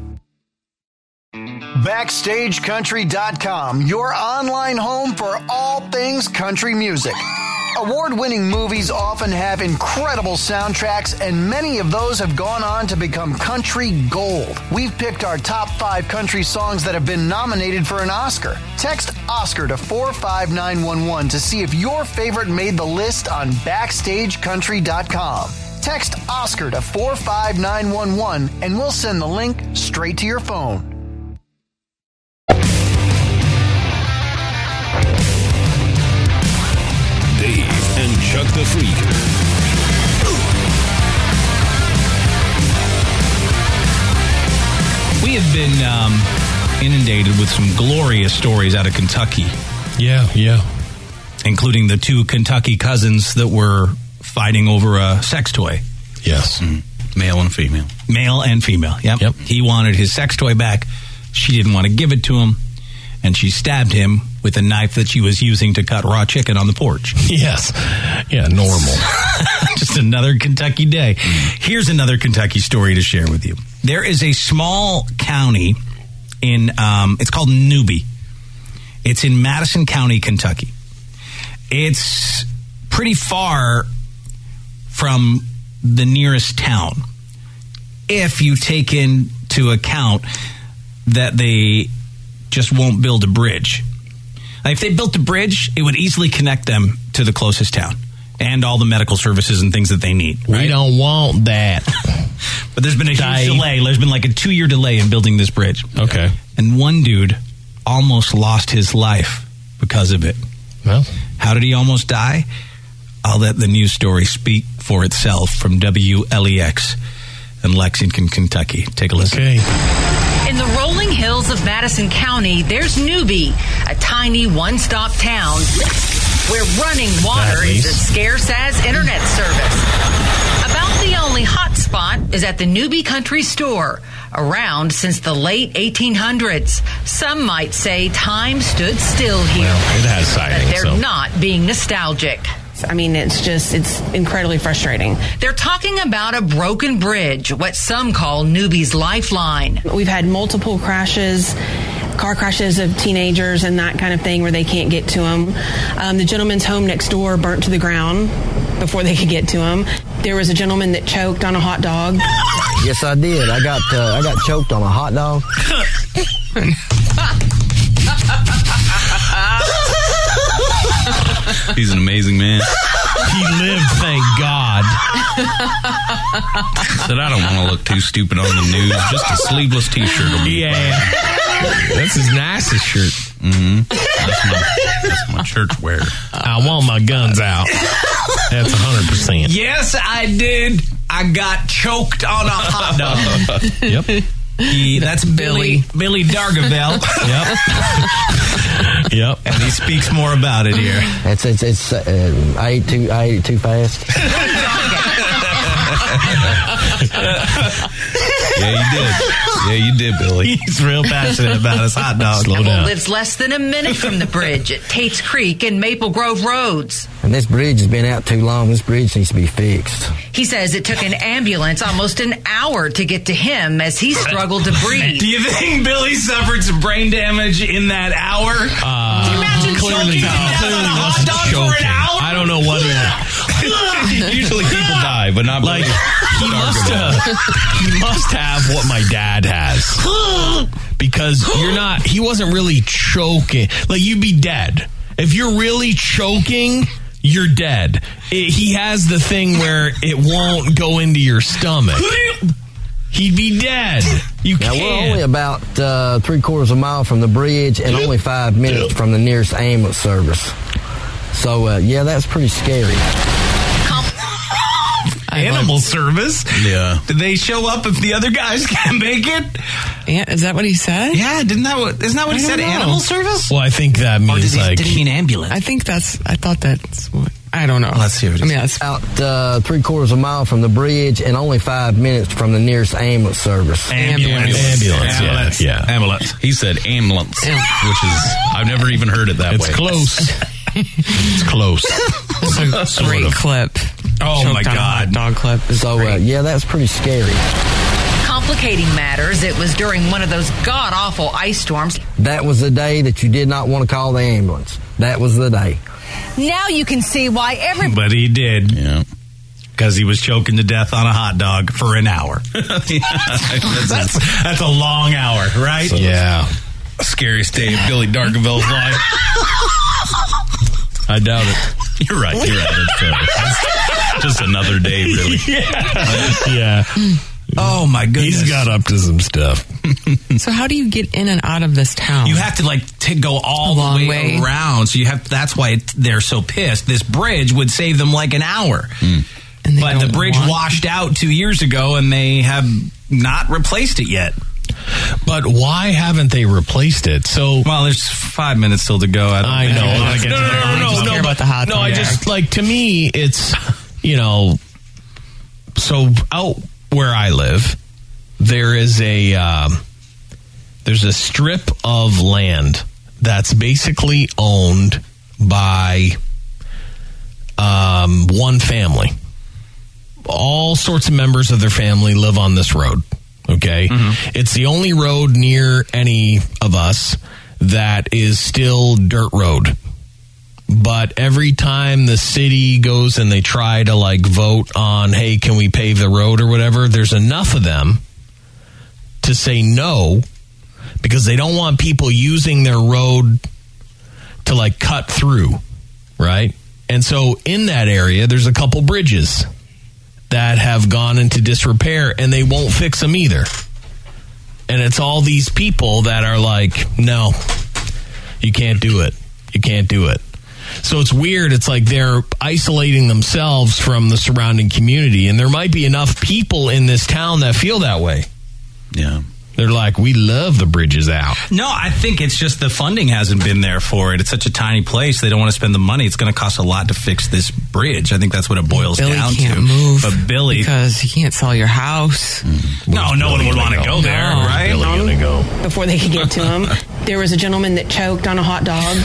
S20: BackstageCountry.com, your online home for all things country music. Award winning movies often have incredible soundtracks, and many of those have gone on to become country gold. We've picked our top five country songs that have been nominated for an Oscar. Text Oscar to 45911 to see if your favorite made the list on BackstageCountry.com. Text Oscar to 45911 and we'll send the link straight to your phone.
S18: Dave and Chuck the Freak.
S2: We have been um, inundated with some glorious stories out of Kentucky.
S4: Yeah, yeah.
S2: Including the two Kentucky cousins that were fighting over a sex toy. Hmm.
S4: Yes.
S2: Male and female. Male and female. Yep. yep. He wanted his sex toy back. She didn't want to give it to him. And she stabbed him with a knife that she was using to cut raw chicken on the porch.
S4: Yes. Yeah, normal.
S2: Just another Kentucky day. Here's another Kentucky story to share with you. There is a small county in, um, it's called Newby. It's in Madison County, Kentucky. It's pretty far from the nearest town if you take into account that they just won't build a bridge. Like, if they built a bridge, it would easily connect them to the closest town and all the medical services and things that they need.
S4: We don't want that.
S2: But there's been a
S4: Die.
S2: huge delay. There's been like a two year delay in building this bridge. Okay. And one dude almost lost his life because of it.
S4: Well.
S2: How did he almost die? I'll let the news story speak for itself from WLEX in Lexington, Kentucky. Take a listen.
S28: In the rolling hills of Madison County, there's Newby, a tiny one stop town where running water is as scarce as internet service. About the only hot spot is at the Newby Country Store, around since the late 1800s. Some might say time stood still here.
S4: it has
S28: but
S4: sightings.
S28: they're
S4: So.
S28: not being nostalgic.
S13: I mean, it's just, it's incredibly frustrating.
S28: They're talking about a broken bridge, what some call Newby's lifeline.
S13: We've had multiple crashes, car crashes of teenagers and that kind of thing where they can't get to them. Um, the gentleman's home next door burnt to the ground before they could get to him. There was a gentleman that choked on a hot dog.
S16: Yes, I did. I got uh, I got choked on a hot dog.
S10: He's an amazing man.
S4: He lived, thank God.
S10: Said I don't want to look too stupid on the news. Just a sleeveless T-shirt. Will be yeah,
S4: That's his nicest shirt.
S10: Mm-hmm. That's, my, that's my church wear.
S4: I want my guns out. That's 100%.
S2: Yes, I did. I got choked on a hot dog.
S4: yep.
S2: He, that's Billy Billy Dargavell. yep. yep. And he speaks more about it here.
S16: It's it's it's. Uh, I ate too I ate too fast.
S3: yeah, you did. Yeah, you did, Billy.
S2: He's real passionate about his hot dog.
S3: Slow
S28: Well,
S3: down.
S28: lives less than a minute from the bridge at Tate's Creek and Maple Grove Roads.
S16: And this bridge has been out too long. This bridge needs to be fixed.
S28: He says it took an ambulance almost an hour to get to him as he struggled to breathe.
S2: Do you think Billy suffered some brain damage in that hour? Uh,
S4: Can you
S2: imagine
S4: clearly choking to not. death on a Clearly hot wasn't dog for an choking. hour? I don't know what
S2: it
S3: Usually people die, but not
S4: like he must have, he must have what my dad has because you're not he wasn't really choking like you'd be dead if you're really choking you're dead It- he has the thing where it won't go into your stomach he'd be dead you
S16: Now we're
S4: can't
S16: only about uh, three quarters of a mile from the bridge and only five minutes from the nearest ambulance service. So uh, yeah, that's pretty scary.
S2: Animal service. Yeah. Did they show up if the other guys can't make it?
S7: Yeah, is that what he said?
S2: Yeah, didn't that what isn't that what
S7: I
S2: he
S7: don't
S2: said?
S7: know.
S2: Animal service?
S4: well i think that means
S2: he-
S4: like
S2: did he mean ambulance?
S7: I think that's. I thought that's. what I don't know.
S16: Let's hear it.
S7: I mean, that's
S16: About uh, three quarters of a mile from the bridge and only five minutes from the nearest ambulance service.
S3: Ambulance.
S4: Ambulance, yeah, yeah.
S3: Ambulance. He said ambulance, which is, I've never even heard it that
S4: It's
S3: way.
S4: close.
S3: it's close.
S7: It's a great clip.
S3: Oh,
S7: Choked
S3: my
S7: on a hot
S3: God.
S7: Dog clip.
S16: So uh, yeah, that's pretty scary.
S28: Complicating matters, it was during one of those god awful ice storms.
S16: That was the day that you did not want to call the ambulance. That was the day.
S28: Now you can see why everybody.
S2: But he did. Yeah. Because he was choking to death on a hot dog for an hour. that's, that's a long hour, right?
S4: yeah.
S3: Scariest day of Billy Darkaville's life. I doubt it. You're right. You're right. It's, uh, it's just another day, really.
S4: yeah
S2: oh my goodness
S4: he's got up to some stuff
S7: So how do you get in and out of this town?
S2: You have to like to go all
S7: A long
S2: the way,
S7: way.
S2: around. So you have that's why it, they're so pissed. This bridge would save them like an hour.
S4: Hmm.
S2: But the bridge washed out 2 years ago and they have not replaced it yet.
S4: but why haven't they replaced it so
S2: well there's five minutes still to go i, don't
S4: I
S2: think
S4: know
S2: we wanna
S4: I
S2: get
S4: no,
S2: to
S4: no,
S2: that.
S4: no,
S2: I
S4: no,
S2: just
S4: no,
S2: care
S4: no,
S2: about
S4: but-
S2: the hot
S4: no
S2: dog.
S4: i
S2: Yeah.
S4: just like to me it's you know so out where i live there is a um, there's a strip of land that's basically owned by um, one family all sorts of members of their family live on this road. Okay. It's the only road near any of us that is still dirt road. But every time the city goes and they try to like vote on, hey, can we pave the road or whatever, there's enough of them to say no because they don't want people using their road to like cut through, right? And so in that area, there's a couple bridges that have gone into disrepair and they won't fix them either. And it's all these people that are like, no, you can't do it. You can't do it. So it's weird. It's like they're isolating themselves from the surrounding community. And there might be enough people in this town that feel that way.
S3: Yeah.
S4: They're like, we love the bridges out.
S2: No, I think it's just the funding hasn't been there for it. It's such a tiny place; they don't want to spend the money. It's going to cost a lot to fix this bridge. I think that's what it boils
S7: Billy
S2: down
S7: can't
S2: to.
S7: move
S2: but Billy,
S7: because you can't sell your house. Oh.
S4: Oh,
S2: no, no one would want to go there,
S7: No.
S2: right?
S4: gonna go.
S13: before they could get to him. there was a gentleman that choked on a hot dog.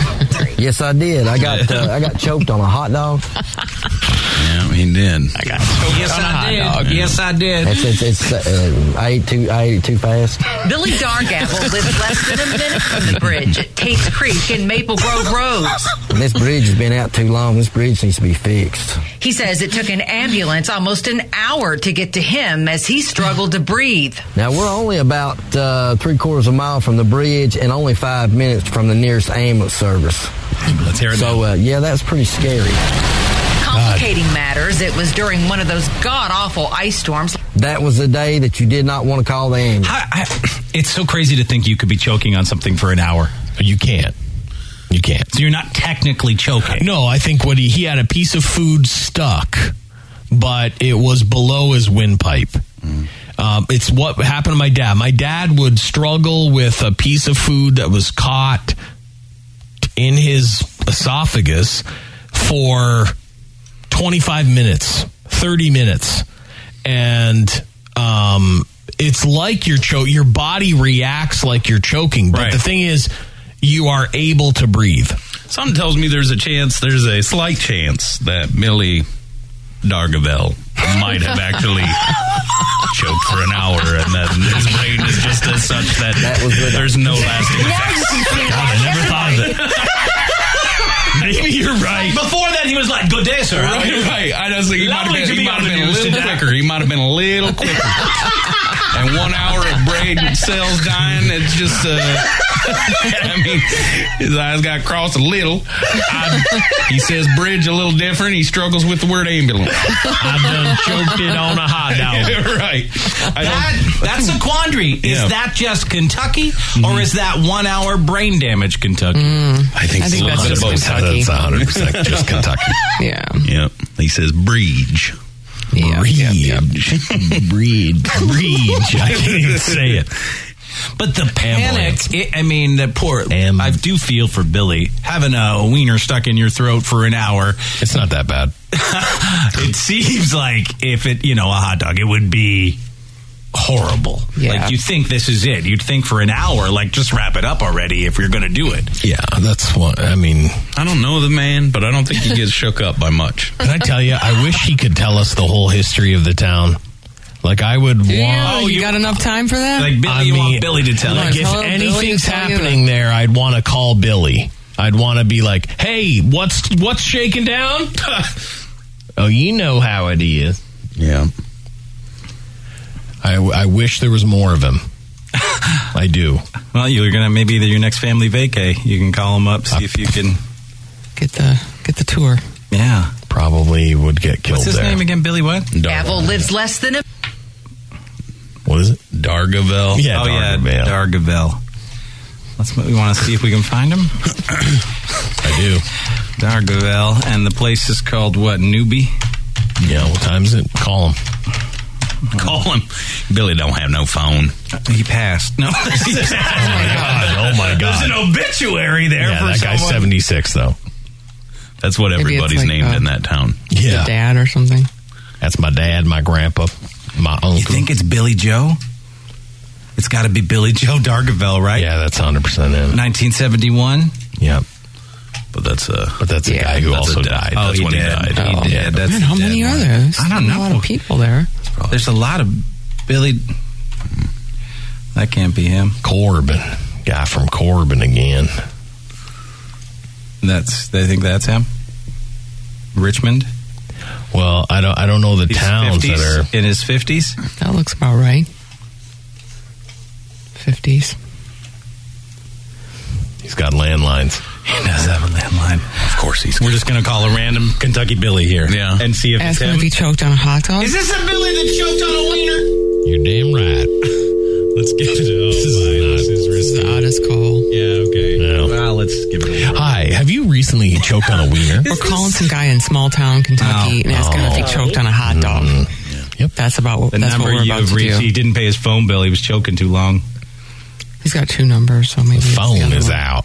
S16: Yes, I did. I got uh, I got choked on a hot dog.
S3: Yeah, he did. I got
S2: Oh, Yes, I did. Yes, I did.
S16: It's, it's, it's, uh, I ate too I ate too fast.
S28: Billy Dargaville lives less than a minute from the bridge at Tate's Creek and Maple Grove Roads.
S16: And this bridge has been out too long. This bridge needs to be fixed.
S28: He says it took an ambulance almost an hour to get to him as he struggled to breathe.
S16: Now we're only about uh, three quarters of a mile from the bridge and only five minutes from the nearest ambulance service.
S2: Let's hear it.
S16: So uh, yeah, that's pretty scary.
S28: Complicating matters, it was during one of those god awful ice storms.
S16: That was the day that you did not want to call the ambulance.
S2: I, I, it's so crazy to think you could be choking on something for an hour.
S4: You can't. You can't.
S2: So you're not technically choking.
S4: No, I think what he he had a
S2: Mm.
S4: piece of food stuck, but it was below his windpipe. Um, it's what happened to my dad. My dad would struggle with a piece of food that was caught in his esophagus for 25 minutes, 30 minutes. And um, it's like you're cho- your body reacts like you're choking. But the thing is, you are able to breathe.
S10: Something tells me there's a chance, there's a slight chance that Millie Dargavell might have actually choked for an hour, and then his brain is just as such that, there's no lasting effect.
S5: I never thought of it. Maybe you're right. Before that, he was like, "Good day, sir."
S10: Right, right. I just think he might have
S5: Lovely
S10: been,
S5: to
S10: he
S5: be
S10: might
S5: on
S10: have
S5: the
S10: been a
S5: news
S10: little
S5: today.
S10: quicker. He might have been a little quicker. and one hour of brain cells dying, it's just, uh, I mean, his eyes got crossed a little. I, he says bridge a little different. He struggles with the word ambulance.
S5: I done choked it on a hot dog.
S10: right. I
S2: That, that's a quandary. Is
S10: Yeah. Mm-hmm.
S2: that just Kentucky, or is that one hour brain damage Kentucky?
S10: I think Mm. I think it's a that's little bit just of both. Kentucky. That's 100% just Kentucky.
S7: Yeah.
S10: Yep. He says breach.
S7: Yeah.
S10: Breach.
S2: Breed. Breed. I can't even say it. But the panic, it, I mean, the poor, I do feel for Billy. Having a wiener stuck in your throat for an hour.
S4: It's not that bad.
S2: it seems like if it, you know, a hot dog, it would be horrible.
S12: Yeah.
S2: Like you think this is it. You'd think for an hour, like just wrap it up already if you're going to do it.
S4: Yeah, that's what I mean.
S10: I don't know the man, but I don't think he gets shook up by much.
S4: Can I tell you? I wish he could tell us the whole history of the town. Like I would want.
S7: Yeah, you, got enough time for that?
S4: Like Billy, you want
S2: Billy to tell
S4: Like
S7: you.
S4: if
S7: Hello, Billy to
S4: anything's
S7: tell you.
S4: happening there, I'd want to call Billy. I'd want to be like, "Hey, what's what's shaking down?" oh, you know how it is.
S10: Yeah.
S4: I, I wish there was more of him. I do.
S2: Well, you're going to maybe your next family vacay. You can call them up, see if you can
S7: get the get the tour.
S2: Yeah,
S4: probably would get killed.
S2: What's his
S4: there.
S2: name again? Billy what?
S28: Gavel lives less than a
S4: What is it?
S10: Dargavell.
S2: Yeah, oh yeah, Dargavell. Let's. We want to see if we can find him.
S4: I do.
S2: Dargavell, and the place is called what? Newbie.
S4: Yeah. What time is it? Call him.
S10: Call him. Billy don't have no phone.
S2: Uh, He passed. No. he passed.
S4: Oh my god.
S2: There's an obituary there
S4: Yeah,
S2: for
S4: that guy's
S2: someone.
S4: seventy six though.
S10: That's what
S7: Maybe it's
S10: everybody's
S7: like,
S10: named
S7: uh,
S10: in that town.
S4: Yeah.
S7: dad or something.
S4: That's my dad, my grandpa, my uncle. You
S2: think it's Billy Joe? It's got to be Billy Joe Dargavell, right?
S4: Yeah, that's hundred percent him.
S2: 1971.
S4: Yep.
S10: But that's a
S4: but that's a guy who
S10: that's
S4: also
S10: a dead-
S4: died.
S2: Oh,
S4: that's
S2: he
S4: when
S2: did.
S4: he died.
S2: Oh.
S4: He
S2: Yeah,
S4: did.
S2: that's-
S7: Man, how many are there? There's
S2: I don't
S7: A lot
S2: know.
S7: of people there.
S2: There's a lot of Billy. That can't be him.
S4: Corbin, guy from Corbin again.
S2: That's. They think that's him. Richmond.
S4: Well, I don't. I don't know the
S2: He's
S4: towns
S2: 50s,
S4: that are.
S2: in his fifties.
S7: That looks about right. Fifties.
S4: He's got landlines.
S2: He does have a landline. Of
S10: course he's.
S2: We're just gonna call a random Kentucky Billy here.
S10: Yeah.
S2: And see if
S7: Ask
S2: it's
S7: him
S2: him.
S7: if he choked on a hot dog.
S5: Is this a Billy that choked on a wiener?
S4: You're damn right.
S2: let's get it. Oh, this is,
S7: the oddest call.
S2: Yeah. Okay.
S4: No.
S2: Well, let's give it. A
S4: Hi. Have you recently choked on a wiener? Oh.
S7: We're calling some guy in small town Kentucky and asking him if he
S10: Oh.
S7: choked on a hot dog.
S4: Mm. Yep.
S7: That's about what,
S2: The
S7: that's what
S2: number
S7: we're
S2: you
S7: about
S2: have
S7: to
S2: reached. He
S7: do.
S2: didn't pay his phone bill. He was choking too long.
S7: He's got two numbers, so maybe
S4: The
S7: it's the
S4: phone
S7: other
S4: is
S7: one.
S4: out.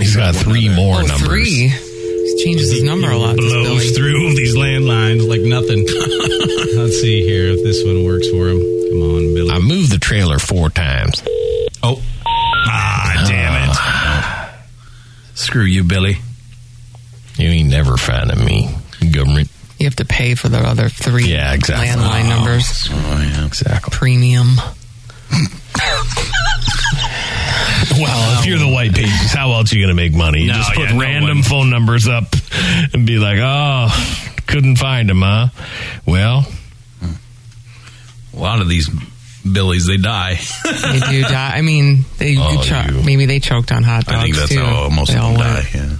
S4: He's got three more
S7: Oh,
S4: numbers.
S7: three. He changes his number a lot. this
S2: Blows
S7: Billy.
S2: through these landlines like nothing. let's see here if this one works for him. Come on, Billy.
S4: I moved the trailer four times.
S2: oh. Ah, damn it. Screw you, Billy.
S4: Ah. You ain't never finding me, government.
S7: You have to pay for the other three
S4: Yeah, exactly.
S7: landline numbers.
S10: Oh yeah.
S4: Exactly.
S7: Premium.
S4: Well, if you're the white pages, how else are you going to make money? You
S2: No,
S4: just put
S2: yeah, no
S4: random
S2: one-
S4: phone numbers up and be like, oh, couldn't find them, huh? Well,
S10: A lot of these Billies, they die.
S7: They do die. I mean, they
S10: Oh,
S7: cho-
S10: you-
S7: maybe they choked on hot dogs
S10: I think that's
S7: too.
S10: how most
S7: They
S10: of
S7: all
S10: them
S7: went.
S10: die. Yeah.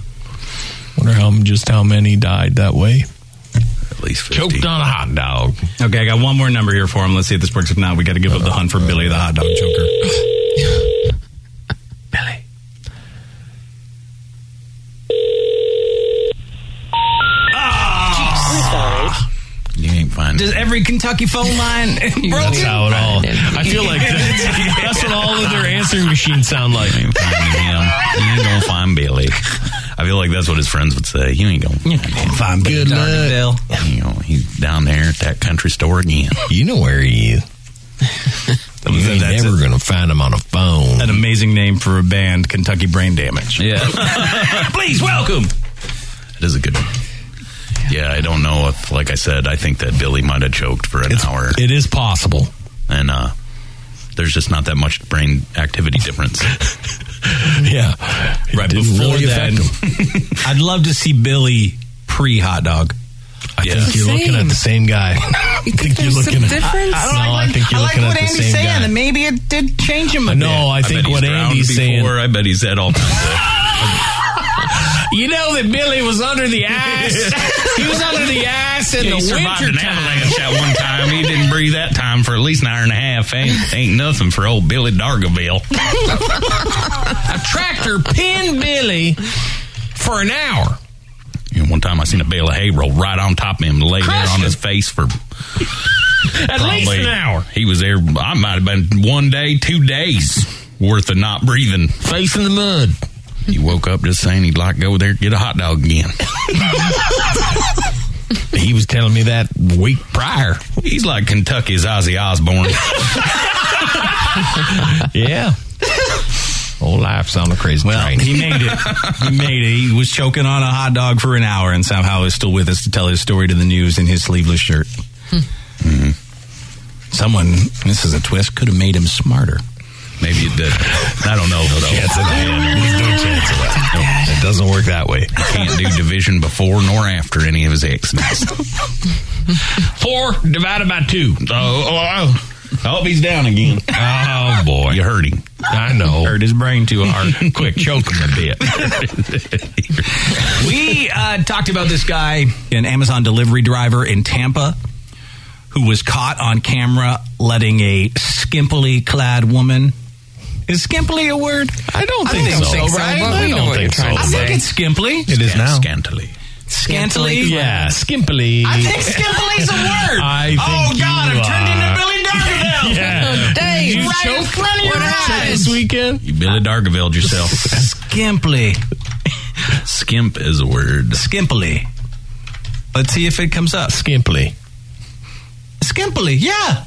S4: wonder how just how many died that way.
S10: At least 50.
S4: Choked on a hot dog.
S2: Okay, I got one more number here for him. Let's see if this works. If not, we got to give up the hunt for Billy the hot dog choker.
S4: Billy.
S10: Ah. You ain't
S2: find Does every Kentucky phone line broken?
S4: That's how it all. I feel like that's, that's what all of their answering machines sound like.
S10: You ain't gonna find Billy. I feel like that's what his friends would say. You ain't gonna find
S4: Billy Good
S10: luck. You know, he's down there at that country store again. You know where he is.
S4: You ain't never going to find them on a phone.
S2: An amazing name for a band, Kentucky Brain Damage.
S10: Yeah.
S2: Please welcome.
S10: It is a good one. Yeah, I don't know if, like I said, I think that Billy might have choked for an hour.
S4: It is possible.
S10: And uh, there's just not that much brain activity difference.
S4: yeah.
S2: Right
S4: didn't
S2: before
S4: really
S2: that,
S4: affect
S2: I'd love to see Billy pre hot dog.
S4: I think you're looking at the same guy.
S7: You think
S4: you're
S7: there's some
S4: looking at-
S7: difference?
S4: I- I don't No, like I think what- you're I like looking at what the Andy's same saying, guy.
S7: and maybe it did change him
S4: No, I think what Andy's saying.
S10: I bet he's had all kinds of.
S4: You know that Billy was under the ice. he was under the ice in
S10: Yeah, he
S4: the
S10: survived
S4: winter
S10: an avalanche that one time. He didn't breathe that time for at least an hour and a half. Ain't, ain't nothing for old Billy Dargaville.
S4: A tractor pinned Billy for an hour.
S10: And one time I seen a bale of hay roll right on top of him, lay there
S4: Crushed
S10: on
S4: him.
S10: his face for
S4: At least an hour.
S10: He was there. I might have been one day, two days worth of not breathing,
S4: face in the mud.
S10: He woke up just saying he'd like to go there and get a hot dog again.
S4: he was telling me that week prior.
S10: He's like Kentucky's Ozzy Osbourne.
S4: yeah. Whole life's on the crazy well, train.
S2: He made it. He made it. He was choking on a hot dog for an hour and somehow is still with us to tell his story to the news in his sleeveless shirt. Mhm. Someone, this is a twist, could have made him smarter.
S10: Maybe it did. I don't know. Though.
S2: Chance of that.
S10: There's no chance of that.
S4: it doesn't work that way. You
S10: can't do division before nor after any of his accidents.
S4: Four divided by two.
S10: Oh, oh, oh. I hope he's down again.
S4: Oh boy,
S10: you hurt him.
S4: I know.
S2: Hurt his brain too hard.
S4: Quick, choke him a bit.
S2: we uh, talked about this guy, an Amazon delivery driver in Tampa, who was caught on camera letting a skimpily clad woman. Is skimpily a word?
S4: I don't
S2: think, so, right?
S4: I don't think so.
S2: I think it's skimpily.
S4: It is now.
S10: Scantily.
S2: Scantily?
S4: Yeah, skimpily.
S2: I think skimpily is a word.
S4: I think
S2: oh, God,
S4: you
S2: I've turned
S4: are.
S2: into Billy Darville.
S4: Yeah.
S7: Dave,
S2: Oh, you
S7: right in
S2: choke?
S7: front of your
S2: What
S7: eyes.
S4: This weekend?
S10: You Billy Dargavilled yourself.
S2: Skimpily.
S10: Skimp is a word.
S2: Skimpily. Let's see if it comes up.
S4: Skimpily.
S2: Skimpily, yeah.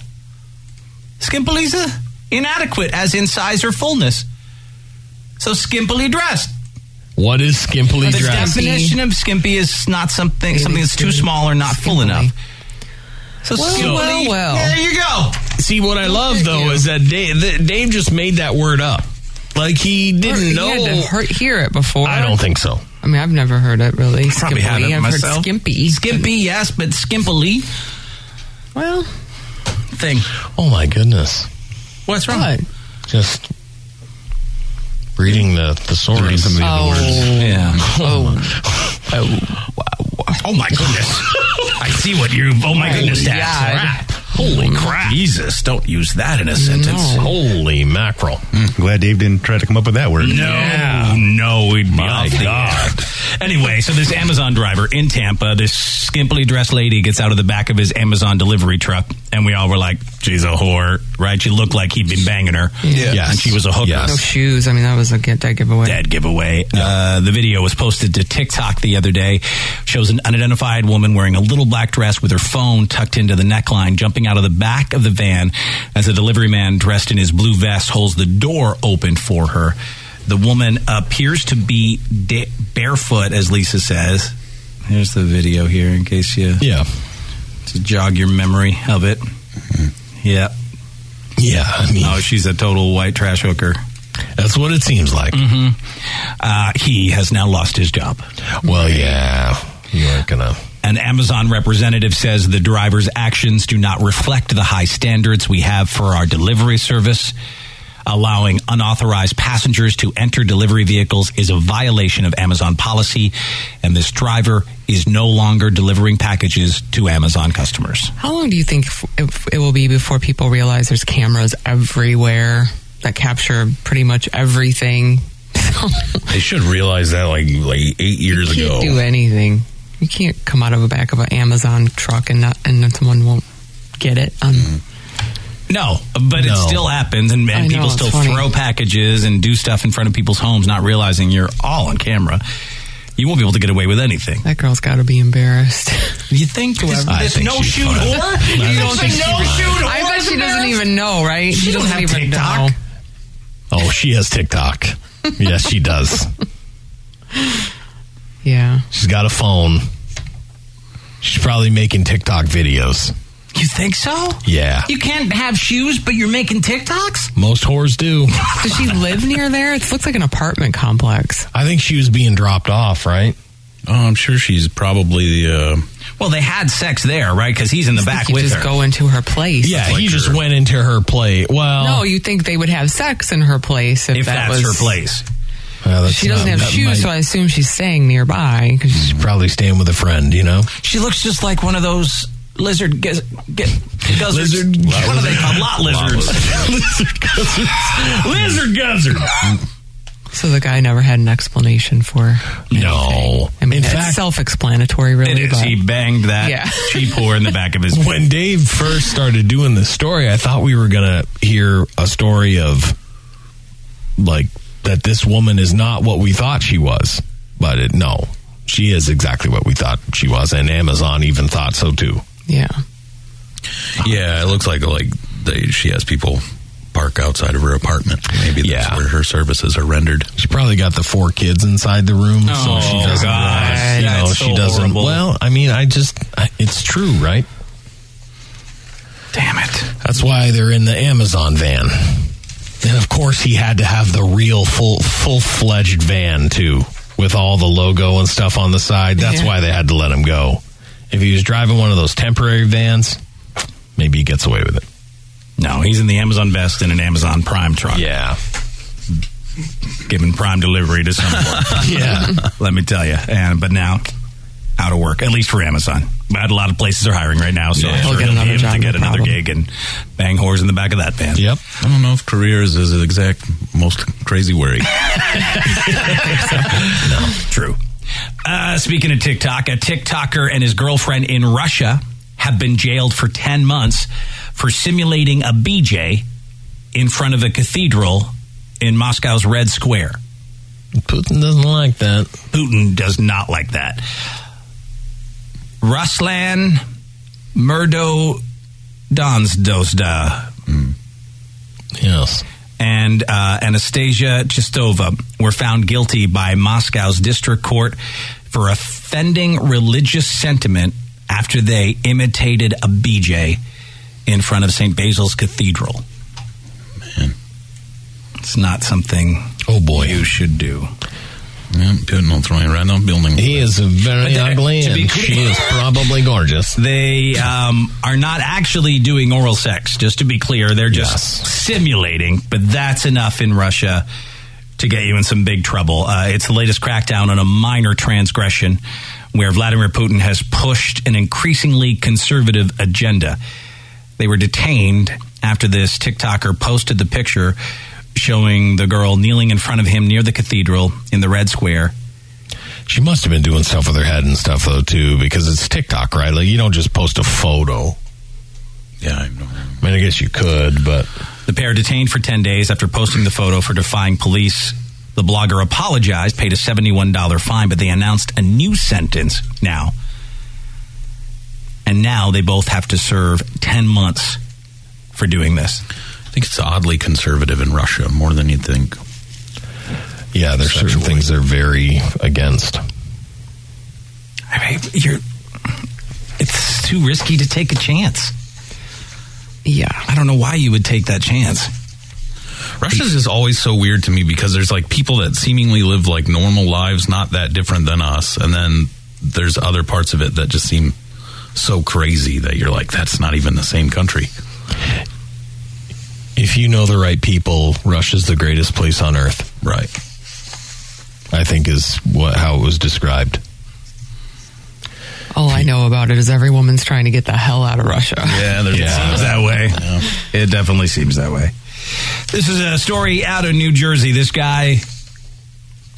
S2: Skimpily's a inadequate, as in size or fullness. So skimpily dressed.
S4: What is skimpily
S2: the
S4: dressed?
S2: definition of skimpy is not something
S4: It
S2: something
S4: is
S2: that's too
S4: good.
S2: small or not full enough. So
S4: Well,
S2: skimpily,
S4: well, well.
S2: there you go.
S4: See, what I love though is that Dave, that Dave just made that word up. Like he didn't
S7: You
S4: know.
S7: had to hear- hear it before.
S4: I don't think so.
S7: I mean, I've never heard it really.
S2: Probably had
S7: Skimpily.
S2: it
S7: I've
S2: myself.
S7: heard skimpy.
S2: Skimpy, yes, but skimpily
S7: Well,
S2: thing.
S4: Oh my goodness!
S2: What's wrong?
S4: Just reading the thesaurus.
S10: Some of the other words.
S2: Yeah.
S4: Oh.
S2: Oh my goodness. I see what you. Oh my goodness, that's
S7: God.
S2: crap. Holy crap. Jesus, don't use that in a sentence.
S4: Holy mackerel!
S8: Hmm. Glad Dave didn't try to come up with that word.
S2: No, no, we'd be off the air. Anyway, so this Amazon driver in Tampa, this skimpily dressed lady gets out of the back of his Amazon delivery truck, and we all were like, "She's a whore," right? She looked like he'd been banging her,
S4: Yes.
S2: and she was a hooker.
S7: no shoes. I mean, that was a get that giveaway.
S2: Dead giveaway. Uh, the video was posted to TikTok the other day. Shows an unidentified woman wearing a little black dress with her phone tucked into the neckline, jumping out of the back of the van as a delivery man dressed in his blue vest holds the door open for her. The woman appears to be da- barefoot, as Lisa says. Here's the video here in case you
S4: Yeah,
S2: to jog your memory of it. Yeah.
S4: Mm-hmm. yeah. I mean,
S2: Oh, she's a total white trash hooker.
S4: that's what it seems like.
S2: Uh, he has now lost his job.
S4: Well, yeah, you aren't gonna.
S2: An Amazon representative says the driver's actions do not reflect the high standards we have for our delivery service. Allowing unauthorized passengers to enter delivery vehicles is a violation of Amazon policy, and this driver is no longer delivering packages to Amazon customers.
S7: How long do you think f- if it will be before people realize there's cameras everywhere that capture pretty much everything?
S10: They should realize that like like eight years
S7: Can't
S10: ago.
S7: do anything. You can't come out of the back of an Amazon truck and not and then someone won't get it. Um,
S2: No, but it
S7: No.
S2: still happens, and,
S7: I
S2: and
S7: know,
S2: people
S7: it's
S2: still
S7: funny.
S2: throw packages and do stuff in front of people's homes, not realizing you're all on camera. You won't be able to get away with anything.
S7: That girl's got to be embarrassed.
S2: You think whoever
S7: I
S2: this
S7: think
S2: no
S7: she's
S2: shoot
S7: fine.
S2: whore?
S7: I
S2: You
S7: think
S2: don't think
S7: she's
S2: no
S7: fine.
S2: shoot whore?
S7: I bet
S2: is
S7: she doesn't
S2: embarrassed?
S7: even know, right?
S2: She doesn't have TikTok.
S4: Oh, she has TikTok. yes, she does.
S7: Yeah.
S4: She's got a phone. She's probably making TikTok videos.
S2: You think so?
S4: Yeah.
S5: You can't have shoes, but you're making TikToks?
S4: Most whores do.
S7: Does she live near there? It looks like an apartment complex.
S4: I think she was being dropped off, right?
S3: Oh, I'm sure she's probably the. Uh,
S2: Well, they had sex there, right? Because he's in the back
S7: you
S2: with
S7: just
S2: her.
S7: go into her place.
S4: Yeah, he just went into her play. Well,
S7: No, you think they would have sex in her place if,
S4: If
S7: that was
S4: that's her place. well, that's
S7: She doesn't
S4: not-
S7: have
S4: that
S7: shoes,
S4: might-
S7: so I assume she's staying nearby. Cause
S4: she's probably staying with a friend, you know?
S2: She looks just like one of those lizard giz- gi- guzzards.
S4: Lizard-
S2: what are they called? Lot lizards.
S4: lizard guzzards.
S2: lizard guzzards.
S4: Hmm.
S7: So the guy never had an explanation for.
S4: No,
S7: I mean
S4: In
S7: it's
S4: fact-
S7: self-explanatory, really.
S4: It is.
S7: but-
S4: He
S2: banged that
S7: Yeah.
S2: cheap whore in the back of his.
S4: When Dave first started doing this story, I thought we were going to hear a story of like that this woman is not what we thought she was. But it, no, she is exactly what we thought she was. And Amazon even thought so too.
S7: Yeah.
S10: Yeah, it looks like like they, she has people park outside of her apartment. Maybe that's where her services are rendered.
S4: She probably got the four kids inside the room,
S10: Oh,
S4: so she doesn't.
S10: God.
S4: realize, you know,
S10: That's
S4: she
S10: so
S4: doesn't.
S10: horrible.
S4: Well, I mean, I just, I- it's true, right?
S2: Damn it!
S4: That's why they're in the Amazon van, and of course, he had to have the real full, full fledged van too, with all the logo and stuff on the side. That's
S7: Yeah.
S4: why they had to let him go. If he was driving one of those temporary vans, maybe he gets away with it.
S2: No, he's in the Amazon Best in an Amazon Prime truck.
S4: Yeah.
S2: Giving prime delivery to someone.
S4: yeah.
S2: Let me tell you. And but now out of work, at least for Amazon. But a lot of places are hiring right now, so
S3: Yeah.
S2: I'm
S3: He'll
S2: sure
S3: get
S2: he'll
S3: another
S2: be able
S3: job,
S2: to
S3: no
S2: get another
S3: problem.
S2: gig and bang whores in the back of that van.
S4: Yep.
S3: I don't know if careers is the exact most crazy word.
S2: no, true. Uh, speaking of TikTok, a TikToker and his girlfriend in Russia have been jailed for 10 months for simulating a BJ in front of a cathedral in Moscow's Red Square.
S4: Putin doesn't like that.
S2: Putin does not like that. Ruslan Murdo Donsdosda.
S4: Yes.
S2: And uh, Anastasia Chistova were found guilty by Moscow's district court for offending religious sentiment after they imitated a BJ in front of St. Basil's Cathedral. Man. It's not something
S4: oh boy
S2: you should do.
S3: Yeah, Putin will throw you right on building.
S4: He is very ugly,
S2: to be
S4: and
S2: clear-
S4: she is probably gorgeous.
S2: They um, are not actually doing oral sex, just to be clear. They're just simulating, but that's enough in Russia to get you in some big trouble. Uh, it's the latest crackdown on a minor transgression where Vladimir Putin has pushed an increasingly conservative agenda. They were detained after this TikToker posted the picture showing the girl kneeling in front of him near the cathedral in the Red Square.
S4: She must have been doing stuff with her head and stuff though too, because it's TikTok, right? Like you don't just post a photo.
S3: Yeah, I
S4: know. I mean, I guess you could, but
S2: The pair detained for 10 days after posting the photo for defying police. The blogger apologized, paid a $71 fine, but they announced a new sentence now. And now they both have to serve 10 months for doing this.
S3: I think it's oddly conservative in Russia, more than you'd think.
S4: yeah, there's certain things they're very against.
S2: I mean, you're. It's too risky to take a chance.
S7: Yeah.
S2: I don't know why you would take that chance.
S3: Russia's is always so weird to me because there's like people that seemingly live like normal lives, not that different than us, and then there's other parts of it that just seem so crazy that you're like, that's not even the same country.
S4: If you know the right people, Russia's the greatest place on earth.
S3: Right.
S4: I think is what how it was described.
S7: All I know about it is every woman's trying to get the hell out of Russia.
S2: Yeah, there's- it seems that way. It definitely seems that way. This is a story out of New Jersey. This guy,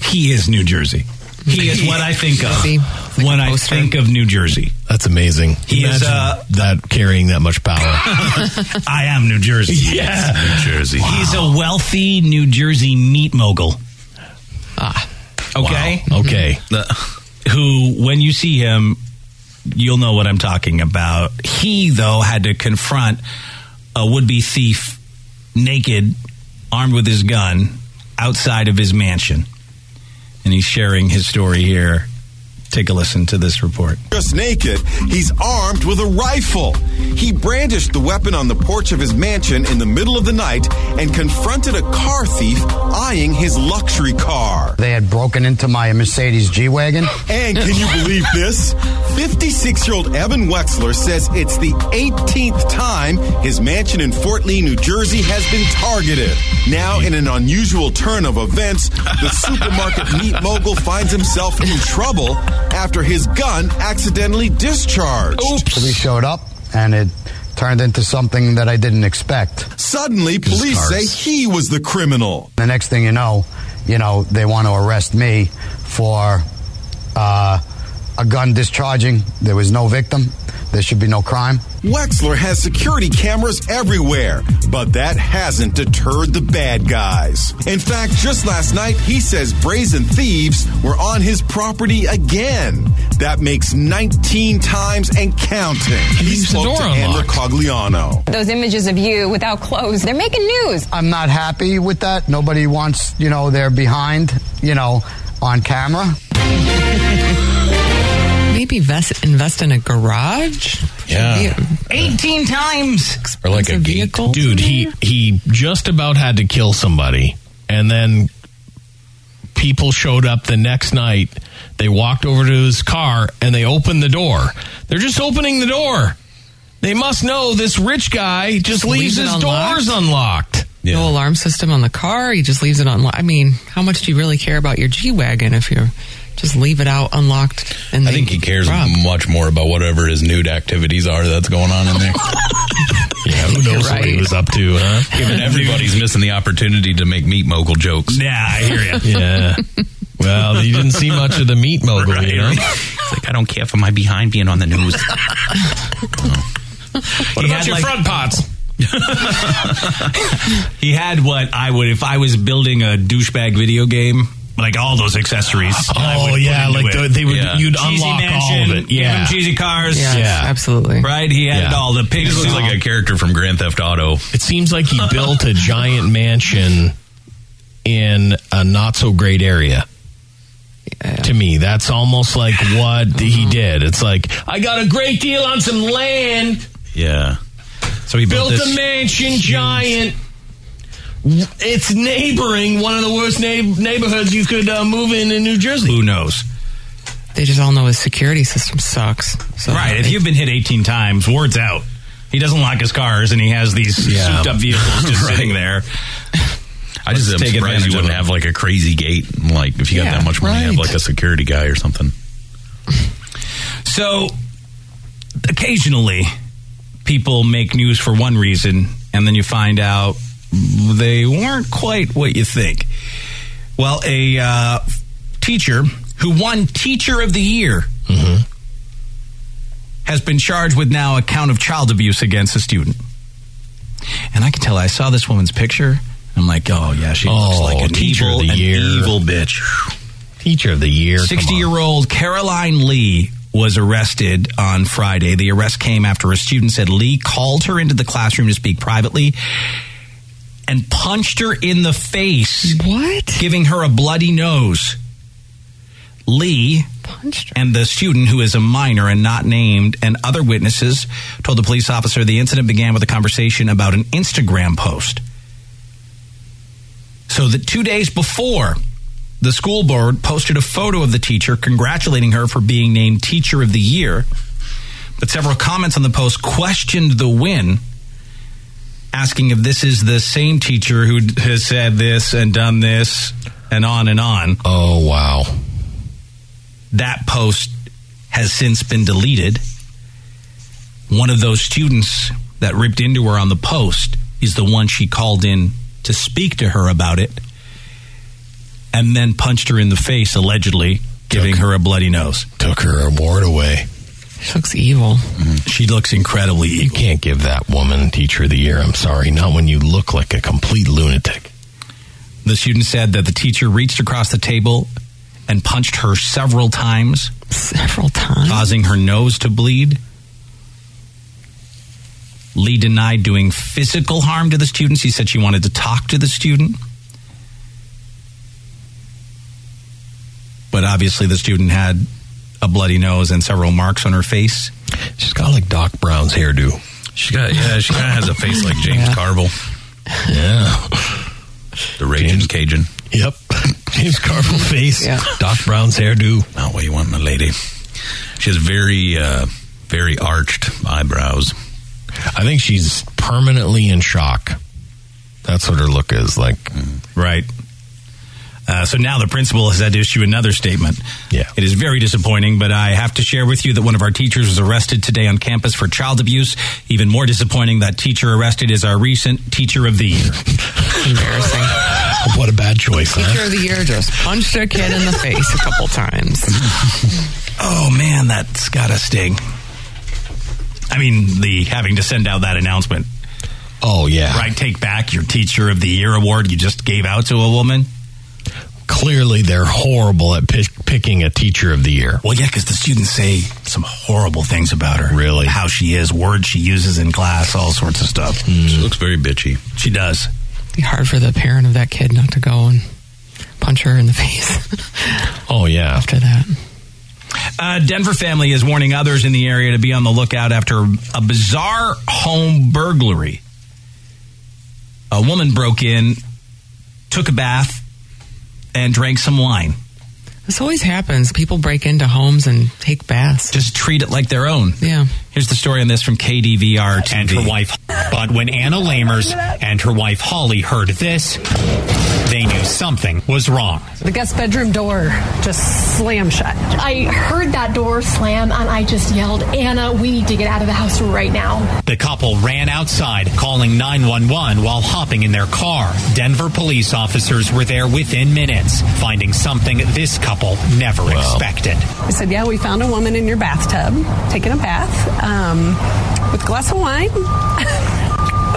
S2: he is New Jersey. He is what I think of. when I think of New Jersey.
S4: That's amazing.
S2: He is,
S4: Imagine
S2: uh,
S4: that carrying that much power.
S2: I am New Jersey.
S4: Yeah.
S2: New Jersey. He's a wealthy New Jersey meat mogul. Ah. Okay.
S4: Wow. Okay.
S2: The- who, when you see him, you'll know what I'm talking about. He, though, had to confront a would be thief naked, armed with his gun, outside of his mansion. And he's sharing his story here. Take a listen to this report.
S1: Just naked, he's armed with a rifle. He brandished the weapon on the porch of his mansion in the middle of the night and confronted a car thief eyeing his luxury car.
S29: They had broken into my Mercedes G Wagon.
S1: And can you believe this? 56 year old Evan Wexler says it's the 18th time his mansion in Fort Lee, New Jersey has been targeted. Now, in an unusual turn of events, the supermarket meat mogul finds himself in trouble after his gun accidentally discharged.
S29: So we showed up, and it turned into something that I didn't expect.
S1: Suddenly, police say he was the criminal.
S29: The next thing you know, you know, they want to arrest me for uh, a gun discharging. There was no victim. There should be no crime.
S1: Wexler has security cameras everywhere, but that hasn't deterred the bad guys. In fact, just last night, he says brazen thieves were on his property again. That makes 19 times and counting. He spoke to Amber Cogliano.
S30: Those images of you without clothes, they're making news.
S29: I'm not happy with that. Nobody wants, you know, they're behind, you know, on camera.
S7: Maybe invest, invest in a garage?
S4: Yeah.
S7: 18 times.
S4: or like a vehicle. Dude, he he just about had to kill somebody, and then people showed up the next night. They walked over to his car and they opened the door. They're just opening the door. They must know this rich guy just, leaves his doors unlocked.
S7: No alarm system on the car. He just leaves it unlocked. I mean, how much do you really care about your G wagon if you just leave it out unlocked? And
S3: I think he cares much more about whatever his nude activities are that's going on in there.
S4: yeah, who knows what he was up to, huh?
S3: Given everybody's missing the opportunity to make meat mogul jokes.
S2: Yeah, I hear ya.
S4: Yeah. Well, you didn't see much of the meat mogul, you know?
S10: It's like I don't care for my behind being on the news.
S2: What
S10: about your front
S2: pots? he had what I would if I was building a douchebag video game. Like all those accessories.
S7: Oh,
S2: I would put
S4: Oh, yeah,
S2: into
S4: like
S2: it.
S4: the- they would- you'd
S2: Cheesy
S4: unlock
S2: mansion,
S4: all of it.
S2: give
S4: Yeah.
S2: him cheesy cars.
S4: Yes, Yeah.
S7: absolutely.
S2: Right, he had all the
S3: He
S2: pigs.
S3: just looks like a character from Grand Theft Auto.
S4: It seems like he built a giant mansion in a not so great area. To me, that's almost like what he did. It's like I got a great deal on some land,
S3: Yeah.
S2: Uh, So he
S4: built,
S2: built,
S4: a
S2: this
S4: mansion, giant. It's neighboring one of the worst neigh- neighborhoods you could uh, move in in New Jersey.
S2: Who knows?
S7: They just all know his security system sucks. So
S2: right, if you've been hit 18 times, word's out. He doesn't lock his cars, and he has these
S3: Yeah.
S2: souped up vehicles just
S3: Right.
S2: sitting there.
S3: I just
S2: Let's
S3: am
S2: take
S3: surprised
S2: advantage
S3: you
S2: of
S3: wouldn't
S2: it.
S3: have like a crazy gate. Like if you
S2: Yeah,
S3: got that much money, have
S2: right.
S3: like a security guy or something.
S2: So, occasionally, people make news for one reason, and then you find out they weren't quite what you think. Well, a uh, teacher who won Teacher of the Year
S4: Mm-hmm.
S2: has been charged with now a count of child abuse against a student. And I can tell I saw this woman's picture. I'm like, oh yeah, she looks
S4: Oh,
S2: like an
S4: Teacher of
S2: evil,
S4: the
S2: an
S4: Year.
S2: evil bitch.
S4: Teacher of the year, come
S2: 60
S4: on.
S2: year old Caroline Lee was arrested on Friday. The arrest came after a student said Lee called her into the classroom to speak privately and punched her in the face.
S7: What?
S2: Giving her a bloody nose. Lee and the student, who is a minor and not named, and other witnesses told the police officer the incident began with a conversation about an Instagram post. So that two days before, the school board posted a photo of the teacher congratulating her for being named Teacher of the Year. But several comments on the post questioned the win, asking if this is the same teacher who d- has said this and done this and on and on.
S4: Oh, wow.
S2: That post has since been deleted. One of those students that ripped into her on the post is the one she called in to speak to her about it and then punched her in the face, allegedly, giving her a bloody nose. Took her award away.
S7: She looks evil.
S2: Mm-hmm. She looks incredibly evil.
S4: You can't give that woman teacher of the year. I'm sorry. Not when you look like a complete lunatic.
S2: The student said that the teacher reached across the table and punched her several times.
S7: Several times?
S2: Causing her nose to bleed. Lee denied doing physical harm to the students. He said she wanted to talk to the student. But obviously, the student had a bloody nose and several marks on her face.
S4: She's got like Doc Brown's hairdo.
S10: She got yeah. She kind of has a face like James
S4: Yeah.
S10: Carville.
S4: Yeah.
S10: The Raging Cajun.
S4: Yep. James Carville face. Doc Brown's hairdo.
S10: Not what you want, my lady. She has very, uh, very arched eyebrows.
S4: I think she's permanently in shock. That's what her look is like.
S2: Mm-hmm. Right. Uh, so now the principal has had to issue another statement. Yeah. It is very disappointing, but I have to share with you that one of our teachers was arrested today on campus for child abuse. Even more disappointing, that teacher arrested is our recent teacher of the year.
S7: Embarrassing.
S4: What a bad choice,
S7: Teacher of the year just punched a kid in the face a couple times.
S2: Oh man, that's got a sting. I mean, the having to send out that announcement.
S4: Oh yeah,
S2: right. Take back your teacher of the year award you just gave out to a woman.
S4: Clearly, they're horrible at pick, picking a teacher of the year.
S2: Well, yeah, because the students say some horrible things about her. Really, how she is, words she uses in class, all sorts of stuff. She
S10: looks very bitchy.
S2: She does.
S7: It'd be hard for the parent of that kid not to go and punch her in the face
S4: Oh yeah.
S7: after that.
S2: Uh, Denver family is warning others in the area to be on the lookout after a bizarre home burglary. A woman broke in, took a bath, and drank some wine.
S7: This always happens. People break into homes and take baths.
S2: Just treat it like their own.
S7: Yeah.
S2: Here's the story on this from KDVR TV.
S8: and her wife. But when Anna Lamers and her wife Holly heard this, they knew something was wrong.
S13: The guest bedroom door just slammed shut.
S31: I heard that door slam and I just yelled, Anna, we need to get out of the house right now.
S8: The couple ran outside, calling 911 while hopping in their car. Denver police officers were there within minutes, finding something this couple never expected.
S13: I said, Yeah, we found a woman in your bathtub taking a bath um, with a glass of wine.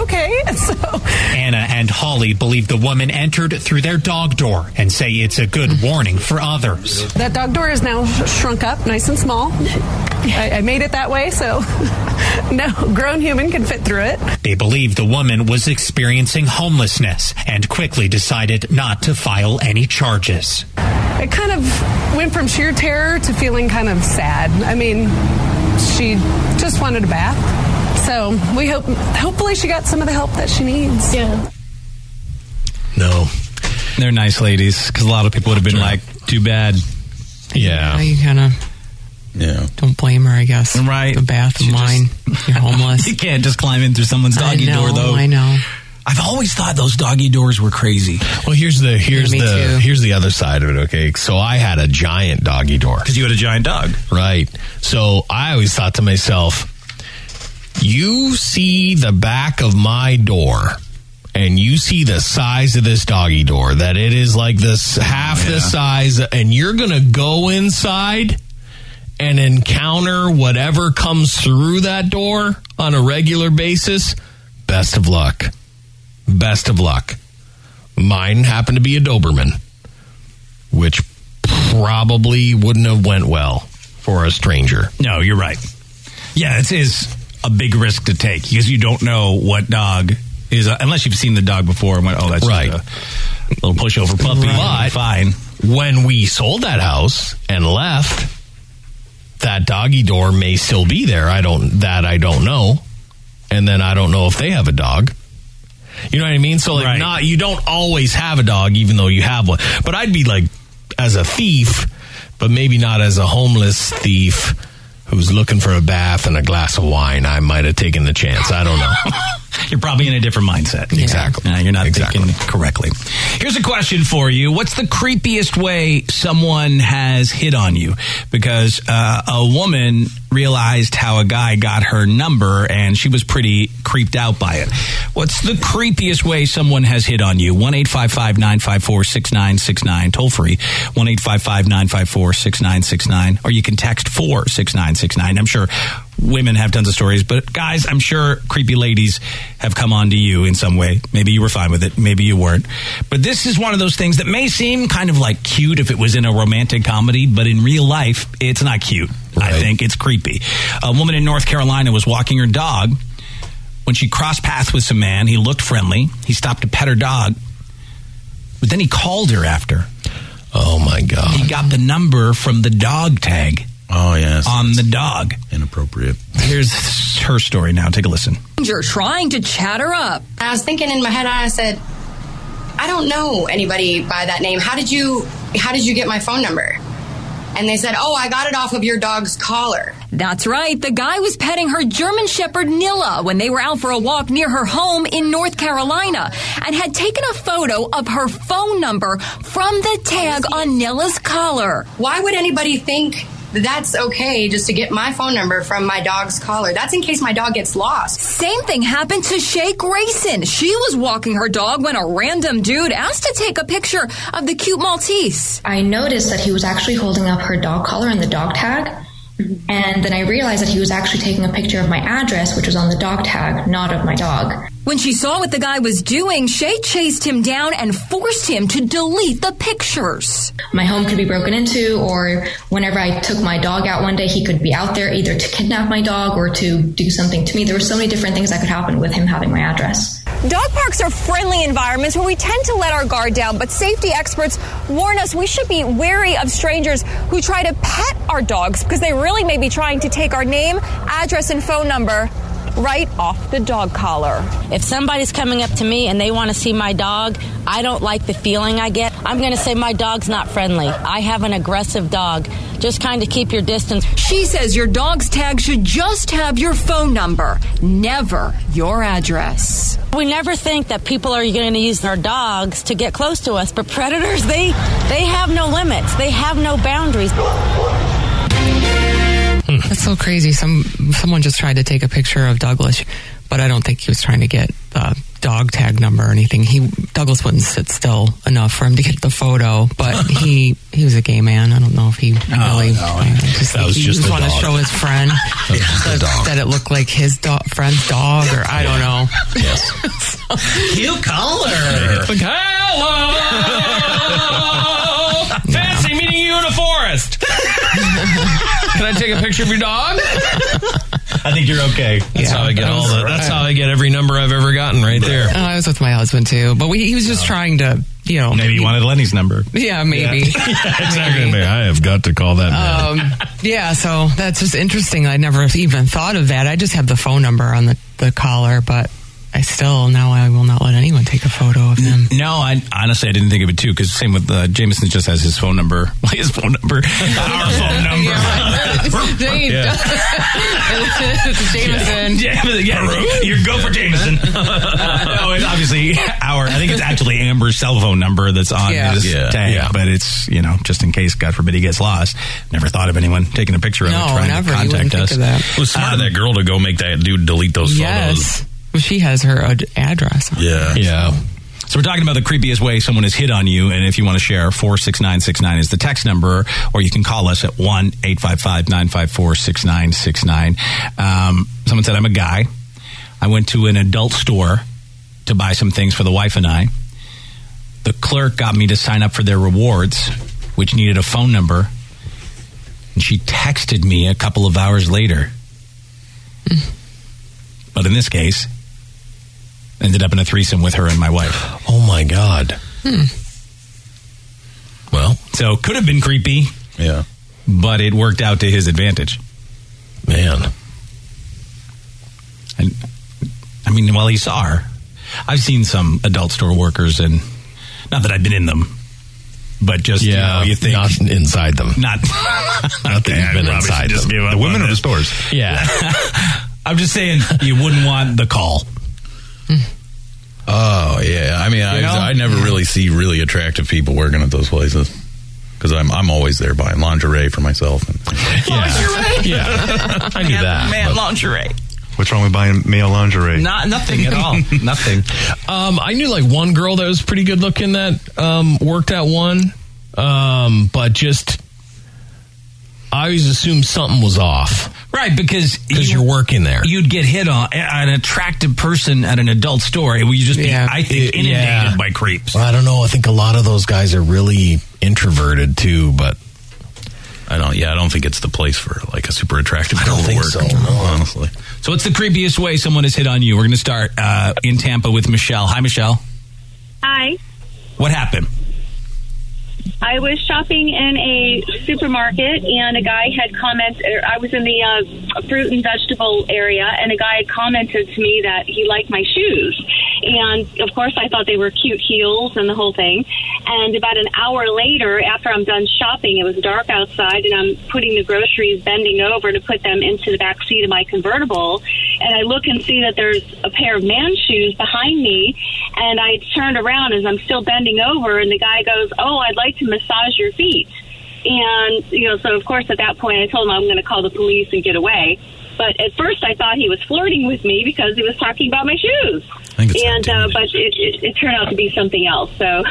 S13: okay, so
S8: Anna and Holly believe the woman entered through their dog door and say it's a good warning for others.
S13: that dog door is now sh- shrunk up nice and small. I, I made it that way so no grown human can fit through it.
S8: They believed the woman was experiencing homelessness and quickly decided not to file any charges.
S13: It kind of went from sheer terror to feeling kind of sad. I mean, she just wanted a bath. So we hope, hopefully, she got some of the help that she needs. Yeah.
S2: No. They're nice ladies because a lot of people would have been like, too bad.
S7: Now you kind of
S2: Yeah.
S7: don't blame her, I guess. Right. The bath and wine. You're homeless.
S2: You can't just climb in through someone's
S7: I
S2: doggy
S7: know,
S2: door, though.
S7: I know.
S2: I've always thought those doggy doors were crazy.
S4: Well, here's the here's
S2: Yeah, me
S4: the
S2: too.
S4: here's the other side of it. Okay, so I had a giant doggy door because
S2: you had a giant dog,
S4: right? So I always thought to myself, you see the back of my door. And you see the size of this doggy door, that it is like this half the size, and you're going to go inside and encounter whatever comes through that door on a regular basis. Best of luck. Best of luck. Mine happened to be a Doberman, which probably wouldn't have went well for a stranger.
S2: No, you're right. Yeah, it is a big risk to take because you don't know what dog is, uh, unless you've seen the dog before and went, oh, that's
S4: Right.
S2: just a little pushover puppy.
S4: But
S2: fine.
S4: When we sold that house and left, that doggy door may still be there. I don't that I don't know. And then I don't know if they have a dog. You know what I mean? So like not you don't always have a dog even though you have one. But I'd be like as a thief, but maybe not as a homeless thief who's looking for a bath and a glass of wine. I might have taken the chance. I don't know.
S2: You're probably in a different mindset. Exactly. you're not thinking correctly. Here's a question for you What's the creepiest way someone has hit on you? Because uh, a woman realized how a guy got her number and she was pretty creeped out by it. What's the creepiest way someone has hit on you? 1 855 954 6969, toll free 1 855 954 6969, or you can text 46969. I'm sure women have tons of stories, but guys, I'm sure creepy ladies have come on to you in some way. Maybe you were fine with it, maybe you weren't. But this is one of those things that may seem kind of like cute if it was in a romantic comedy, but in real life, it's not cute. I think it's creepy. A woman in North Carolina was walking her dog when she crossed paths with some man. He looked friendly. He stopped to pet her dog, but then he called her after.
S4: Oh my god!
S2: He got the number from the dog tag.
S10: Oh yes,
S2: on the dog.
S10: Inappropriate.
S2: Here's her story now. Take a listen.
S21: You're trying to chat her up.
S22: I was thinking in my head, I said, I don't know anybody by that name. How did you how did you get my phone number? And they said, Oh, I got it off of your dog's collar.
S21: That's right. The guy was petting her German Shepherd Nilla when they were out for a walk near her home in North Carolina and had taken a photo of her phone number from the tag on Nilla's collar.
S22: Why would anybody think that's okay just to get my phone number from my dog's collar? That's in case my dog gets lost.
S21: Same thing happened to Shay Grayson. She was walking her dog when a random dude asked to take a picture of the cute Maltese.
S22: I noticed that he was actually holding up her dog collar and the dog tag. And then I realized that he was actually taking a picture of my address, which was on the dog tag, not of my dog.
S21: When she saw what the guy was doing, Shay chased him down and forced him to delete the pictures.
S22: My home could be broken into, or whenever I took my dog out one day, he could be out there either to kidnap my dog or to do something to me. There were so many different things that could happen with him having my address.
S30: Dog parks are friendly environments where we tend to let our guard down, but safety experts warn us we should be wary of strangers who try to pet our dogs because they really may be trying to take our name, address, and phone number right off the dog collar.
S32: If somebody's coming up to me and they want to see my dog, I don't like the feeling I get. I'm going to say my dog's not friendly. I have an aggressive dog. Just kind of keep your distance.
S21: She says your dog's tag should just have your phone number, never your address.
S32: We never think that people are going to use their dogs to get close to us, but predators they they have no limits. They have no boundaries.
S7: That's so crazy. Some someone just tried to take a picture of Douglas, but I don't think he was trying to get the dog tag number or anything. He Douglas wouldn't sit still enough for him to get the photo, but he he was a gay man. I don't know if he really I just
S2: That
S7: think
S2: was
S7: he
S2: just the
S7: wanted to
S2: dog.
S7: show his friend that, that it looked like his dog, friend's dog, or I don't know.
S4: Yes.
S5: Cute color.
S7: Like,
S5: hello. Fancy meeting you in a forest.
S10: Can I take a picture of your dog?
S2: I think you're okay.
S4: That's how I get all the. That's how I get every number I've ever gotten right there.
S7: Oh, I was with my husband too, but we, he was just trying to you know
S2: Uh, Maybe you wanted Lenny's number.
S7: Yeah, maybe.
S4: exactly. I have got to call that man.
S7: Um, yeah, so that's just interesting. I never even thought of that. I just have the phone number on the, the collar, but I still, now I will not let anyone take a photo of him.
S2: No, I honestly I didn't think of it too because same with uh, Jameson just has his phone number, his phone number, our phone number.
S5: Yeah.
S7: Jameson.
S2: Yeah, yeah. you go for Jameson. no, it's obviously our. I think it's actually Amber's cell phone number that's on
S5: Yeah.
S2: his
S5: Yeah.
S2: tag,
S5: Yeah.
S2: but it's you know just in case, God forbid, he gets lost. Never thought of anyone taking a picture of
S7: No,
S2: it trying
S7: never.
S2: to
S7: You wouldn't think
S2: contact us. Um,
S7: of that.
S10: It was smart of that girl to go make that dude delete those
S7: Yes. Well, she has her ad- address.
S10: Yeah.
S4: Yeah.
S2: So we're talking about the creepiest way someone has hit on you, and if you want to share, 46969 is the text number, or you can call us at 1-855-954-6969. Um, someone said, I'm a guy. I went to an adult store to buy some things for the wife and I. The clerk got me to sign up for their rewards, which needed a phone number, and she texted me a couple of hours later. But in this case, ended up in a threesome with her and my wife.
S4: Oh my god. Well,
S2: so could have been creepy.
S10: Yeah.
S2: But it worked out to his advantage.
S4: Man.
S2: And I mean, while he saw her, I've seen some adult store workers and not that I've been in them, but just
S4: Yeah,
S2: you, know, you think
S4: not inside them.
S2: Not
S4: Not that
S2: Okay,
S4: you've
S2: I
S4: been
S2: probably
S4: inside
S2: should just
S4: them.
S2: give up
S4: The women
S2: on
S4: or the
S2: that.
S4: stores? Yeah.
S2: I'm just saying you wouldn't want the call.
S3: Oh yeah, I mean, I,
S10: You know?
S3: I never really see really attractive people working at those places because I'm I'm always there buying lingerie for myself.
S9: Lingerie?
S3: Yeah.
S9: I do that. Man, lingerie.
S8: What's wrong with buying male lingerie?
S9: Not nothing at all.
S3: nothing.
S4: Um, I knew like one girl that was pretty good looking that um, worked at one, um, but just I always assumed something was off.
S2: Right, because
S4: because you're working there,
S2: you'd get hit on an attractive person at an adult store. It would just be, I think, inundated
S4: yeah.
S2: by creeps.
S4: Well, I don't know. I think a lot of those guys are really introverted too, but
S3: I don't. Yeah, I don't think it's the place for like a super attractive
S4: I
S3: girl
S4: don't
S3: to
S4: think
S3: work.
S4: so,
S3: Honestly,
S2: So, what's the creepiest way someone has hit on you? We're going to start uh, in Tampa with Michelle. Hi, Michelle.
S11: Hi.
S2: What happened?
S11: I was shopping in a supermarket, and a guy had commented. Or I was in the uh, fruit and vegetable area, and a guy had commented to me that he liked my shoes. And of course, I thought they were cute heels and the whole thing. And about an hour later, after I'm done shopping, it was dark outside, and I'm putting the groceries, bending over to put them into the back seat of my convertible. And I look and see that there's a pair of man shoes behind me. And I turned around as I'm still bending over, and the guy goes, Oh, I'd like to massage your feet. And, you know, so of course at that point I told him I'm going to call the police and get away. But at first I thought he was flirting with me because he was talking about my shoes. And, uh, but it, it, it turned out to be something else. So,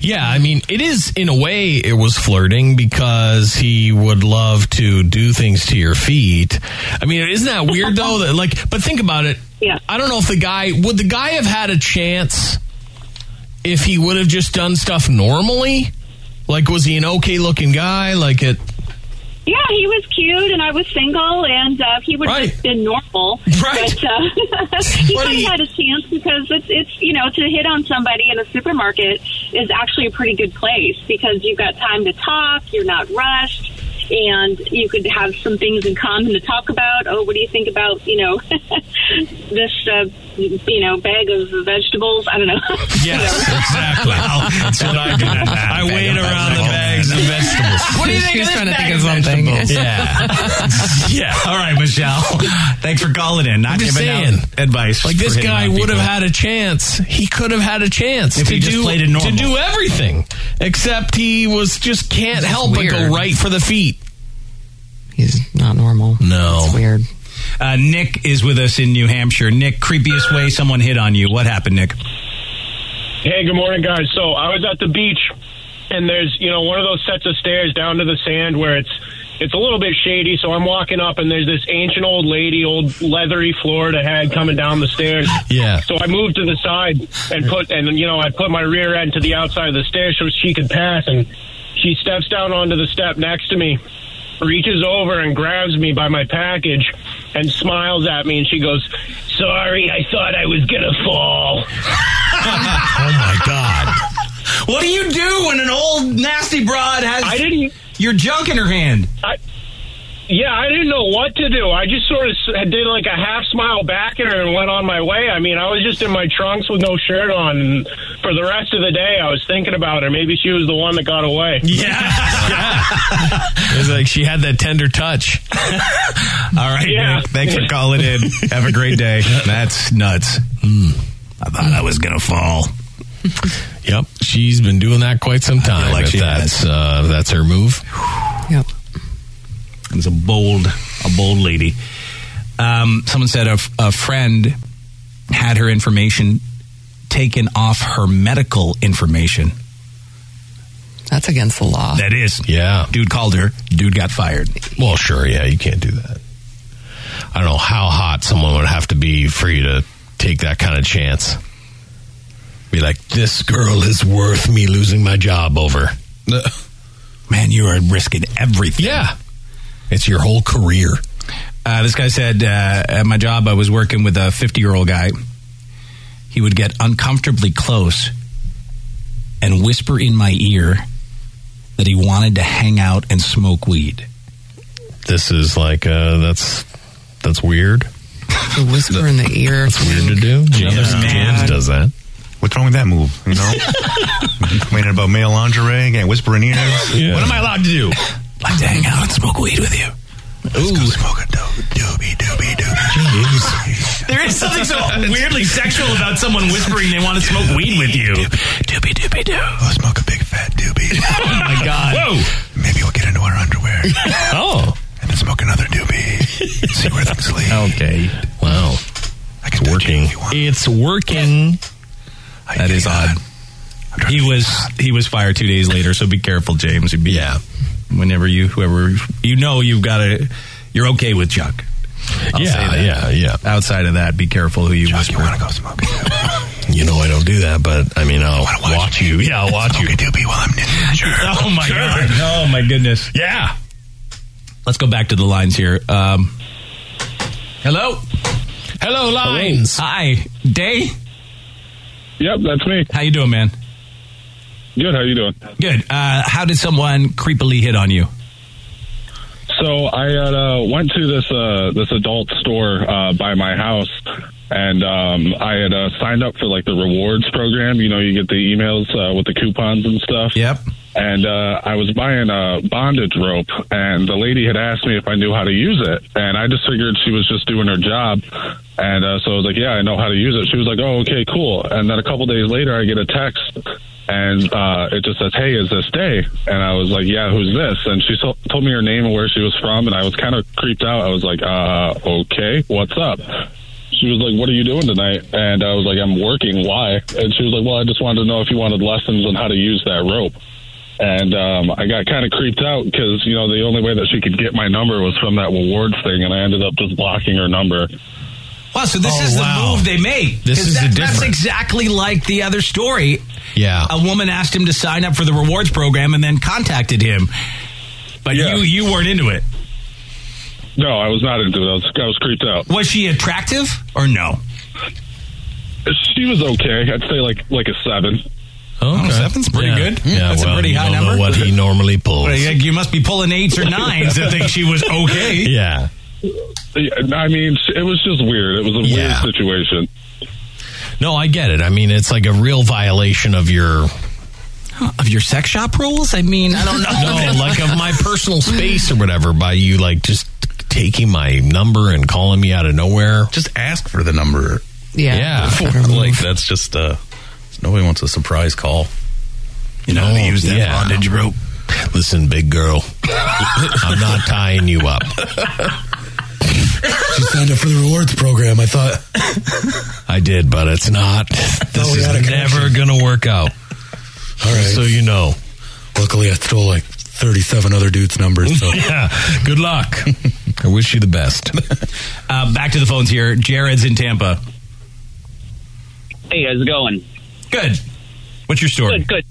S4: Yeah, I mean, it is in a way it was flirting because he would love to do things to your feet. I mean, isn't that weird though? That like, but think about it.
S11: Yeah,
S4: I don't know if the guy would the guy have had a chance if he would have just done stuff normally. Like, was he an okay looking guy? Like it.
S11: yeah, he was cute and I was single and uh, he would have just been normal. Right. But uh, he could have had a chance because it's, it's, you know, to hit on somebody in a supermarket is actually a pretty good place because you've got time to talk, you're not rushed. And you could have some things in common to talk about. Oh, what do you think about you know this uh, you know bag of vegetables? I don't know.
S5: Yes, exactly. That's what I do. I wait around the
S4: Oh,
S5: bags of vegetables.
S2: What do you think of She's this trying to bag think of of
S5: something.
S2: Yeah. yeah. All right, Michelle. Thanks for calling in. Not
S4: I'm just
S2: giving
S4: saying.
S2: out advice.
S4: Like
S2: for
S4: this
S2: hitting
S4: guy
S2: on
S4: would have
S2: people.
S4: had a chance. He could have had a chance
S2: If
S4: to
S2: he just
S4: do
S2: played it normal.
S4: to do everything, except he was just can't
S2: It's
S4: help but
S2: weird.
S4: go right for the feet.
S2: He's not normal. No. It's weird. Uh, Nick is with us in New Hampshire. Nick, creepiest way someone hit on you. What happened, Nick?
S17: Hey, good morning, guys. So I was at the beach, and there's you know one of those sets of stairs down to the sand where it's it's a little bit shady. So I'm walking up, and there's this ancient old lady, old leathery Florida head coming down the stairs.
S4: Yeah.
S17: So I moved to the side and put and you know I put my rear end to the outside of the stairs so she could pass, and she steps down onto the step next to me. Reaches over and grabs me by my package and smiles at me, and she goes, Sorry, I thought I was gonna fall.
S5: Oh my god! What do you do when an old nasty broad has? I
S17: didn't.
S2: Your junk in her hand.
S17: I, yeah, I didn't know what to do. I just sort of s- did like a half smile back at her and went on my way. I mean, I was just in my trunks with no shirt on. And for the rest of the day, I was thinking about her. Maybe she was the one that got away.
S4: Yeah. It was like she had that tender touch.
S2: All right, Nick. Thanks for calling in. Have a great day. That's nuts. Hmm. I thought I was going to fall.
S4: Yep, she's been doing that quite some time.
S2: like
S4: if
S2: she
S4: that's uh, if that's her move.
S2: Yep. It's a bold, a bold lady. Um, someone said a, f- a friend had her information taken off her medical information.
S7: That's against the law.
S2: That is. Yeah. Dude called her. Dude got fired.
S4: Well, sure, yeah, you can't do that. I don't know how hot someone would have to be for you to take that kind of chance. Be like, this girl is worth me losing my job over.
S2: Man, you are risking everything.
S4: Yeah. It's your whole career.
S2: Uh, this guy said, uh, at my job, I was working with a 50 year old guy. He would get uncomfortably close and whisper in my ear that he wanted to hang out and smoke weed.
S4: This is like uh, that's that's weird.
S7: The whisper in the ear. That's
S4: weird to do.
S8: James,
S4: James does that.
S8: What's wrong with that move? You know, complaining about male lingerie, getting whispering ears.
S4: Yeah.
S8: What am I allowed to do?
S2: Like to hang out and smoke weed with you.
S8: Let's go smoke a doobie doobie doobie.
S2: There is something so something weirdly sexual about someone whispering they want to smoke weed with you. Doobie doobie doo. Oh, smoke a big fat doobie. oh my god. Whoa.
S8: Maybe we'll get into our underwear.
S2: oh.
S8: And then smoke another doobie. See where things lead.
S4: Okay. Wow.
S8: It's
S4: working. It's working.
S2: That is
S4: uh,
S2: odd. He was he was fired two days later, so be careful, James. You'd be, yeah. Whenever you whoever you know you've got to you're okay with Chuck.
S4: Yeah, yeah, yeah.
S2: Outside of that, be careful who you Chuck, whisper. You want
S8: to go smoke?
S4: You know I don't do that, but I mean I'll watch, you. Yeah, I'll watch you.
S2: Oh my god! Oh my goodness! Yeah. Let's go back to the lines here. Um, hello, hello lines. Hi, Day.
S12: Yep, that's me.
S2: How you doing, man?
S12: Good. How you doing?
S2: Good. Uh, how did someone creepily hit on you?
S12: So I had, uh, went to this uh, this adult store uh, by my house, and um, I had uh, signed up for like the rewards program. You know, you get the emails uh, with the coupons and stuff.
S2: Yep.
S12: And uh, I was buying a bondage rope, and the lady had asked me if I knew how to use it, and I just figured she was just doing her job. And uh, so I was like, "Yeah, I know how to use it." She was like, "Oh, okay, cool." And then a couple days later, I get a text and uh, it just says, "Hey, is this day?" And I was like, "Yeah, who's this?" And she so- told me her name and where she was from, and I was kind of creeped out. I was like, "Uh, okay, what's up?" She was like, "What are you doing tonight?" And I was like, "I'm working. Why?" And she was like, "Well, I just wanted to know if you wanted lessons on how to use that rope." And um, I got kind of creeped out because you know the only way that she could get my number was from that rewards thing, and I ended up just blocking her number.
S2: Wow, so this
S12: Oh,
S2: is
S12: wow.
S2: the move they made.
S12: This
S2: 'Cause
S12: is the
S2: That's
S12: difference.
S2: exactly like the other story.
S4: Yeah.
S2: A woman asked him to sign up for the rewards program and then contacted him. But you you weren't into it.
S12: No, I was not into it. I was, I was creeped out.
S2: Was she attractive or no?
S12: She was okay. I'd say like like a seven.
S4: Okay.
S2: Oh, seven's pretty
S12: Yeah.
S2: good.
S12: Yeah,
S2: That's
S12: well,
S2: a pretty
S12: you
S2: high
S12: don't know
S2: number.
S12: what he
S4: normally pulls.
S2: Well, You must be pulling eights or nines to think she was okay.
S4: Yeah.
S12: Yeah, I mean, it was just weird. It was a weird situation.
S4: No, I get it. I mean, it's like a real violation of your
S2: of your sex shop rules. I mean, I don't know.
S4: no, like of my personal space or whatever by you like just taking my number and calling me out of nowhere.
S8: Just ask for the number.
S7: Yeah.
S4: Yeah.
S8: like that's just uh nobody wants a surprise call.
S2: You know, they use that bondage rope.
S4: Listen, big girl, I'm not tying you up.
S13: She signed up for the rewards program. I thought
S4: I did, but it's not.
S13: Oh,
S4: This
S13: we
S4: is
S13: got a
S4: never going to work out.
S13: All right.
S4: So you know.
S13: Luckily, I stole like 37 other dudes' numbers. So.
S4: yeah. Good luck. I wish you the best.
S2: Uh, back to the phones here. Jared's in Tampa.
S16: Hey, how's it going?
S2: Good. What's your story?
S16: Good, good.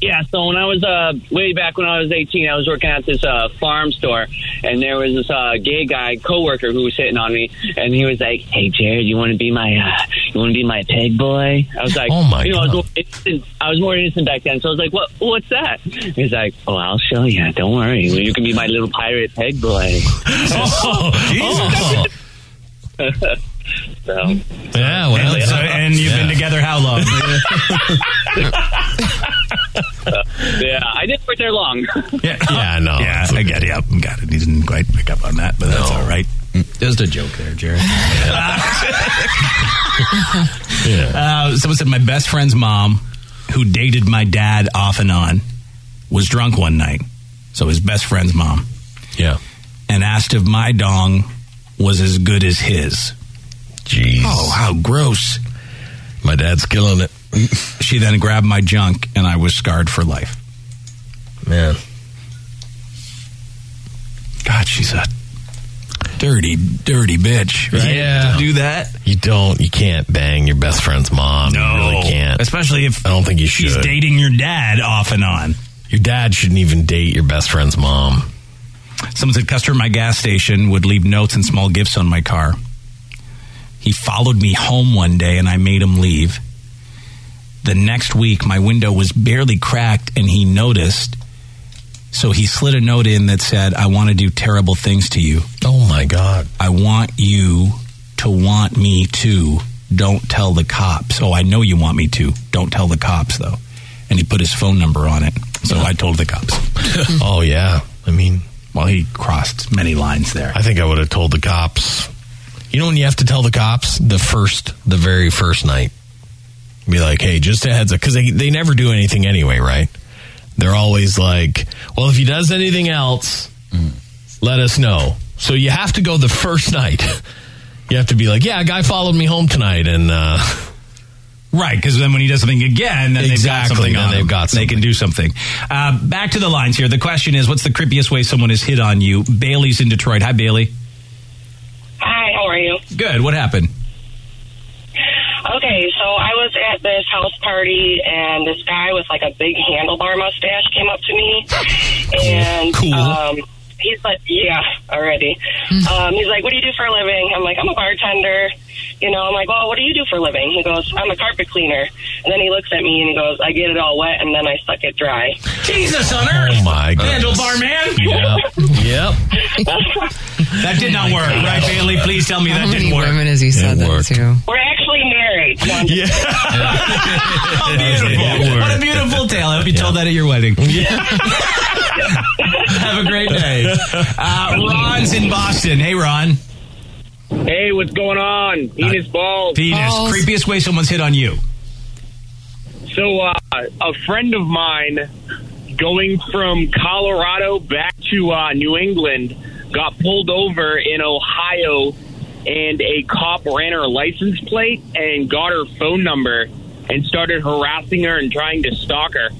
S16: Yeah, so when I was uh, way back when I was 18, I was working at this uh, farm store, and there was this uh, gay guy coworker who was hitting on me, and he was like, "Hey, Jared, you want to be my uh, you want to be my peg boy?" I was like, Oh, my you know, I was, God. more innocent. I was more innocent back then, so I was like, "What? What's that?" He's like, "Oh, I'll show you. Don't worry, you can be my little pirate peg boy."
S4: oh,
S16: Jesus. so. uh,
S4: Yeah, Oh, well,
S2: and, so- and you've been
S16: Yeah.
S2: together how long?
S16: Yeah, I didn't work there long.
S2: yeah,
S4: yeah, no,
S2: yeah, I got it. Yep, got it. He didn't quite pick up on that, but that's all right. Just a joke there, Jared. Uh, someone said my best friend's mom, who dated my dad off and on, was drunk one night. So his best friend's mom.
S4: Yeah.
S2: And asked if my dong was as good as his.
S4: Jeez.
S2: Oh, how gross.
S4: My dad's killing it.
S2: she then grabbed my junk and I was scarred for life.
S4: Man.
S2: God, she's a dirty, dirty bitch. Right?
S4: Yeah.
S2: To do that.
S4: You don't. You can't bang your best friend's mom.
S2: No.
S4: you really can't.
S2: Especially if
S4: I don't think you should.
S2: she's dating your dad off and on.
S4: Your dad shouldn't even date your best friend's mom.
S2: Someone said customer at my gas station would leave notes and small gifts on my car. He followed me home one day and I made him leave. The next week, my window was barely cracked and he noticed. So he slid a note in that said, I want to do terrible things to you.
S4: Oh my God.
S2: I want you to want me to. Don't tell the cops. Oh, I know you want me to. Don't tell the cops, though. And he put his phone number on it. So I told the cops.
S4: oh yeah. I mean,
S2: well, he crossed many lines there.
S4: I think I would have told the cops. You know when you have to tell the cops the first, the very first night? Be like, hey, just a heads up. Because they, they never do anything anyway, right? They're always like, well, if he does anything else, let us know. So you have to go the first night. You have to be like, yeah, a guy followed me home tonight. And, uh,
S2: Right, because then when he does something again, then
S4: Exactly,
S2: they've got something
S4: then
S2: on
S4: they've
S2: him.
S4: got
S2: They can do something. Uh, back to the lines here. The question is, what's the creepiest way someone has hit on you? Bailey's in Detroit. Hi, Bailey.
S26: Hi, how are you?
S2: Good. What happened?
S26: Okay, so I was at this house party, and this guy with like a big handlebar mustache came up to me, and
S33: Cool.
S26: um, he's like, "Yeah, already."
S2: Hmm.
S26: Um, he's like, "What do you do for a living?" I'm like, "I'm a bartender." You know, I'm like, "Well, what do you do for a living?" He goes, "I'm a carpet cleaner." And then he looks at me and he goes, "I get it all wet, and then I suck it dry."
S2: Jesus on earth!
S4: Oh my
S26: goodness.
S2: Handlebar man.
S4: Yep.
S2: That did not work, right, Bailey? Please tell me
S7: Oh How
S2: that
S7: many
S2: didn't work.
S7: women has he said that to?
S26: We're actually married.
S2: Yeah. How beautiful. What a beautiful tale. I hope you told that at your wedding. Have a great day. Uh, Ron's in Boston. Hey, Ron.
S21: Hey, what's going on? Penis balls.
S2: Penis. Creepiest way someone's hit on you.
S21: So, uh, a friend of mine going from Colorado back to uh, New England got pulled over in Ohio, and a cop ran her license plate and got her phone number and started harassing her and trying to stalk her.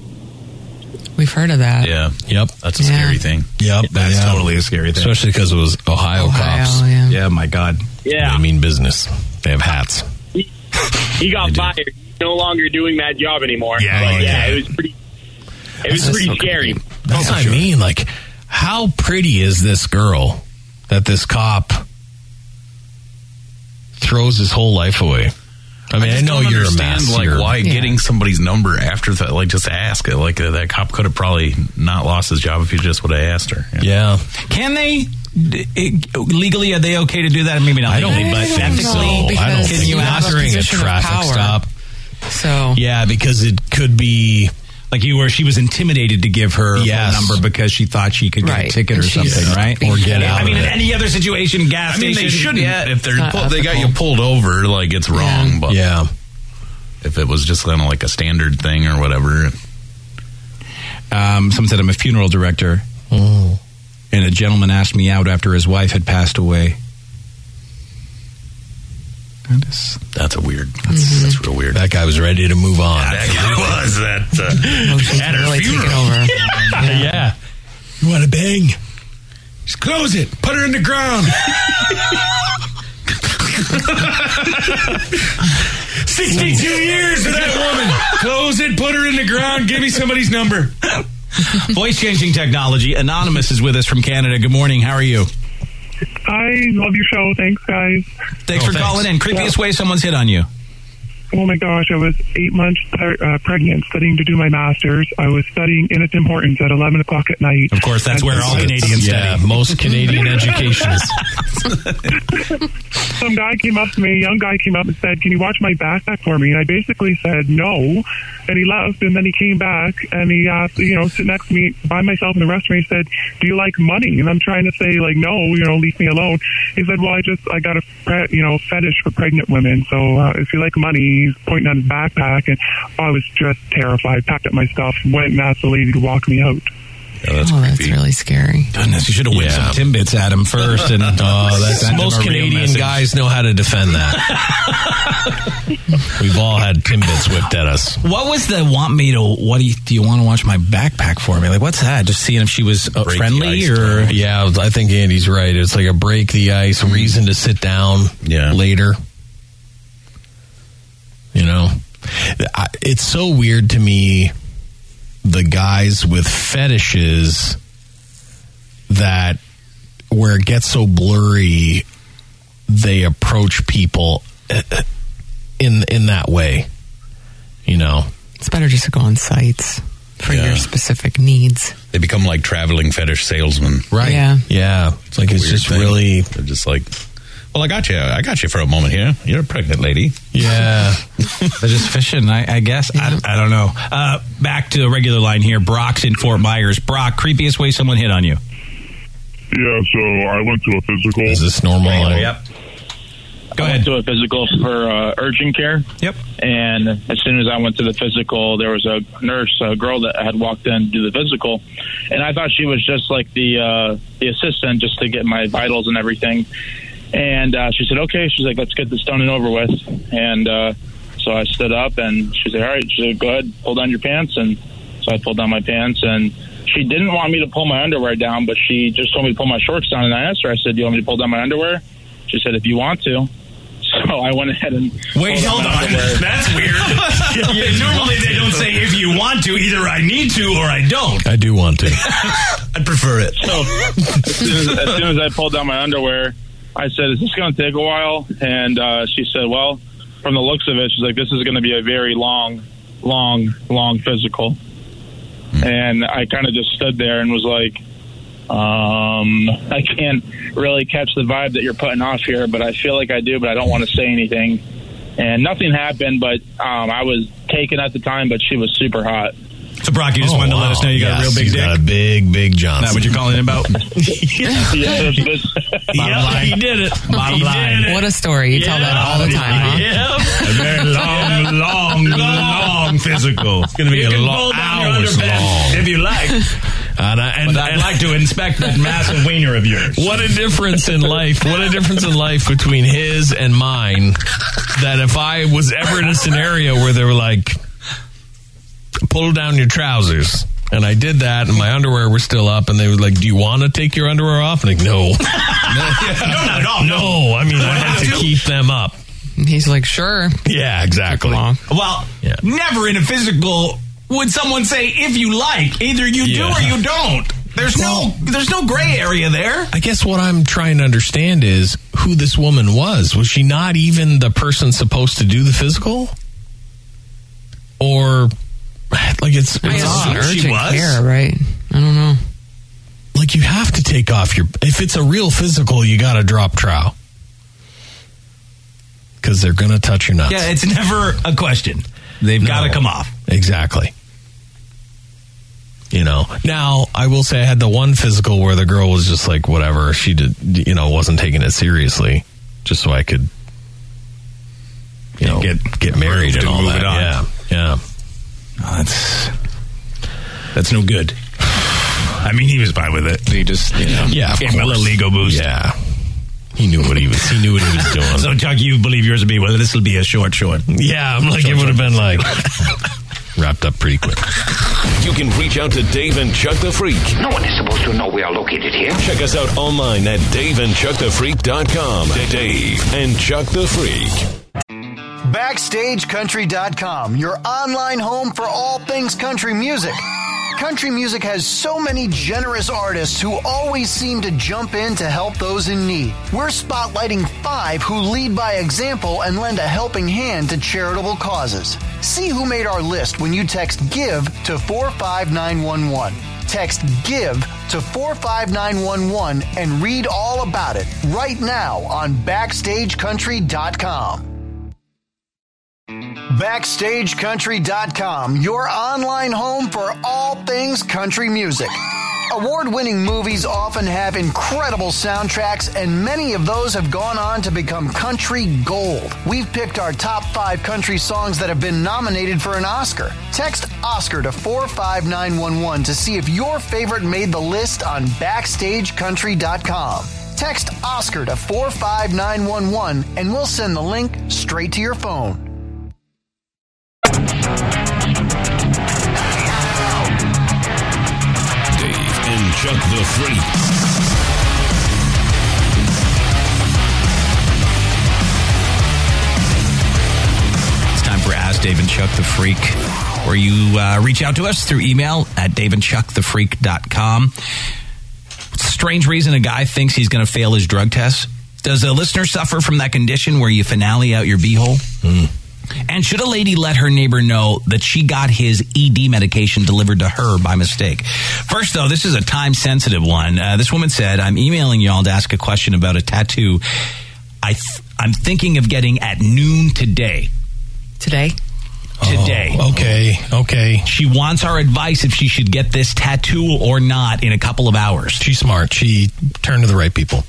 S7: We've heard of that.
S4: Yeah. Yep. That's
S7: a Yeah. scary
S4: thing. Yep.
S2: That's totally a scary thing.
S4: Especially because it was Ohio, cops.
S7: Yeah.
S2: my God.
S21: Yeah.
S4: They mean business. They have hats.
S21: He got fired. No longer doing that job anymore.
S4: Yeah,
S21: but, yeah.
S4: yeah.
S21: It was pretty. It was
S4: That's
S21: pretty
S4: so
S21: scary.
S4: That's what I mean. Like, how pretty is this girl that this cop throws his whole life away? I mean, I,
S10: just
S4: know
S10: don't
S4: Oh, you're a
S10: understand,
S4: mess.
S10: Like,
S4: you're-
S10: why getting somebody's number after that? Like, just ask it. Like, uh, that cop could have probably not lost his job if he just would have asked her.
S4: Yeah.
S2: Can they? d- it- legally, are they okay to do that? Maybe not.
S4: I don't
S2: legally,
S4: think-
S2: but
S4: I don't
S2: ethically,
S4: know, because I don't
S2: can
S4: think
S2: you
S4: so.
S2: ask
S4: Not during a
S2: position of
S4: traffic
S2: power?
S4: stop.
S7: So
S4: yeah, because it could be
S2: like you were. She was intimidated to give her phone
S4: Yes.
S2: number because she thought she could get a
S4: Right.
S2: ticket or
S4: And she's-
S2: something, right?
S4: Or get out
S2: I
S4: of
S2: mean, in
S4: it.
S2: any other situation, gas
S10: I mean,
S2: station.
S10: they shouldn't.
S2: yeah,
S10: if they're
S2: it's not
S10: pull- they got
S2: ethical.
S10: you pulled over, like it's wrong. But
S4: yeah,
S10: if it was just kind of like a standard thing or whatever,
S2: Um, someone said I'm a funeral director, Mm.
S4: Oh.
S2: and a gentleman asked me out after his wife had passed away. That is,
S10: that's a weird. That's, that's real weird.
S4: That guy was ready to move on.
S10: That guy was that
S4: Emotions
S10: uh, at her
S4: Oh, really taken
S10: funeral.
S4: over. Yeah.
S34: You want to bang? Just close it. Put her in the ground.
S35: Sixty-two years of that woman.
S2: Close it, put her in the ground, give me somebody's number. Voice changing technology. Anonymous is with us from Canada. Good morning. How are you?
S36: I love your show. Thanks, guys.
S2: Oh, Thanks for calling in. Creepiest way someone's hit on you.
S36: Oh my gosh, I was eight months pre- uh, pregnant, studying to do my master's. I was studying in at Tim Hortons at 11 o'clock at night.
S2: Of course, that's where all Canadians
S4: Yeah,
S2: study.
S4: most Canadian education is.
S36: Some guy came up to me, a young guy came up and said, Can you watch my backpack for me? And I basically said no. And he left, and then he came back and he asked, you know, sit next to me by myself in the restaurant. He said, Do you like money? And I'm trying to say, like, no, you know, leave me alone. He said, Well, I just, I got a, pre- you know, fetish for pregnant women. So uh, if you like money, he's pointing on his backpack. And I was just terrified, packed up my stuff, went and asked the lady to walk me out.
S10: that's
S7: oh, that's really scary.
S2: Goodness, you should have whipped
S4: Yeah.
S2: some Timbits at him first. And
S4: Oh, that's
S2: sent him
S4: most
S2: a real
S4: Canadian
S2: message.
S4: guys know how to defend that. We've all had Timbits whipped at us.
S2: What was the want me to? What do you, do you want to watch my backpack for me? Like, what's that? Just seeing if she was uh, friendly or
S4: yeah, I think Andy's right. It's like a break the ice,
S2: Mm-hmm.
S4: reason to sit down yeah. later. You know, I- it's so weird to me the guys with fetishes that where it gets so blurry they approach people uh, in in that way. You know,
S7: It's better just to go on sites for your specific needs.
S10: They become like traveling fetish salesmen,
S4: Right.
S7: Yeah.
S4: Yeah. It's like
S10: a
S4: it's
S10: weird
S4: just
S10: thing.
S4: really.
S10: They're just like, well, I got you. I got you for a moment here. You're a pregnant lady.
S4: Yeah.
S2: They're just fishing, I, I guess. I, I don't know. Uh, back to the regular line here. Brock's in Fort Myers. Brock, creepiest way someone hit on you.
S6: Yeah, so I went to a physical.
S4: Is this normal?
S6: Regular,
S2: yep. Go ahead.
S6: To a physical for uh, urgent care.
S2: Yep.
S6: And as soon as I went to the physical, there was a nurse, a girl that had walked in to do the physical, and I thought she was just like the uh, the assistant, just to get my vitals and everything. And uh, she said, "Okay." She's like, "Let's get this done and over with." And uh, so I stood up, and she said, "All right." She said, "Go ahead, pull down your pants." And so I pulled down my pants, and she didn't want me to pull my underwear down, but she just told me to pull my shorts down. And I asked her, "I said, do you want me to pull down my underwear?" She said, "If you want to." So I went ahead and
S2: Wait,
S6: pulled
S2: hold
S6: down my
S2: on.
S6: underwear.
S2: That's weird. Yeah, normally they don't say if you want to. Either I need to or I don't.
S4: I do want to.
S2: I prefer it.
S6: So as soon as, as soon as I pulled down my underwear, I said, "Is this going to take a while?" And uh, she said, "Well, from the looks of it, she's like, this is going to be a very long, long, long physical." And I kind of just stood there and was like, um, "I can't really catch the vibe that you're putting off here, but I feel like I do, but I don't want to say anything." And nothing happened, but um, I was taken at the time, but she was super hot.
S2: So Brock, you
S4: Oh,
S2: just wanted to let us know you got a real big dick.
S4: a big, big Johnson.
S2: That what you're calling it about?
S6: yeah,
S2: he did it. Bottom line.
S7: What a story. You tell that all the time,
S2: A very long, long, long physical. It's going to be a long hours long. If you like.
S4: And, I, and
S2: I'd like to inspect that massive wiener of yours.
S4: What a difference in life. What a difference in life between his and mine. That if I was ever in a scenario where they were like, pull down your trousers. And I did that, and my underwear were still up, and they were like, "Do you want to take your underwear off?" And like, no, no,
S2: not
S4: at all. No, I mean, I have to keep them up.
S7: huh? He's like, sure.
S4: Yeah, exactly.
S2: Well, never in a physical would someone say if you like. Either you do
S4: Yeah.
S2: or you don't. There's no there's no gray area there.
S4: I guess what I'm trying to understand is who this woman was. Was she not even the person supposed to do the physical? Or like it's,
S7: I
S4: it's
S7: assume
S4: odd.
S7: she was? care, right? I don't know.
S4: Like you have to take off your if it's a real physical, you got to drop trowel because they're gonna touch your nuts.
S2: Yeah, it's never a question. They've got to come off.
S4: Exactly. You know, now I will say I had the one physical where the girl was just like, whatever. She did, you know, wasn't taking it seriously, just so I could, you know, get get married and all
S2: move
S4: that.
S2: it on.
S4: Yeah, yeah.
S2: that's that's no good. I mean, he was fine with it. He just you know
S4: Yeah, of
S2: gave him a
S4: course.
S2: little ego boost.
S4: Yeah, he knew what he was. He knew what he was doing.
S2: so Chuck, you believe yours would be well. This will be a short short.
S4: Yeah, I'm like it would have been like wrapped up pretty quick.
S28: You can reach out to Dave and Chuck the Freak. No one is supposed to know we are located here. Check us out online at daveandchuckthefreak.com. Dave and Chuck the Freak.
S20: BackstageCountry.com, your online home for all things country music. Country music has so many generous artists who always seem to jump in to help those in need. We're spotlighting five who lead by example and lend a helping hand to charitable causes. See who made our list when you text GIVE to 45911. Text GIVE to 45911 and read all about it right now on BackstageCountry.com. BackstageCountry.com, your online home for all things country music. Award winning movies often have incredible soundtracks, and many of those have gone on to become country gold. We've picked our top five country songs that have been nominated for an Oscar. Text Oscar to 45911 to see if your favorite made the list on BackstageCountry.com. Text Oscar to 45911 and we'll send the link straight to your phone.
S28: Dave and Chuck the Freak.
S2: It's time for Ask Dave and Chuck the Freak, where you uh, reach out to us through email at daveandchuckthefreak.com. Strange reason a guy thinks he's going to fail his drug test. Does a listener suffer from that condition where you finale out your beehole? And should a lady let her neighbor know that she got his ED medication delivered to her by mistake? First, though, this is a time sensitive one. Uh, this woman said, I'm emailing y'all to ask a question about a tattoo I th- I'm thinking of getting at noon today. Oh,
S7: Today?
S2: Today.
S4: okay. Okay.
S2: She wants our advice if she should get this tattoo or not in a couple of hours.
S4: She's smart. She turned to the right people.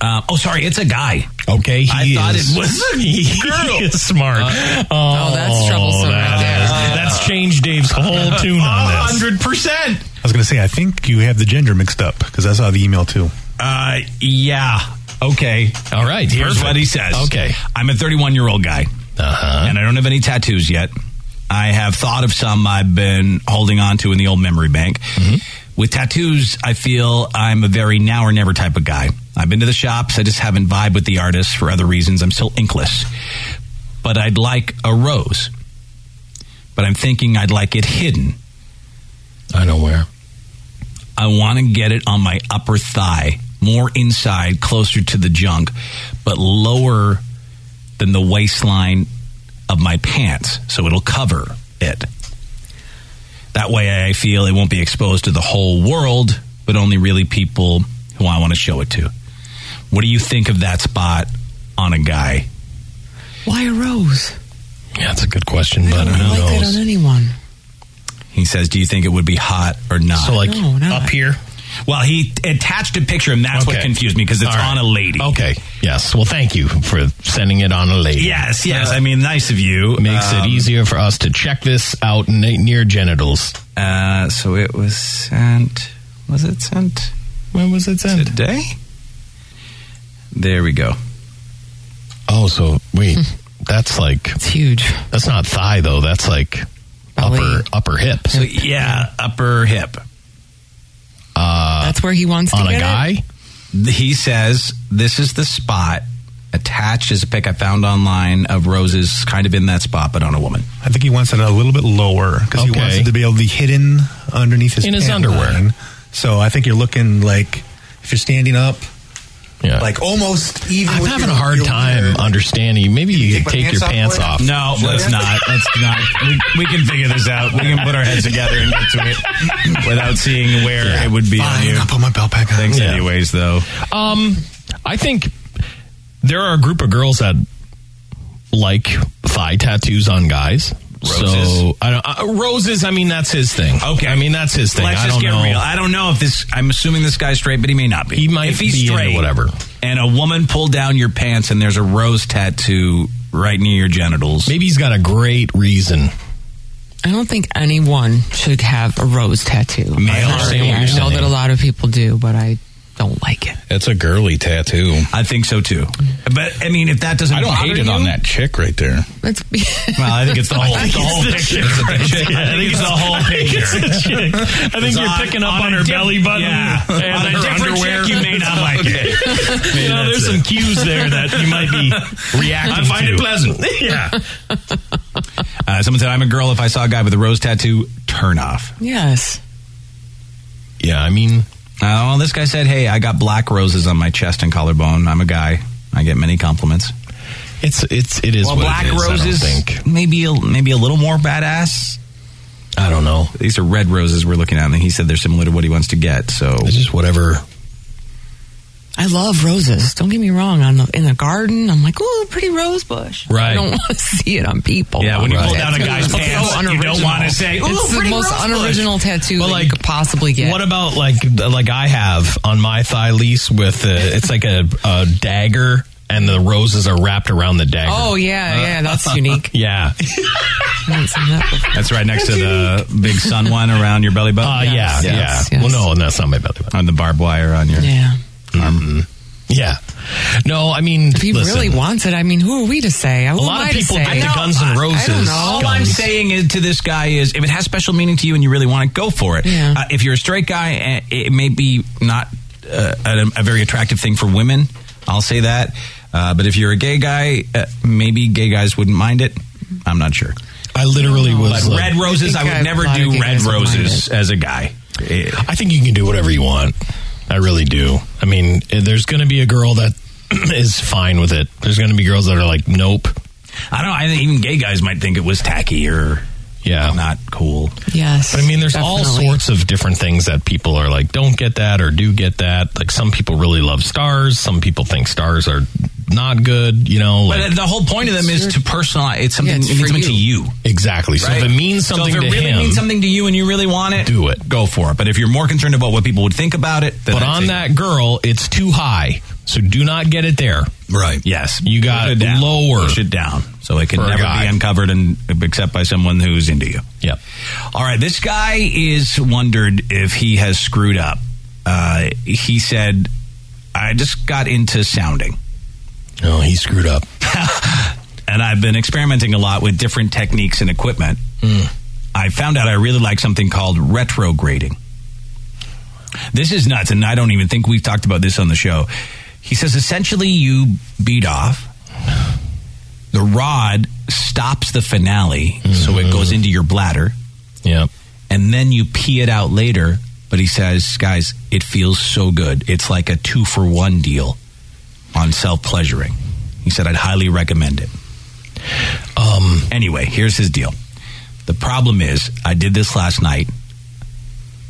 S2: Uh, oh, sorry, it's a guy.
S4: Okay,
S2: I thought
S4: is-
S2: it was
S4: he
S2: a girl. Uh,
S4: is smart. oh, that's troublesome. that's changed Dave's whole tune on this.
S2: Hundred percent.
S8: I was going to say, I think you have the gender mixed up because I saw the email too.
S2: Uh, yeah. Okay.
S4: All right.
S2: Here's
S8: perfect.
S2: what he says.
S8: Okay.
S2: I'm a 31 year old guy, uh-huh. and I don't have any tattoos yet. I have thought of some I've been holding on to in the old memory bank.
S4: Mm-hmm.
S2: With tattoos, I feel I'm a very now or never type of guy. I've been to the shops. I just haven't vibed with the artists for other reasons. I'm still inkless, but I'd like a rose. But I'm thinking I'd like it hidden.
S4: I know where.
S2: I want to get it on my upper thigh, more inside, closer to the junk, but lower than the waistline of my pants, so it'll cover it. That way, I feel it won't be exposed to the whole world, but only really people who I want to show it to. What do you think of that spot on a guy?
S7: Why a rose?
S4: Yeah, that's a good question,
S7: I
S2: but
S7: don't like that on anyone.
S2: He says, "Do you think it would be hot or not?"
S4: So, like, No, not. up here.
S2: Well, he attached a picture, and that's what
S4: Okay.
S2: confused me because it's
S4: All right.
S2: on a lady.
S4: Okay. Yes. Well, thank you for sending it on a lady. Uh,
S2: Yes, yes. I mean, nice of you.
S4: Makes it
S2: Um,
S4: easier for us to check this out n- near genitals.
S2: Uh, so it was sent. Was it sent?
S4: When was it sent?
S2: Today? There we go.
S4: Oh, so wait.
S8: Hmm.
S4: that's like. It's
S7: huge.
S4: That's not thigh, though. That's like upper upper hip.
S2: So, yeah, upper hip.
S4: Uh,
S7: That's where he wants to
S2: on a
S7: get it?
S2: guy. He says this is the spot. Attached is a pic I found online of roses, kind of in that spot, but on a woman.
S8: I think he wants it a little bit lower because he wants
S2: Okay.
S8: it to be able to be hidden underneath his
S2: In his
S8: pant
S2: underwear.
S8: line. So I think you're looking like if you're standing up,
S4: yeah.
S8: like almost even.
S4: I'm
S8: with
S4: having
S8: your-
S4: a hard
S8: your
S4: time understanding. Maybe you,
S8: take
S4: could
S8: my
S4: take
S8: pants
S4: your
S8: off
S4: pants
S8: for you?
S4: off.
S2: No, let's not. Let's not. We, we can figure this out. We can put our heads together and get to it without seeing where it would be on you.
S8: I'll put my belt back on.
S2: Thanks,
S4: Yeah.
S2: anyways, though.
S4: Um, I think there are a group of girls that like thigh tattoos on guys. So
S2: Roses?
S4: I don't, uh, roses. I mean, that's his thing. Okay, I mean that's his thing.
S2: Let's
S4: I
S2: just
S4: don't
S2: get
S4: know.
S2: real. I don't know if this. I'm assuming this guy's straight, but he may not be. He might if he's
S4: be into
S2: straight,
S4: whatever.
S2: And a woman pulled down your pants, and there's a rose tattoo right near your genitals.
S4: Maybe he's got a great reason.
S7: I don't think anyone should have a rose tattoo.
S4: I understand what
S7: I
S4: you're
S7: know
S4: saying.
S7: that a lot of people do, but I don't like it.
S2: It's a girly tattoo. I think so too. But I mean, if that doesn't,
S3: I don't hate it on that chick right there.
S7: That's
S2: Well, I think it's the whole,
S3: I think
S2: it's the
S3: it's
S2: whole
S3: the
S2: picture.
S3: chick.
S2: I think it's the whole picture.
S4: I think
S2: It's
S4: you're
S2: on-
S4: picking up
S2: on
S4: on,
S2: a
S4: her
S2: diff-
S4: belly button
S2: yeah.
S4: and
S2: On a
S4: her
S2: different
S4: underwear.
S2: chick, you may not like it. Maybe
S4: you know,
S2: that's
S4: there's some
S2: it.
S4: cues there that you might be reacting.
S2: I find
S4: to.
S2: it pleasant.
S4: yeah.
S2: Uh, someone said, "I'm a girl. If I saw a guy with a rose tattoo, turn off."
S7: Yes.
S4: Yeah, I mean, uh,
S2: well, this guy said, "Hey, I got black roses on my chest and collarbone. I'm a guy. I get many compliments."
S4: It's it's it is
S2: Well,
S4: what it
S2: black
S4: is, I don't
S2: roses.
S4: think.
S2: Maybe a, maybe a little more badass.
S4: I don't know.
S2: These are red roses we're looking at, and he said they're similar to what he wants to get. So
S4: it's just whatever.
S7: I love roses. Don't get me wrong. On the in the garden, I'm like, oh, pretty rose bush. I
S2: Right.
S7: don't want to see it on people.
S2: Yeah, when you pull down a
S7: It's
S2: guy's
S7: so
S2: pants, you don't
S7: unoriginal.
S2: wanna say, "Ooh,
S7: it's the
S2: pretty
S7: most
S2: rose bush."
S7: unoriginal tattoo
S4: Well,
S7: that
S4: like,
S7: you could possibly get.
S4: What about like like I have on my thigh lease
S2: uh,
S4: with a, it's like a, a dagger and the roses are wrapped around the dagger.
S7: Oh yeah,
S2: Uh,
S7: yeah, that's unique.
S4: Yeah,
S7: I haven't seen that before.
S2: that's right next to the big sun one around your belly button.
S4: Uh, yeah,
S2: Yes,
S4: yeah.
S2: yes,
S4: Well, no, that's not my belly button. Mm-hmm.
S2: On the barbed wire on your
S7: Yeah.
S2: arm.
S4: Yeah. No, I mean,
S7: If he
S4: listen,
S7: really wants it, I mean, who are we to say? Who
S4: a lot
S7: am I
S4: of people
S7: to say?
S4: get the Guns N' Roses.
S7: I don't know.
S2: All I'm
S4: gums.
S2: saying is to this guy is if it has special meaning to you and you really want it, go for it.
S7: Yeah.
S2: Uh, if you're a straight guy, eh, it may be not uh, a, a very attractive thing for women. I'll say that. Uh, but if you're a gay guy, uh, maybe gay guys wouldn't mind it. I'm not sure.
S4: I literally was
S2: But
S4: like-
S2: red roses, I, would never do red roses as a guy.
S4: I think you can do whatever you want. I really do. I mean, eh, there's going to be a girl that is fine with it. There's going to be girls that are like, nope.
S2: I don't. I think even gay guys might think it was tacky or
S4: yeah,
S2: not cool.
S7: Yes.
S4: But I mean, there's all
S7: definitely.
S4: sorts of different things that people are like, don't get that or do get that. Like, some people really love stars. Some people think stars are not good, you know.
S2: But the whole point of them is to personalize. It's something. it means something to you.
S4: Exactly. So if
S2: Right?
S4: it means something
S2: so if it
S4: to
S2: really
S4: him,
S2: means something to you and you really want it,
S4: do it.
S2: Go for it. But if you're more concerned about what people would think about it, then
S4: but
S2: that's
S4: on
S2: it.
S4: that girl, it's too high. So do not get it there.
S2: Right. Yes.
S4: You got
S2: Push it down.
S4: lower.
S2: Push it down so it can
S4: For a
S2: never
S4: guy.
S2: be uncovered and except by someone who's into you.
S4: Yep.
S2: All right. This guy is wondered if he has screwed up. Uh, he said, "I just got into sounding."
S4: Oh, he screwed up.
S2: and I've been experimenting a lot with different techniques and equipment. I found out I really like something called retrograding. This is nuts, and I don't even think we've talked about this on the show. He says essentially, you beat off. The rod stops the finale, so it goes into your bladder.
S4: Yep.
S2: And then you pee it out later. But he says, guys, it feels so good. It's like a two for one deal on self pleasuring. He said, I'd highly recommend it. Um, anyway, here's his deal. The problem is, I did this last night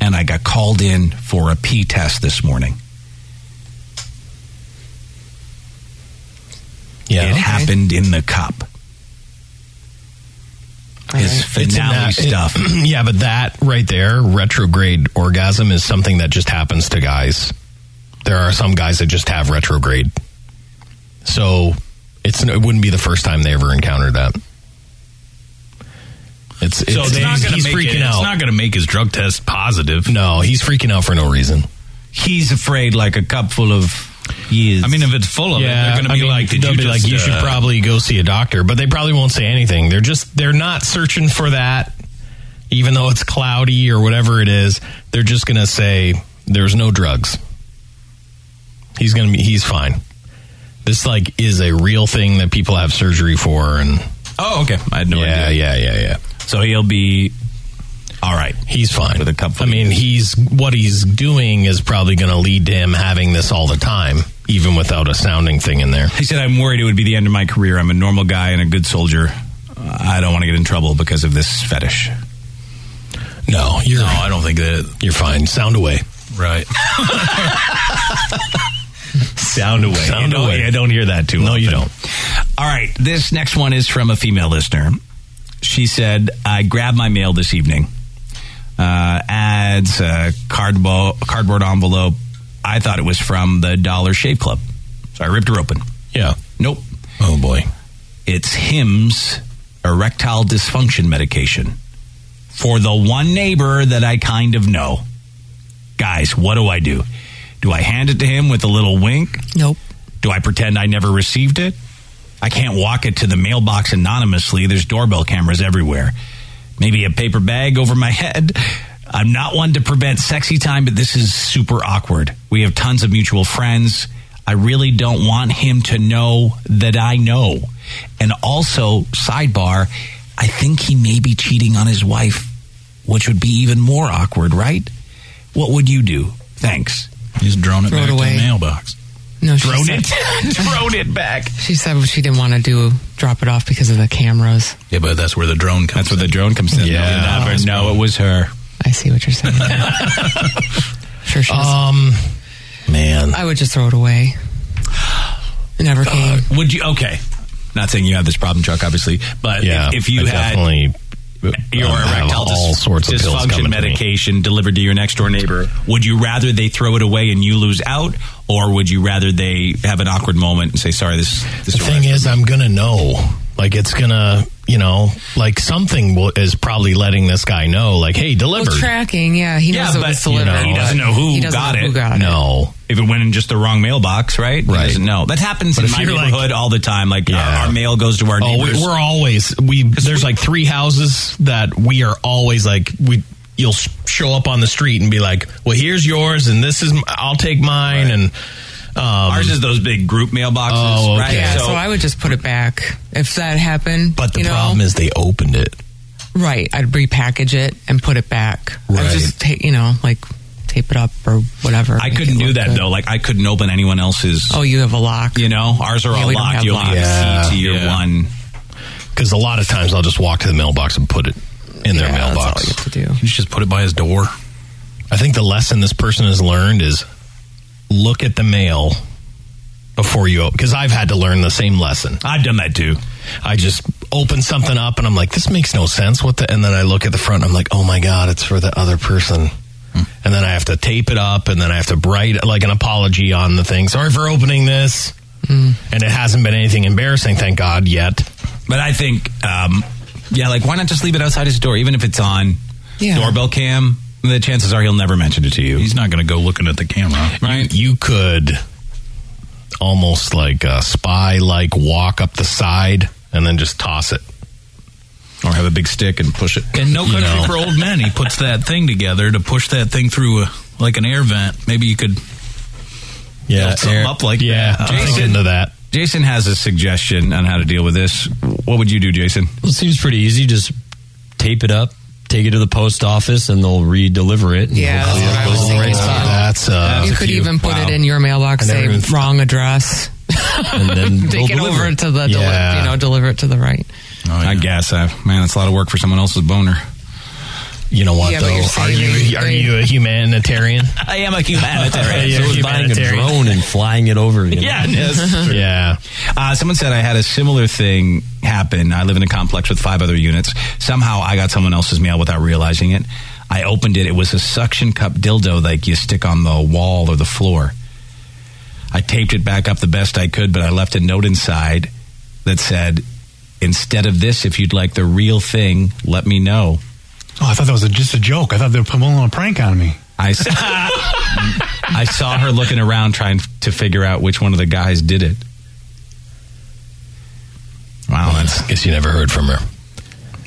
S2: and I got called in for a pee test this morning.
S4: Yeah.
S2: It happened in the cup. His
S4: It's in
S2: finale
S4: that- it-
S2: stuff.
S4: yeah, but that right there, retrograde orgasm is something that just happens to guys. There are some guys that just have retrograde. So it's it wouldn't be the first time they ever encountered that. It's, it's
S10: so
S4: he's,
S10: not gonna
S4: he's
S10: make
S4: freaking
S10: it,
S4: out.
S10: It's not going to make his drug test positive.
S4: No, he's freaking out for no reason.
S2: He's afraid like a cup full of years.
S10: I mean, if it's full of it, they're going to
S4: I
S10: be
S4: mean,
S10: like, did
S4: they'll
S10: you
S4: be
S10: just,
S4: like, you should
S10: uh,
S4: probably go see a doctor, but they probably won't say anything. They're just they're not searching for that, even though it's cloudy or whatever it is. They're just gonna say there's no drugs. He's gonna be he's fine. This like is a real thing that people have surgery for, and
S2: oh, okay, I had no
S4: yeah, idea. Yeah, yeah, yeah,
S2: So he'll be all right.
S4: He's fine
S2: with a cup.
S4: I mean, he's what he's doing is probably going to lead to him having this all the time, even without a sounding thing in there.
S2: He said, I'm worried it would be the end of my career. I'm a normal guy and a good soldier. I don't want to get in trouble because of this fetish.
S4: No, you're.
S10: No, I don't think that.
S4: You're fine. Sound away.
S10: Right.
S2: Sound away. You
S4: Sound
S2: don't-
S4: away.
S2: I don't hear that too.
S4: No,
S2: often.
S4: you don't.
S2: All right. This next one is from a female listener. She said, I grabbed my mail this evening. Uh, ads, uh, cardboard, cardboard envelope. I thought it was from the Dollar Shave Club. So I ripped her open.
S4: Yeah.
S2: Nope.
S4: Oh, boy.
S2: It's Hims erectile dysfunction medication for the one neighbor that I kind of know. Guys, what do I do? Do I hand it to him with a little wink?
S7: Nope.
S2: Do I pretend I never received it? I can't walk it to the mailbox anonymously. There's doorbell cameras everywhere. Maybe a paper bag over my head. I'm not one to prevent sexy time, but this is super awkward. We have tons of mutual friends. I really don't want him to know that I know. And also, sidebar, I think he may be cheating on his wife, which would be even more awkward, right? What would you do? Thanks.
S10: Just drone
S7: it Throw it back to the away.
S10: mailbox.
S7: No, she
S2: Thrown
S7: said,
S2: it. Thrown it back.
S7: She said she didn't want to do drop it off because of the cameras.
S10: Yeah, but that's where the drone comes. That's
S2: where the drone comes in.
S10: Yeah,
S2: You never know. It was her.
S7: I see what you're saying. sure, she was.
S4: Um, man,
S7: I would just throw it away. It never came.
S2: Uh, Would you? Okay. Not saying you have this problem, Chuck, obviously, but
S4: Yeah,
S2: if, if you
S4: I
S2: had
S4: definitely,
S2: your
S4: um, have
S2: erectile dys-
S4: all sorts of pills coming
S2: dysfunction
S4: to me.
S2: medication delivered to your next door neighbor, would you rather they throw it away and you lose out, or would you rather they have an awkward moment and say, "Sorry, this this
S4: the thing is, I'm gonna know. Like it's gonna, you know, like something will, is probably letting this guy know. Like, hey, delivered.
S7: Well, tracking, yeah. He knows it was
S2: you
S7: delivered.
S2: know, he doesn't know who
S7: He doesn't
S2: got
S7: know
S2: it.
S7: who got it.
S4: No,
S2: if it went in just the wrong mailbox, right? He
S4: Right.
S2: doesn't know. That happens
S4: But
S2: in
S4: if
S2: my
S4: you're like-
S2: neighborhood all the time. Like uh, our, our mail goes to our
S4: Oh,
S2: neighbors.
S4: we, we're always we. There's like three houses that we are always like we. You'll s- show up on the street and be like, "Well, here's yours, and this is m- I'll take mine." And um, ours
S2: is those big group mailboxes,
S4: oh, okay.
S7: Yeah, so, I would just put it back if that happened.
S4: but the
S7: you know?
S4: problem is they opened it.
S7: right? I'd repackage it and put it back. I
S4: Right.
S7: would just ta- you know, like tape it up or whatever.
S2: I
S7: make
S2: couldn't
S7: it
S2: do
S7: look
S2: that
S7: good.
S2: though. Like I couldn't open anyone else's.
S7: Oh, you have a lock.
S2: You know, ours are
S7: Yeah,
S2: all
S7: we don't
S2: locked.
S7: have
S2: You only
S7: locks.
S2: have a key to your
S4: Yeah.
S2: one.
S4: Because a lot of times I'll just walk to the mailbox and put it in their
S7: Yeah, that's all
S4: mailbox.
S7: you have to do.
S4: You just put it by his door. I think the lesson this person has learned is look at the mail before you open because I've had to learn the same lesson.
S2: I've done that too.
S4: I just open something up and I'm like, this makes no sense. What the? And then I look at the front and I'm like, oh my god, it's for the other person. And then I have to tape it up and then I have to write like an apology on the thing. Sorry for opening this. And it hasn't been anything embarrassing, thank God, yet.
S2: But I think, um, yeah, like why not just leave it outside his door, even if it's on doorbell cam? The chances are he'll never mention it to you. He's not going to go looking at the camera,
S4: right? You could almost like a spy like walk up the side and then just toss it.
S2: Or have a big stick and push it.
S10: In No
S4: You
S10: Country
S4: know.
S10: for Old Men, he puts that thing together to push that thing through a, like an air vent. Maybe you could
S4: yeah,
S10: build something up like
S4: yeah,
S10: that.
S4: I'm thinking of that.
S2: Jason has a suggestion on how to deal with this. What would you do, Jason?
S21: Well, it seems pretty easy. Just tape it up, take it to the post office, and they'll re-deliver it. and
S7: Yeah, that's
S21: hopefully it
S7: what I
S21: goes
S7: was
S21: to the right
S7: thinking.
S21: spot.
S4: That's uh,
S7: you could even put it in your mailbox,
S21: I never
S7: say
S21: even
S7: wrong address.
S21: and then
S7: Take it over to the, deli- you know, deliver it to the right.
S21: Oh,
S2: I guess. Uh, man, that's a lot of work for someone else's boner.
S4: You know
S7: what, Yeah, but though? you're
S4: Are you are you a humanitarian?
S2: I am a humanitarian.
S4: Yeah,
S21: so is buying a
S4: humanitarian.
S21: drone and flying it over. You know?
S2: Yeah, it is.
S4: yeah.
S2: Uh, someone said I had a similar thing happen. I live in a complex with five other units. Somehow I got someone else's mail without realizing it. I opened it. It was a suction cup dildo like you stick on the wall or the floor. I taped it back up the best I could, but I left a note inside that said, "Instead of this, if you'd like the real thing, let me know."
S8: Oh, I thought that was a, just a joke. I thought they were pulling a prank on me.
S2: I s- I saw her looking around trying to figure out which one of the guys did it. Wow, that's
S4: guess you never heard from her.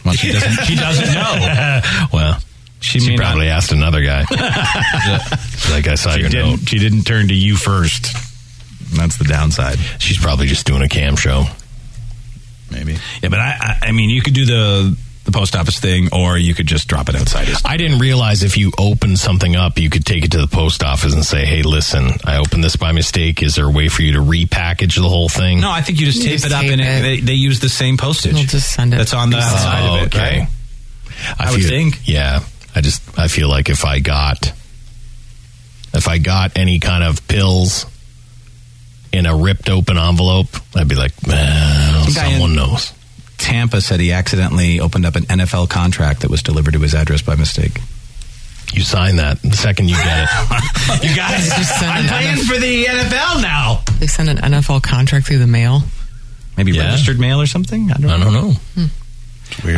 S2: Well, she doesn't. She doesn't
S4: Uh,
S2: know.
S4: well,
S2: she,
S4: may probably asked another guy. like I saw
S2: She
S4: your
S2: didn't-
S4: note.
S2: She didn't turn to you first. That's the downside.
S4: She's probably just doing a cam show.
S2: Maybe. Yeah, but I, I, I mean, you could do the the post office thing, or you could just drop it outside. his-
S4: I didn't realize if you open something up, you could take it to the post office and say, "Hey, listen, I opened this by mistake. Is there a way for you to repackage the whole thing?"
S2: No, I think you just tape it up, and it, they, they use the same postage.
S4: They'll just send it.
S2: That's on the
S4: Oh,
S2: outside of it.
S4: okay.
S2: right?
S4: I,
S2: I would
S4: feel-
S2: think.
S4: Yeah, I just I feel like if I got if I got any kind of pills in a ripped open envelope, I'd be like, well,
S2: Some guy in-
S4: someone knows.
S2: Tampa said he accidentally opened up an NFL contract that was delivered to his address by mistake.
S4: You sign that the second you get it.
S2: you guys,
S7: Just send an NF
S2: for the NFL now.
S7: They send an NFL contract through the mail.
S2: Maybe
S7: Yeah.
S2: registered mail or something. I don't,
S4: I don't know.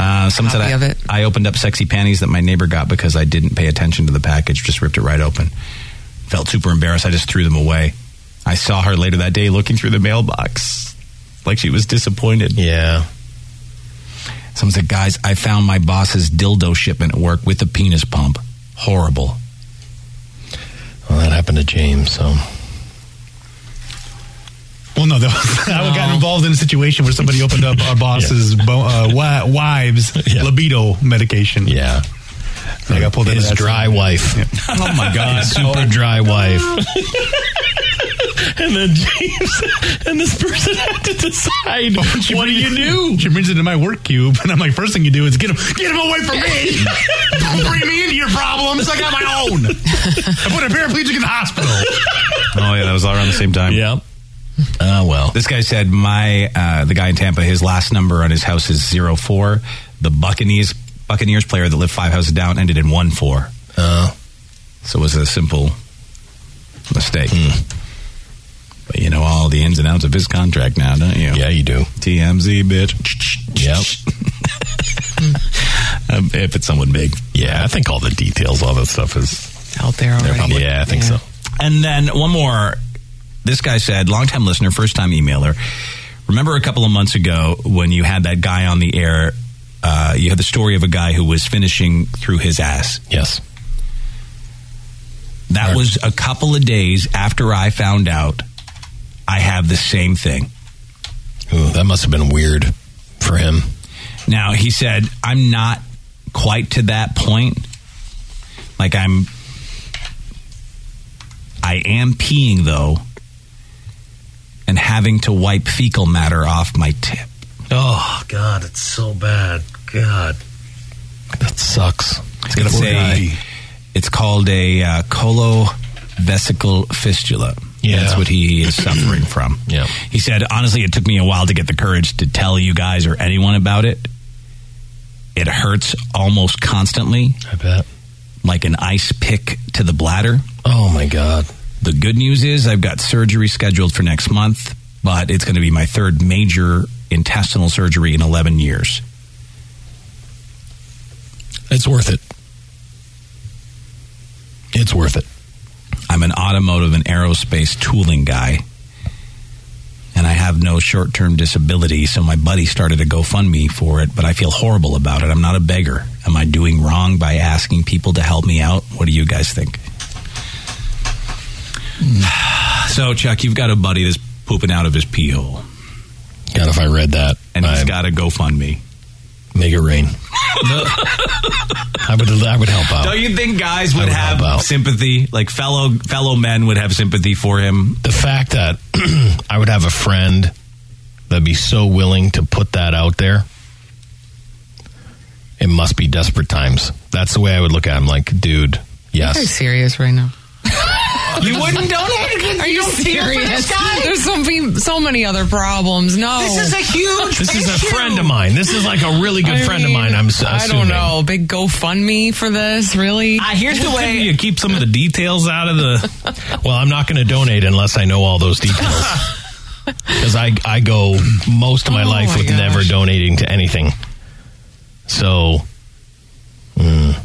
S2: Uh, someone
S7: Hmm.
S2: said
S7: Copy
S2: I,
S7: of it.
S2: I opened up sexy panties that my neighbor got because I didn't pay attention to the package. Just ripped it right open. Felt super embarrassed. I just threw them away. I saw her later that day looking through the mailbox, like she was disappointed.
S4: Yeah.
S2: Someone said, "Guys, I found my boss's dildo shipment at work with a penis pump. Horrible."
S4: Well, that happened to James. So
S8: Well, no, that was, I got involved in a situation where somebody opened up our boss's bo- uh, wi- wives' libido medication.
S4: Yeah,
S8: I got pulled into
S4: his
S8: that.
S4: dry wife.
S2: Oh my god,
S4: super dry wife.
S5: and then James and this person had to decide what do you do?
S8: She Oh, brings it to my work cube, and I'm like, first thing you do is get him, get him away from me. Don't bring me into your problems. I got my own. I put a paraplegic in the hospital.
S2: oh yeah, that was all around the same time.
S4: Yep. Oh well.
S2: This guy said my uh, the guy in Tampa, his last number on his house is 04. The Buccaneers Buccaneers player that lived five houses down ended in one four.
S4: Uh,
S2: so it was a simple mistake. But you know all the ins and outs of his contract now, don't you?
S4: Hmm. Yeah, you do.
S2: TMZ, bitch.
S4: Yep.
S2: um, if it's someone big.
S4: Yeah, I think all the details, all that stuff is
S7: out there
S4: They're
S7: already.
S4: public. Yeah, I think so.
S2: And then one more. This guy said, longtime listener, first time emailer. Remember a couple of months ago when you had that guy on the air? Uh, you had the story of a guy who was finishing through his ass.
S4: Yes.
S2: That was a couple of days after I found out I have the same thing.
S4: Ooh, that must have been weird for him.
S2: Now, he said, I'm not quite to that point. Like, I'm. I am peeing, though, and having to wipe fecal matter off my tip.
S4: Oh God, it's so bad. God, that sucks.
S2: It's gonna say it's called a uh, colovesical fistula. That's what he is suffering from. Yeah. He said, honestly, it took me a while to get the courage to tell you guys or anyone about it. It hurts almost constantly. I bet. Like an ice pick to the bladder. Oh my god. The good news is I've got surgery scheduled for next month, but it's going to be my third major intestinal surgery in 11 years.
S4: It's worth it. It's worth it.
S2: I'm an automotive and aerospace tooling guy, and I have no short term disability, so my buddy started a GoFundMe for it, but I feel horrible about it. I'm not a beggar. Am I doing wrong by asking people to help me out? What do you guys think? so, Chuck, you've got a buddy that's pooping out of his pee hole.
S4: God, if I read that.
S2: And he's
S4: I-
S2: got a GoFundMe.
S4: Make it rain. I would I would help out.
S2: Don't you think guys would,
S4: would help
S2: have
S4: out.
S2: sympathy? Like fellow fellow men would have sympathy for him.
S4: The fact that I would have a friend that'd be so willing to put that out there. It must be desperate times. That's the way I would look at him like, dude,
S7: Are you
S4: yes.
S7: serious right now?
S4: You wouldn't
S7: donate
S5: because
S7: Are
S5: you
S7: you
S5: don't feel for
S7: serious?
S5: this guy?
S7: There's so many, so many other problems. No,
S5: This is a huge
S4: This is a friend of mine. This is like a really good
S7: I
S4: friend of
S7: mean,
S4: mine, I'm s-
S7: I don't
S4: assuming.
S7: know. Big GoFundMe for this,
S5: Uh,
S7: really?
S2: here's
S4: Uh, the way you keep some of the details out of the. well, I'm not going to donate unless I know all those details. Because I I go most of Oh my life
S7: my
S4: with
S7: gosh.
S4: never donating to anything. So, mm,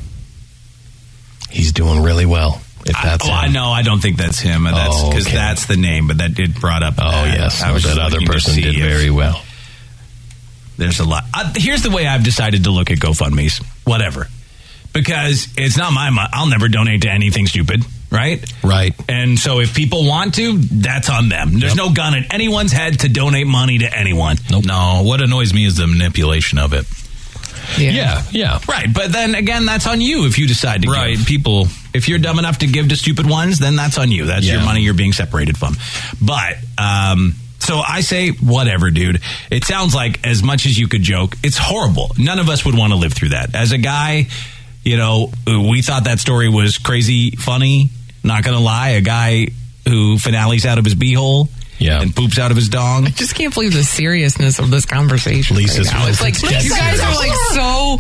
S4: he's doing really well. If that's
S2: oh, I know. I don't think that's him. and That's
S4: Oh,
S2: because
S4: okay.
S2: that's the name, but that did brought up. Oh
S4: yes.
S2: I was
S4: No,
S2: just
S4: that other
S2: looking to
S4: person
S2: see
S4: did
S2: if-
S4: very well.
S2: There's a lot. I, here's the way I've decided to look at GoFundmes. Whatever, because it's not my money. I'll never donate to anything stupid. Right.
S4: Right.
S2: And so if people want to, that's on them. There's no gun in anyone's head to donate money to anyone.
S10: No, what annoys me is the manipulation of it.
S7: Yeah.
S4: yeah,
S2: Right, but then again, that's on you if you decide to right, give. Right, people. If you're dumb enough to give to stupid ones, then that's on you. That's your
S4: Yeah.
S2: money you're being separated from. But, um, so I say, whatever, dude. It sounds like as much as you could joke, it's horrible. None of us would want to live through that. As a guy, you know, we thought that story was crazy funny. Not going to lie, a guy who finales out of his beehole yeah. and poops out of his dong.
S7: I just can't believe the seriousness of this conversation.
S2: Lisa's
S7: right now. It's like
S2: Lisa's
S7: you guys are like so.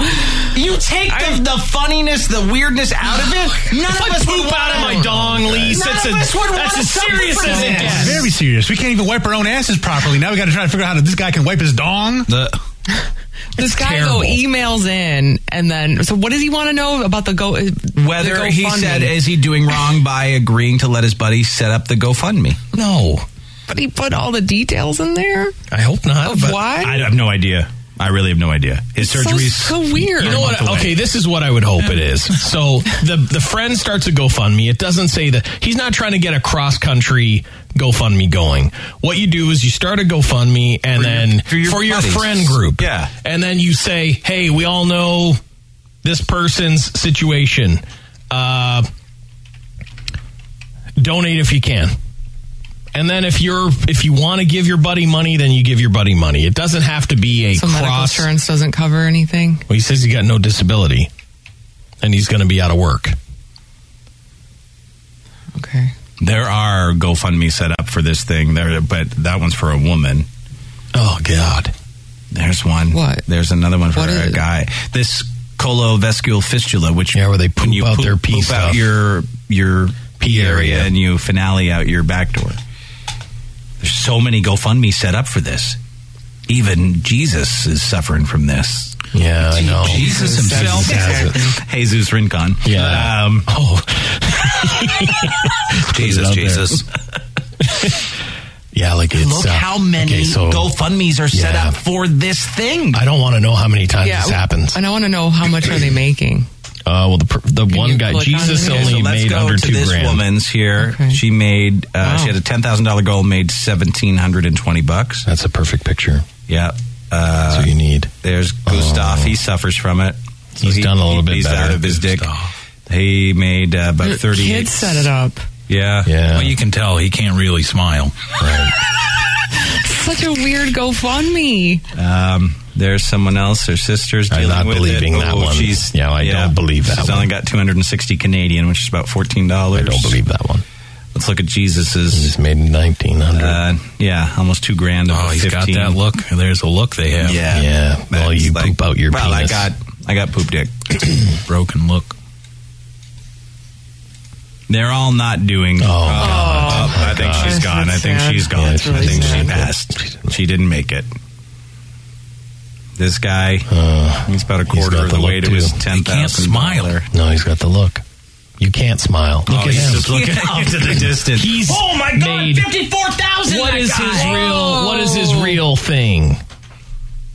S2: You take the, the funniness, the weirdness out of
S7: Oh
S2: it. None
S5: If
S2: of
S5: I
S2: us
S5: poop
S2: would
S5: out of
S2: want
S5: my
S2: it.
S5: dong, Lise,
S2: None
S5: that's
S2: of
S5: a-
S2: us would
S5: that's
S2: want
S5: as
S2: something
S5: serious
S2: from
S5: as it
S2: this.
S5: gets.
S8: Very serious. We can't even wipe our own asses properly. Now we got to try to figure out how this guy can wipe his dong.
S7: This guy
S8: terrible.
S7: though emails in, and then so what does he want to know about the go?
S2: Whether
S7: the
S2: he
S7: GoFundMe?
S2: said, is he doing wrong by agreeing to let his buddy set up the GoFundMe?
S4: No.
S7: but he put all the details in there.
S4: I hope not.
S7: Of why?
S2: I have no idea. I really have no idea. His
S7: so-
S2: surgery is
S7: so weird.
S4: You know what?
S2: month away.
S4: Okay, this is what I would hope it is. So the the friend starts a GoFundMe. It doesn't say that he's not trying to get a cross country GoFundMe going. What you do is you start a GoFundMe and then for your,
S2: buddies.
S4: friend group.
S2: Yeah.
S4: And then you say, "Hey, we all know this person's situation. Uh, donate if you can." And then if you're if you want to give your buddy money, then you give your buddy money. It doesn't have to be a
S7: So medical
S4: cross
S7: insurance doesn't cover anything.
S4: well, he says he got no disability, and he's going to be out of work.
S7: Okay.
S2: There are GoFundMe set up for this thing, there, but that one's for a woman.
S4: Oh God!
S2: There's one. What? There's another one for
S4: What
S2: a
S4: is-
S2: guy. This colovascular fistula, which
S4: yeah, where they poop
S2: you
S4: out
S2: poop,
S4: their pee
S2: poop out
S4: stuff.
S2: your your pee area, and you finale out your back door. There's so many GoFundMe set up for this. Even Jesus is suffering from this.
S4: Yeah, I know.
S2: Jesus himself. Jesus Rincon.
S4: Yeah.
S2: Um,
S4: oh.
S2: Jesus,
S4: Put it out there.
S2: Jesus.
S4: Yeah, like it's
S2: Look
S4: uh,
S2: how many
S4: okay, so-
S2: GoFundMes are set
S4: Yeah.
S2: up for this thing.
S4: I don't want to know how many times
S7: yeah,
S4: this happens.
S7: And I want to know how much are they making.
S4: Uh, well, the per- the one
S7: you
S4: guy,
S7: click on
S4: Jesus,
S7: it?
S2: Okay,
S4: only
S2: so let's
S4: made
S2: go
S4: under
S2: to
S4: two
S2: this
S4: grand.
S2: woman's here. She made uh, she had a ten thousand dollar goal, made seventeen hundred and twenty bucks.
S4: That's a perfect picture.
S2: Yeah. Uh,
S4: So you need. Oh.
S2: There's Gustav. He suffers from it. So
S4: He's
S2: he-
S4: done a little
S2: he-
S4: bit
S2: he's
S4: better,
S2: out of his dick. He made uh, about
S7: Your
S2: thirty.
S7: Kids set it up.
S2: Yeah.
S4: Yeah.
S10: Well, you can tell he can't really smile.
S7: Such a weird GoFundMe.
S2: Um, there's someone else. Her sister's
S4: I'm
S2: dealing
S4: not
S2: with
S4: believing
S2: it. Oh,
S4: that one. Yeah, I don't believe that
S2: She's
S4: one.
S2: only got 260 Canadian, which is about fourteen dollars.
S4: I don't believe that one.
S2: Let's look at Jesus's. He's made in 1900. Uh, yeah, almost two grand. Oh,
S4: he's
S2: he's
S4: got that look.
S2: There's a look they
S4: have.
S2: Yeah,
S4: Yeah.
S2: Well, you poop out
S4: your
S2: Well,
S4: penis.
S2: I got I got poop dick.
S4: Broken look.
S2: They're all not doing. Oh, I think
S4: God.
S2: she's gone. I
S4: That's
S2: think
S4: sad.
S2: she's gone.
S4: That's
S2: I
S4: really
S2: think she
S4: sad.
S2: passed. She didn't make it. This guy,
S4: Uh,
S2: he's about a quarter
S4: got
S2: of
S4: the
S2: the way
S4: look,
S2: to his
S4: too.
S2: ten thousand dollar.
S4: No, he's got the look. You can't smile. Look
S2: Oh,
S4: at
S2: he's
S4: him.
S2: just looking off to the distance. Oh
S4: He's
S5: oh my god, fifty four thousand.
S4: What is his real? What is his real thing?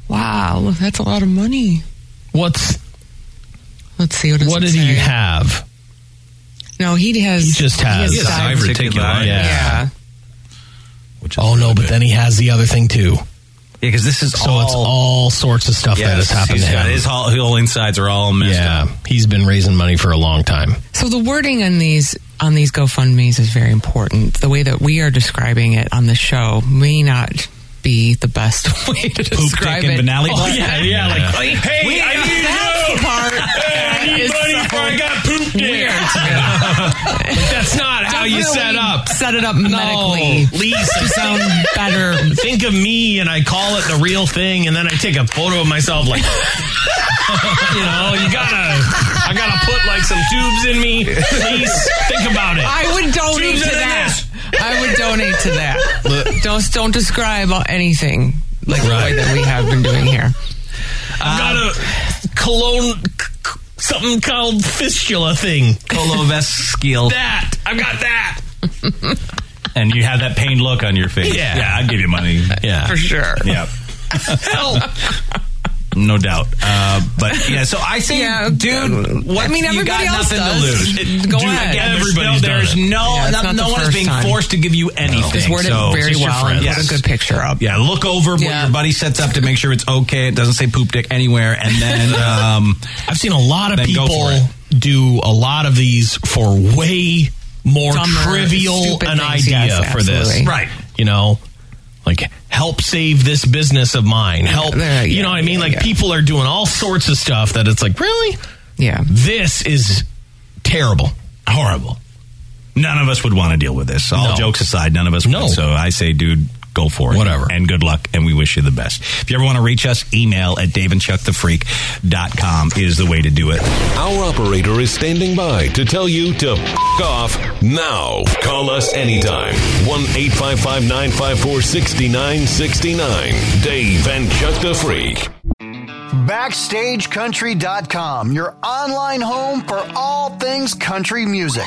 S7: Wow, that's a lot of money.
S4: What's?
S7: Let's see what. Does
S4: What
S7: it
S4: did
S7: say?
S4: he have?
S7: No, he has.
S4: He just has.
S7: He has side
S4: Yeah.
S7: Yeah.
S4: oh no! But then he has the other thing too. Yeah,
S2: because this is
S4: so it's
S2: all-
S4: all sorts of stuff that
S2: Yes,
S4: has happened to
S2: he's
S4: him.
S2: got- His whole, whole insides are all messed
S4: yeah,
S2: up.
S4: he's been raising money for a long time.
S7: So the wording on these on these GoFundmes is very important. The way that we are describing it on the show may not be the best way to describe
S2: dick, and
S7: it.
S2: Benally
S7: Oh,
S2: button?
S7: yeah,
S2: Yeah.
S7: yeah, like
S2: We-
S5: Hey,
S7: we
S5: I
S7: got
S5: need
S7: that
S5: help.
S7: part.
S5: Hey, I need
S7: is
S5: money
S7: so
S5: for I got poop dick.
S4: but that's not how you set
S7: Definitely
S4: up.
S7: Set it up
S4: No,
S7: medically.
S4: Lisa,
S7: to sound better.
S4: Think of me, and I call it the real thing, and then I take a photo of myself. Like, you know, you gotta, I gotta put like some tubes in me. Please think about it.
S7: I would donate
S4: Tubes
S7: to
S4: in a
S7: that. I would donate to that. don't don't describe anything like the way that we have been doing here. Um,
S4: I've got a cologne, c- c- something called fistula thing.
S2: Colovescil.
S4: That. I've got that.
S2: And you have that pained look on your face.
S4: Yeah.
S2: yeah I'd give you money. Yeah.
S4: For sure.
S2: Yeah.
S4: Help.
S2: No doubt. Uh, but yeah, so I think,
S7: Yeah,
S2: dude, what
S7: I mean,
S2: you got
S7: everybody else
S2: nothing
S7: does.
S2: to lose. It-
S7: Go
S2: dude,
S7: ahead.
S2: again, there's
S7: Everybody's
S2: no,
S7: done
S2: there's
S7: it.
S2: no,
S7: Yeah, it's
S2: no,
S7: not
S2: no
S7: the
S2: one is
S7: first
S2: being
S7: time.
S2: forced to give you anything.
S7: Just word it
S2: so,
S7: very Just your well and friends. put a good picture up.
S2: Yeah, look over what your buddy sets up to make sure it's okay. It doesn't say poop dick anywhere, and then um,
S4: I've seen a lot of
S2: then go for
S4: people
S2: it.
S4: do a lot of these for way more
S2: Dumber,
S4: trivial
S2: stupid
S4: an
S2: things.
S4: idea
S2: Yes,
S4: for this.
S2: absolutely. Right.
S4: You know, like help save this business of mine. Help. you know what I mean? like people are doing all sorts of stuff that it's like, really?
S7: Yeah.
S4: This is terrible.
S2: Horrible. None of us would want to deal with this. All
S4: No.
S2: jokes aside, none of us would. So I say, dude, go for it. Whatever. And good luck, and we wish you the best. If you ever want to reach us, email at daveandchuckthefreak.com is the way to do it.
S28: Our operator is standing by to tell you to f- off now. Call us anytime. 1 855 954 6969. Dave and Chuck the Freak.
S20: BackstageCountry.com, your online home for all things country music.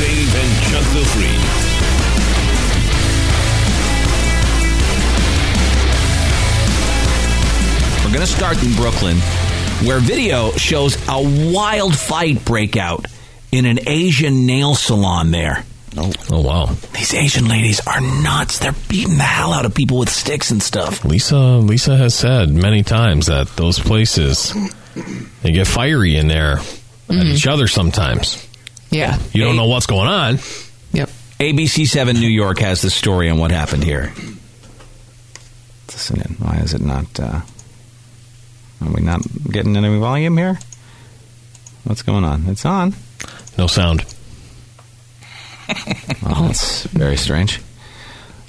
S28: Dave and Chuck the Freak.
S30: We're going to start in Brooklyn, where video shows a wild fight break out in an Asian nail salon there. Oh, wow. These Asian ladies are nuts. They're beating the hell out of people with sticks and stuff.
S4: Lisa Lisa has said many times that those places they get fiery in there at
S2: Mm-hmm.
S4: each other sometimes.
S7: Yeah.
S4: You don't know what's going on.
S7: Yep.
S30: ABC7 New York has the story on what happened here. Listen in. Why is it not. Uh, are we not getting any volume here? What's going on? It's on.
S4: No sound.
S30: Well, Oh, that's very strange.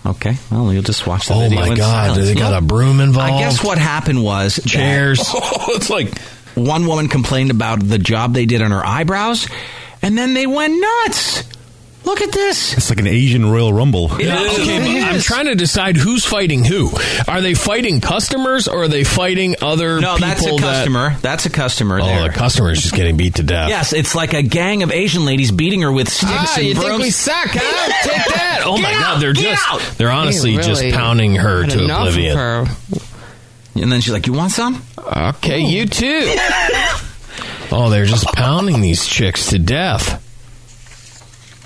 S30: Okay, well, you'll just watch the
S4: Oh
S30: video.
S4: my
S30: in
S4: God,
S30: silence.
S4: they got
S30: Nope.
S4: a broom involved?
S30: I guess what happened was that-
S4: Chairs. Oh,
S30: it's like one woman complained about the job they did on her eyebrows, and then they went nuts.
S2: Look at this.
S37: It's like an Asian Royal Rumble.
S4: Yeah, okay, but I'm trying to decide who's fighting who. Are they fighting customers or are they fighting other
S2: No,
S4: people?
S2: that's a
S4: that-
S2: customer. That's a customer.
S4: Oh, the customer's just getting beat to death.
S2: Yes, it's like a gang of Asian ladies beating her with sticks
S4: Ah,
S2: and
S4: you think
S2: brooms.
S4: we suck, huh? Take that. Oh, my
S2: Get
S4: God,
S2: out,
S4: they're
S2: get
S4: just-
S2: out.
S4: they're honestly They just really pounding her had to enough of oblivion.
S2: And then she's like, "You want some?
S4: Okay, you too." Oh, they're just pounding these chicks to death.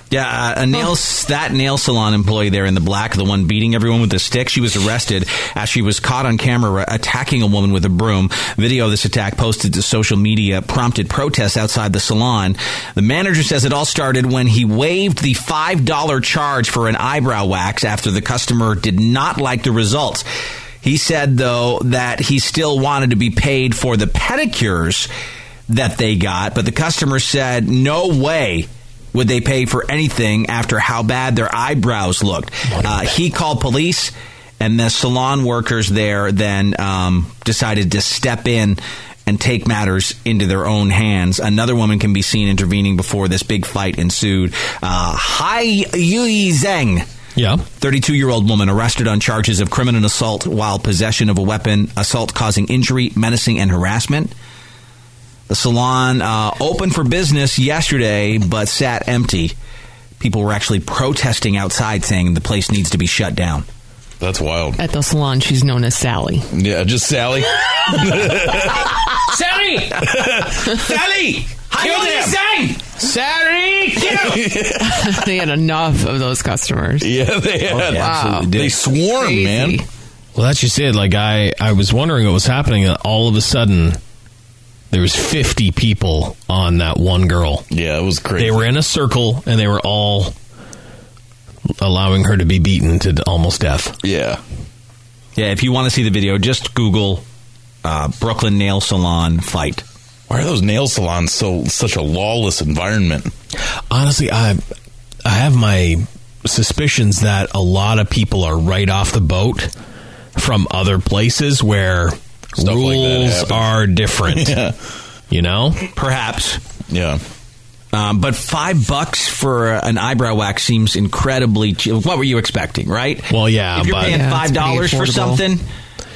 S2: Yeah, uh, a nail that nail salon employee there in the black, the one beating everyone with the stick, she was arrested as she was caught on camera attacking a woman with a broom. Video of this attack posted to social media prompted protests outside the salon. The manager says it all started when he waived the five dollar charge for an eyebrow wax after the customer did not like the results. He said though that he still wanted to be paid for the pedicures that they got, but the customer said no way would they pay for anything after how bad their eyebrows looked. Uh, he called police, and the salon workers there then um, decided to step in and take matters into their own hands. Another woman can be seen intervening before this big fight ensued. Uh, Hai Yui Zheng.
S4: Yeah.
S2: 32 year old woman arrested on charges of criminal assault while possession of a weapon, assault causing injury, menacing, and harassment. The salon uh, opened for business yesterday, but sat empty. People were actually protesting outside, saying the place needs to be shut down.
S10: That's wild.
S7: At the salon, she's known as Sally.
S10: Yeah, just Sally.
S21: Sally! Sally! Kill them! Sally!
S7: they had enough of those customers. Oh,
S10: Yeah, they
S7: had. Wow.
S10: They swarm,
S7: man.
S4: Well, that's just it. Like I, I was wondering what was happening, and all of a sudden, there was fifty people on that one girl.
S10: Yeah, it was crazy.
S4: They were in a circle, and they were all allowing her to be beaten to almost death.
S10: Yeah.
S2: Yeah, if you want to see the video, just Google uh, Brooklyn Nail Salon fight.
S10: Why are those nail salons so such a lawless environment?
S4: Honestly, I, I have my suspicions that a lot of people are right off the boat from other places where rules
S10: happens.
S4: are different. You know,
S2: perhaps.
S10: Yeah.
S2: Um, but five bucks for an eyebrow wax seems incredibly cheap. What were you expecting, right?
S4: Well, yeah,
S2: If you're
S4: but
S2: paying five dollars for something,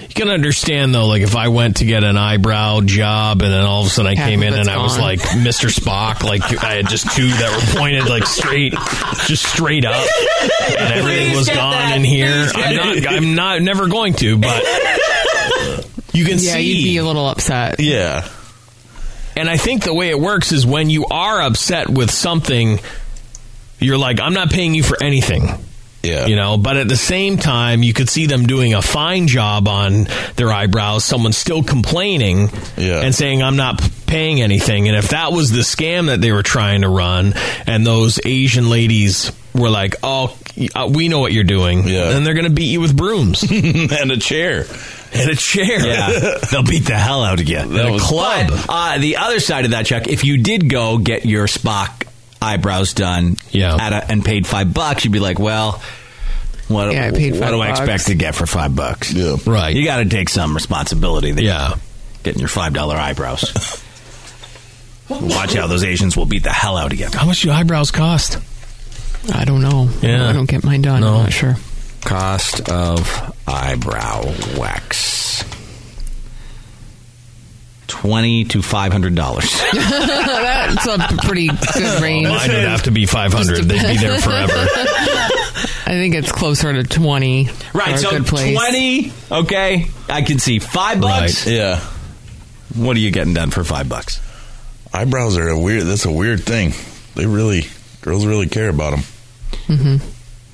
S4: You can understand though, like if I went to get an eyebrow job and then all of a sudden I
S2: Half
S4: came
S2: of
S4: in and
S2: it's
S4: I was
S2: gone.
S4: like Mr. Spock, like I had just two that were pointed like straight, just straight up, and everything
S21: Please
S4: was
S21: get
S4: gone
S21: that.
S4: in here.
S21: Please get
S4: I'm not,
S21: that.
S4: I'm not, never going to, but you can
S7: yeah,
S4: see.
S7: you'd be a little upset.
S10: Yeah.
S4: And I think the way it works is when you are upset with something, you're like, I'm not paying you for anything.
S10: Yeah.
S4: You know, but at the same time, you could see them doing a fine job on their eyebrows. Someone's still complaining and saying, I'm not p- paying anything. And if that was the scam that they were trying to run, and those Asian ladies were like, oh, uh, we know what you're doing, yeah. then they're going to beat you with brooms
S10: and a chair.
S4: And a chair.
S2: yeah, they'll beat the hell out of you.
S4: That was-
S2: club. uh, the other side of that, Chuck, if you did go get your Spock eyebrows done,
S4: yeah.
S2: at a, and paid five bucks, you'd be like, well. What,
S7: Yeah, I paid
S2: what
S7: five
S2: do I
S7: bucks.
S2: expect to get for five bucks?
S10: Yeah.
S4: Right.
S2: You got to take some responsibility there.
S4: Yeah.
S2: Getting your $5 eyebrows. Watch out. Those Asians will beat the hell out of you.
S4: How much do eyebrows cost?
S7: I don't know.
S2: Yeah.
S7: I don't get mine done.
S2: No.
S7: I'm not sure.
S2: Cost of eyebrow wax. Twenty to five hundred dollars.
S7: That's a pretty good range.
S4: Mine would have to be 500. They'd be there forever.
S7: I think it's closer to 20.
S2: Right,
S7: for a
S2: so
S7: good place.
S2: twenty. Okay, I can see five bucks.
S10: Yeah.
S2: What are you getting done for five bucks?
S10: Eyebrows are a weird. That's a weird thing. They really girls really care about them.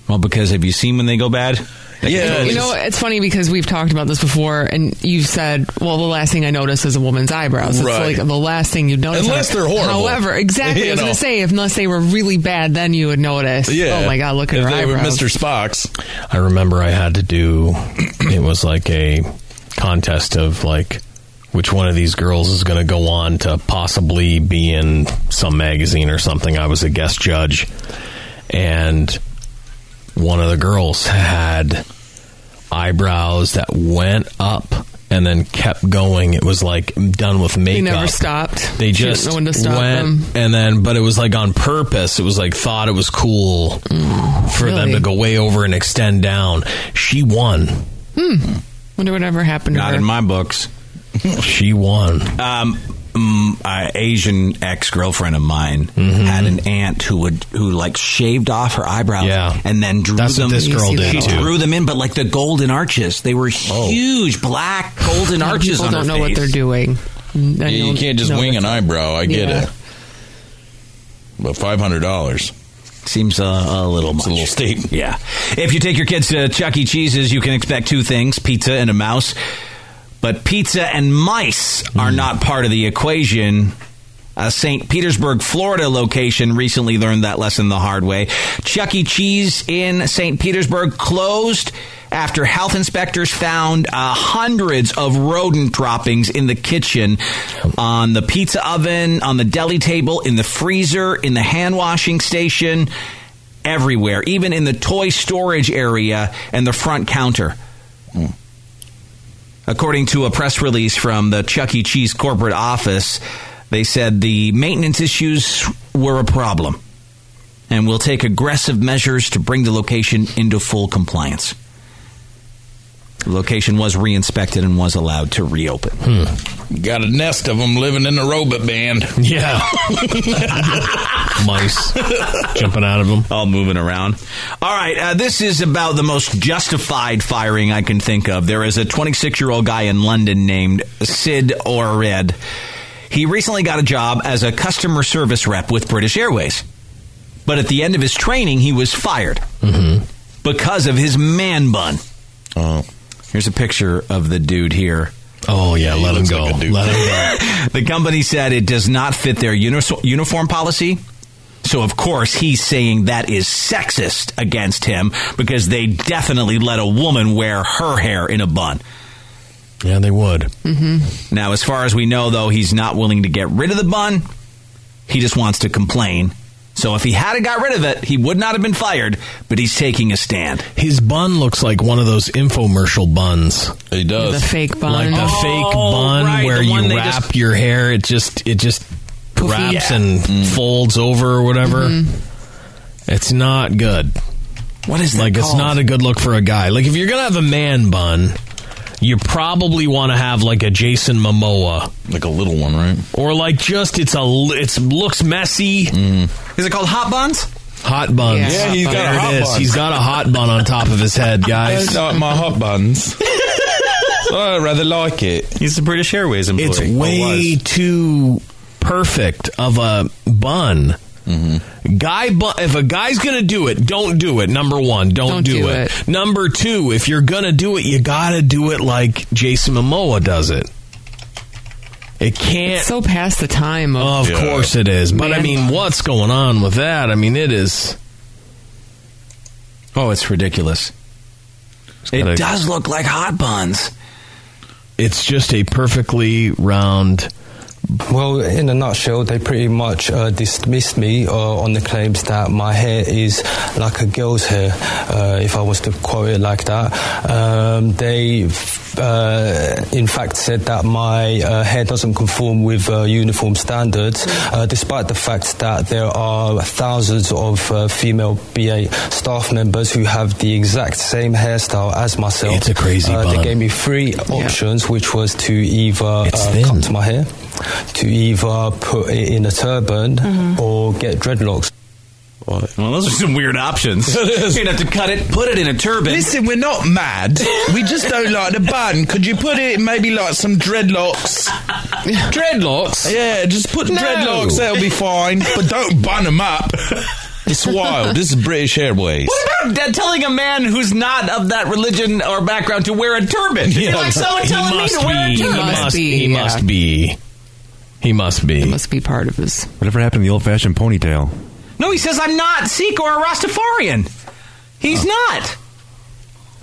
S2: Well, because have you seen when they go bad? They can totally
S7: you know, it's funny because we've talked about this before, and you've said, "Well, the last thing I notice is a woman's eyebrows."
S10: Right.
S7: It's like the last thing you'd notice,
S10: Unless they're horrible.
S7: However, exactly,
S10: You
S7: I was
S10: know.
S7: going to say, if unless they were really bad, then you would notice.
S4: Yeah.
S7: Oh my God, look at
S4: If
S7: her
S4: they were
S7: eyebrows.
S4: Mr.
S10: Spock's.
S4: I remember I had to do it was like a contest of like which one of these girls is going to go on to possibly be in some magazine or something. I was a guest judge and one of the girls had eyebrows that went up and then kept going. It was like done with makeup.
S7: never stopped.
S4: They
S7: She didn't
S4: just
S7: know when to stop
S4: went,
S7: them.
S4: and then, but it was like on purpose. It was like thought it was cool for them to go way over and extend down. She won.
S7: Hmm. Wonder what ever happened
S4: Not
S7: to her.
S4: in
S2: my books.
S4: she won.
S2: Um, mm, a Asian ex girlfriend of mine
S4: Mm-hmm.
S2: had an aunt who would who like shaved off her eyebrows, and then drew
S4: That's what
S2: them.
S4: this girl You see did, Oh. that
S2: She
S4: a lot.
S2: drew them in, but like the golden arches, they were huge black golden
S7: Yeah,
S2: arches.
S7: People
S2: on her
S7: don't know what
S2: face.
S7: they're doing. Yeah,
S10: Yeah, you can't just wing an eyebrow. I get
S7: Yeah.
S10: it. But five hundred dollars
S2: seems a, a little
S10: much. a little steep.
S2: Yeah. If you take your kids to Chuck E. Cheese's, you can expect two things pizza and a mouse. But pizza and mice are
S10: Mm.
S2: not part of the equation. A St. Petersburg, Florida location recently learned that lesson the hard way. Chuck E. Cheese in St. Petersburg closed after health inspectors found uh, hundreds of rodent droppings in the kitchen, on the pizza oven, on the deli table, in the freezer, in the hand washing station everywhere, even in the toy storage area and the front counter. Hmm. According to a press release from the Chuck E. Cheese corporate office, they said the maintenance issues were a problem and will take aggressive measures to bring the location into full compliance. The location was re-inspected and was allowed to reopen.
S10: Got a nest of them living in the robot band.
S4: Hmm. Yeah. Mice jumping out of them,
S2: all moving around. All right, uh, this is about the most justified firing I can think of. There is a 26 year old guy in London named Sid Orred. He recently got a job as a customer service rep with British Airways, but at the end of his training, he was fired
S4: Mm-hmm.
S2: because of his man bun. Oh, here's a picture of the dude here.
S4: Oh yeah, let him go. let him go.
S2: the company said it does not fit their unis- uniform policy. So, of course, he's saying that is sexist against him because they definitely let a woman wear her hair in a bun.
S4: Yeah, they would.
S2: Mm-hmm. Now, as far as we know, though, he's not willing to get rid of the bun. He just wants to complain. So, if he had got rid of it, he would not have been fired, but he's taking a stand.
S4: His bun looks like one of those infomercial buns.
S10: He does
S7: The fake bun.
S4: like the fake
S7: Oh,
S4: bun
S7: right,
S4: where
S7: the one
S4: you
S7: they
S4: wrap
S7: just-
S4: your hair. It just it just
S7: Poofy. Mm-hmm.
S4: wraps
S7: Yeah.
S4: and
S10: Mm.
S4: folds over or whatever. It's not good.
S2: What is that
S4: like? It's
S2: called?
S4: not a good look for a guy. Like if you're gonna have a man bun. You probably want to have like a Jason Momoa,
S10: like a little one, right?
S4: Or like just it's a l- it's looks messy.
S2: Is it called hot buns?
S4: Hot buns.
S10: Yeah, Mm. Yeah, he's got
S4: There
S10: a hot
S4: it is.
S10: bun.
S4: He's got a hot bun on top of his head, guys.
S10: That's not my hot buns. so I rather like it.
S38: He's the British Airways employee. Oh,
S4: It's way too perfect of a bun.
S10: Mm-hmm.
S4: Guy, bu- if a guy's gonna do it, don't do it. Number one, don't,
S7: Don't do
S4: it. Number two, if you're gonna do it, you gotta do it like Jason Momoa does it. It can't.
S7: It's so past the time of.
S4: Of course it is, but I
S7: Man
S4: mean, what's going on with that? I mean, it is.
S2: Oh, it's ridiculous. It does look like hot buns.
S4: It's just a perfectly round.
S39: Well, in a nutshell, they pretty much uh, dismissed me uh, on the claims that my hair is like a girl's hair, uh, if I was to quote it like that. Um, they, uh, in fact, said that my uh, hair doesn't conform with uh, uniform standards, uh, despite the fact that there are thousands of uh, female BA staff members who have the exact same hairstyle as myself. It's a
S4: crazy
S39: They
S4: bun.
S39: gave me three options, which was to either uh, cut my hair, to either put it in a turban or get dreadlocks.
S2: Well, those are some weird options. You'd have to cut it, put it in a turban.
S10: Listen, we're not mad. We just don't like the bun. Could you put it in maybe like some dreadlocks? Dreadlocks? Yeah, just put
S40: No.
S10: dreadlocks. That'll be fine. But don't bun them up. It's wild. This is British Airways.
S2: What about that- telling a man who's not of that religion or background to wear a turban? You're
S4: Yeah.
S2: like someone
S4: He
S2: telling me
S4: must
S2: to wear a
S4: be- he
S2: turban.
S4: must be, he must be. He must be. It
S7: must be part of his.
S21: Whatever happened to the old fashioned ponytail?
S2: No, he says I'm not Sikh or a Rastafarian. He's not.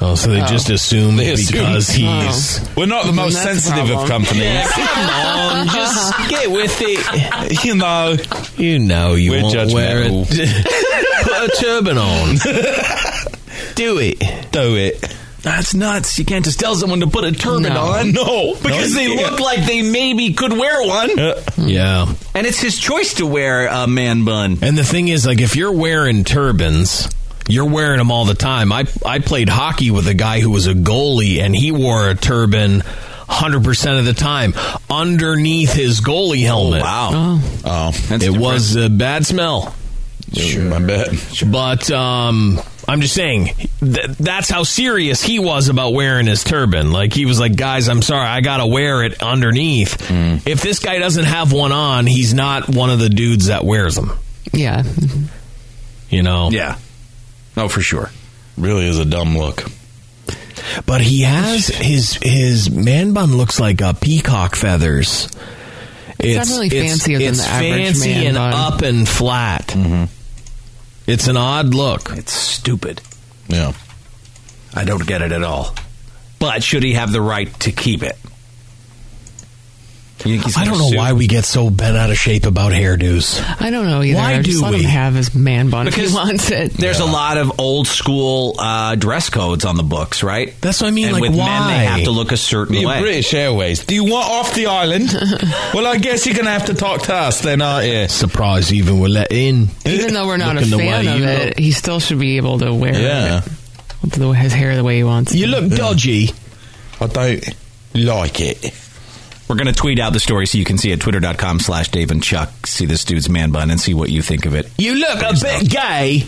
S4: Oh, so they just assume
S10: They assume-
S4: because he's.
S2: Oh.
S10: We're not the most sensitive of companies.
S4: come on, just get with it.
S10: You know,
S4: you know, you
S10: We're
S4: won't wear it.
S10: judgmental.
S4: Put a turban on. Do it.
S10: Do it.
S30: That's nuts. You can't just tell someone to put a turban
S5: No.
S30: on.
S5: No.
S30: Because
S5: No,
S30: they
S5: you can't.
S30: look like they maybe could wear one.
S4: Yeah.
S30: And it's his choice to wear a man bun.
S4: And the thing is, like, if you're wearing turbans, you're wearing them all the time. I I played hockey with a guy who was a goalie, and he wore a turban. 100% of the time underneath his goalie helmet.
S30: wow.
S4: Oh. it was a bad smell. Sure. I bet. But um, I'm just saying, th- that's how serious he was about wearing his turban. Like, he was like, guys, I'm sorry, I got to wear it underneath.
S30: Mm.
S4: If this guy doesn't have one on, he's not one of the dudes that wears them.
S7: Yeah.
S4: You know?
S30: Yeah. Oh, for sure.
S4: Really is a dumb look. But he has his his man bun looks like a peacock feathers. It's,
S7: definitely fancier than
S4: it's
S7: the average
S4: fancy
S7: man
S4: and
S7: bun.
S4: up and flat. It's an odd look.
S30: It's stupid.
S4: Yeah.
S30: I don't get it at all. But should he have the right to keep it? You think he's
S4: I
S30: gonna
S4: don't know
S30: sue?
S4: why we get so bent out of shape about hairdos.
S7: I don't know either.
S4: Why
S7: I just
S4: do
S7: let
S4: we?
S7: him have his man bun if he wants it.
S30: There's a lot of old school uh, dress codes on the books, right?
S4: That's what I mean,
S30: And
S4: like,
S30: with men,
S4: why?
S30: they have to look a certain
S10: You're
S30: way.
S10: British Airways. Do you want off the island? well, I guess you're gonna have to talk to us then, aren't you?
S4: Surprise! Even we're let in.
S7: Even though we're not a
S4: Looking the
S7: fan
S4: way
S7: of
S4: you
S7: it,
S4: look.
S7: he still should be able to wear
S4: Yeah.
S7: it. The- His hair the way he wants.
S4: You look dodgy.
S30: I don't like it. We're going to tweet out the story so you can see it. Twitter.com slash Dave and Chuck. See this dude's man bun and see what you think of it.
S4: You look a bit gay.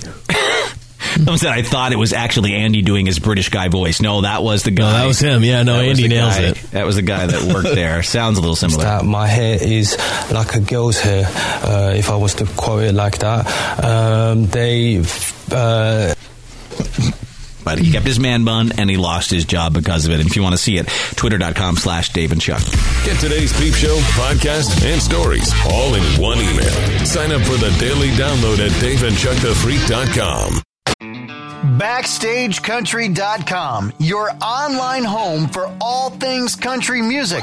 S30: Someone said, I thought it was actually Andy doing his British guy voice. No, that was the guy.
S4: that was him. Yeah, no,
S30: That was
S4: Andy
S30: the
S4: nails
S30: guy-
S4: it.
S30: That was the guy that worked there. Sounds a little similar.
S9: That my hair is like a girl's hair, uh, if I was to quote it like that. Um, they. f- Uh,
S30: But he kept his man bun and he lost his job because of it. And if you want to see it, twitter.com slash Dave and Chuck.
S28: Get today's Peep Show podcast and stories all in one email. Sign up for the daily download at DaveAndChuckTheFreak.com.
S20: BackstageCountry.com, your online home for all things country music.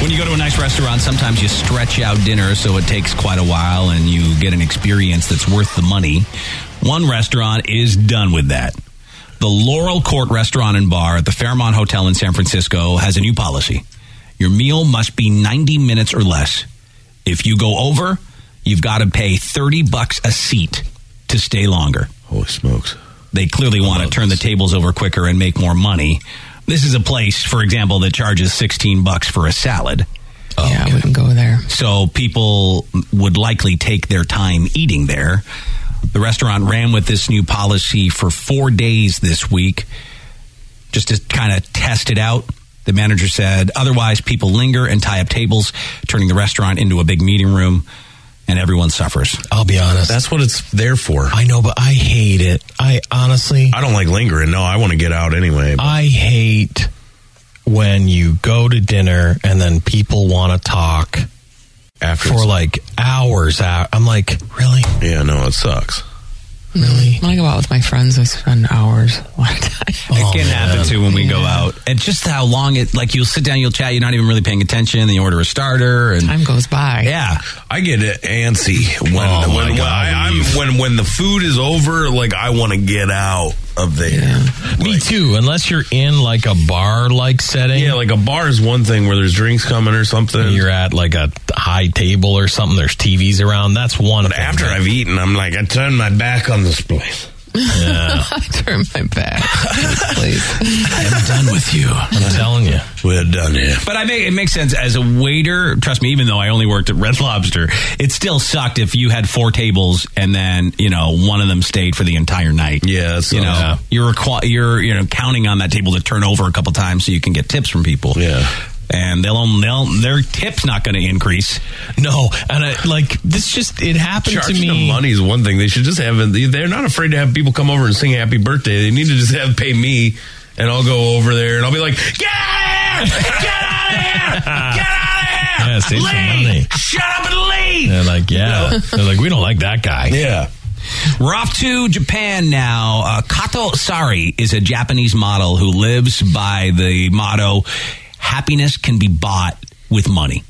S2: When you go to a nice restaurant, sometimes you stretch out dinner so it takes quite a while and you get an experience that's worth the money. One restaurant is done with that. The Laurel Court Restaurant and Bar at the Fairmont Hotel in San Francisco has a new policy. Your meal must be 90 minutes or less. If you go over, you've got to pay 30 bucks a seat to stay longer. Holy smokes. They clearly want to turn the tables over quicker and make more money. This is a place, for example, that charges 16 bucks for a salad.
S7: yeah, I wouldn't go there.
S2: So people would likely take their time eating there. The restaurant ran with this new policy for four days this week just to kind of test it out. The manager said, otherwise, people linger and tie up tables, turning the restaurant into a big meeting room, and everyone suffers.
S4: I'll be honest.
S2: That's what it's there for.
S4: I know, but I hate it. I honestly,
S11: I don't like lingering. No, I want to get out anyway. but-
S4: I hate when you go to dinner and then people want to talk
S11: After
S4: for
S11: it's-
S4: like hours. Out, I'm like, really?
S11: yeah, no, it sucks.
S7: Really? When I go out with my friends, I spend hours. A lot of time.
S21: Oh,
S2: it can happen too when we go out. And just how long it like you'll sit down, you'll chat, you're not even really paying attention, then you order a starter and
S7: time goes by.
S2: Yeah.
S11: I get antsy when
S2: Oh, my
S11: when, when
S2: God,
S11: I, I'm, when when the food is over. Like I want to get out. of there.
S4: Me too. Unless you're in like a bar like setting. Yeah,
S11: like a bar is one thing where there's drinks coming or something.
S4: You're at like a high table or something. There's TVs around. That's one. But
S11: after I've eaten, I'm like, I turned my back on this place.
S4: Yeah.
S7: I turn my back.
S2: I'm done with you. I'm
S4: telling you.
S11: We're done here.
S2: But I make, it makes sense as a waiter. Trust me, even though I only worked at Red Lobster, it still sucked if you had four tables and then you know one of them stayed for the entire night.
S11: Yeah,
S2: you know
S11: yeah.
S2: you're requ- you're you know counting on that table to turn over a couple times so you can get tips from people.
S11: Yeah.
S2: And they'll, they'll their tips not going to increase.
S4: No, and I, like this just it happened
S11: Charging
S4: to me.
S11: them money is one thing. They should just have. They're not afraid to have people come over and sing "Happy Birthday." They need to just have pay me, and I'll go over there and I'll be like, "Get out of here! Get out of here! Get out of here!
S4: Yeah, save some money.
S11: Shut up and leave!"
S4: They're like, yeah.
S2: No.
S4: They're like, we don't like that guy.
S11: Yeah.
S2: We're off to Japan now. Uh, Kato Sari is a Japanese model who lives by the motto happiness can be bought with money.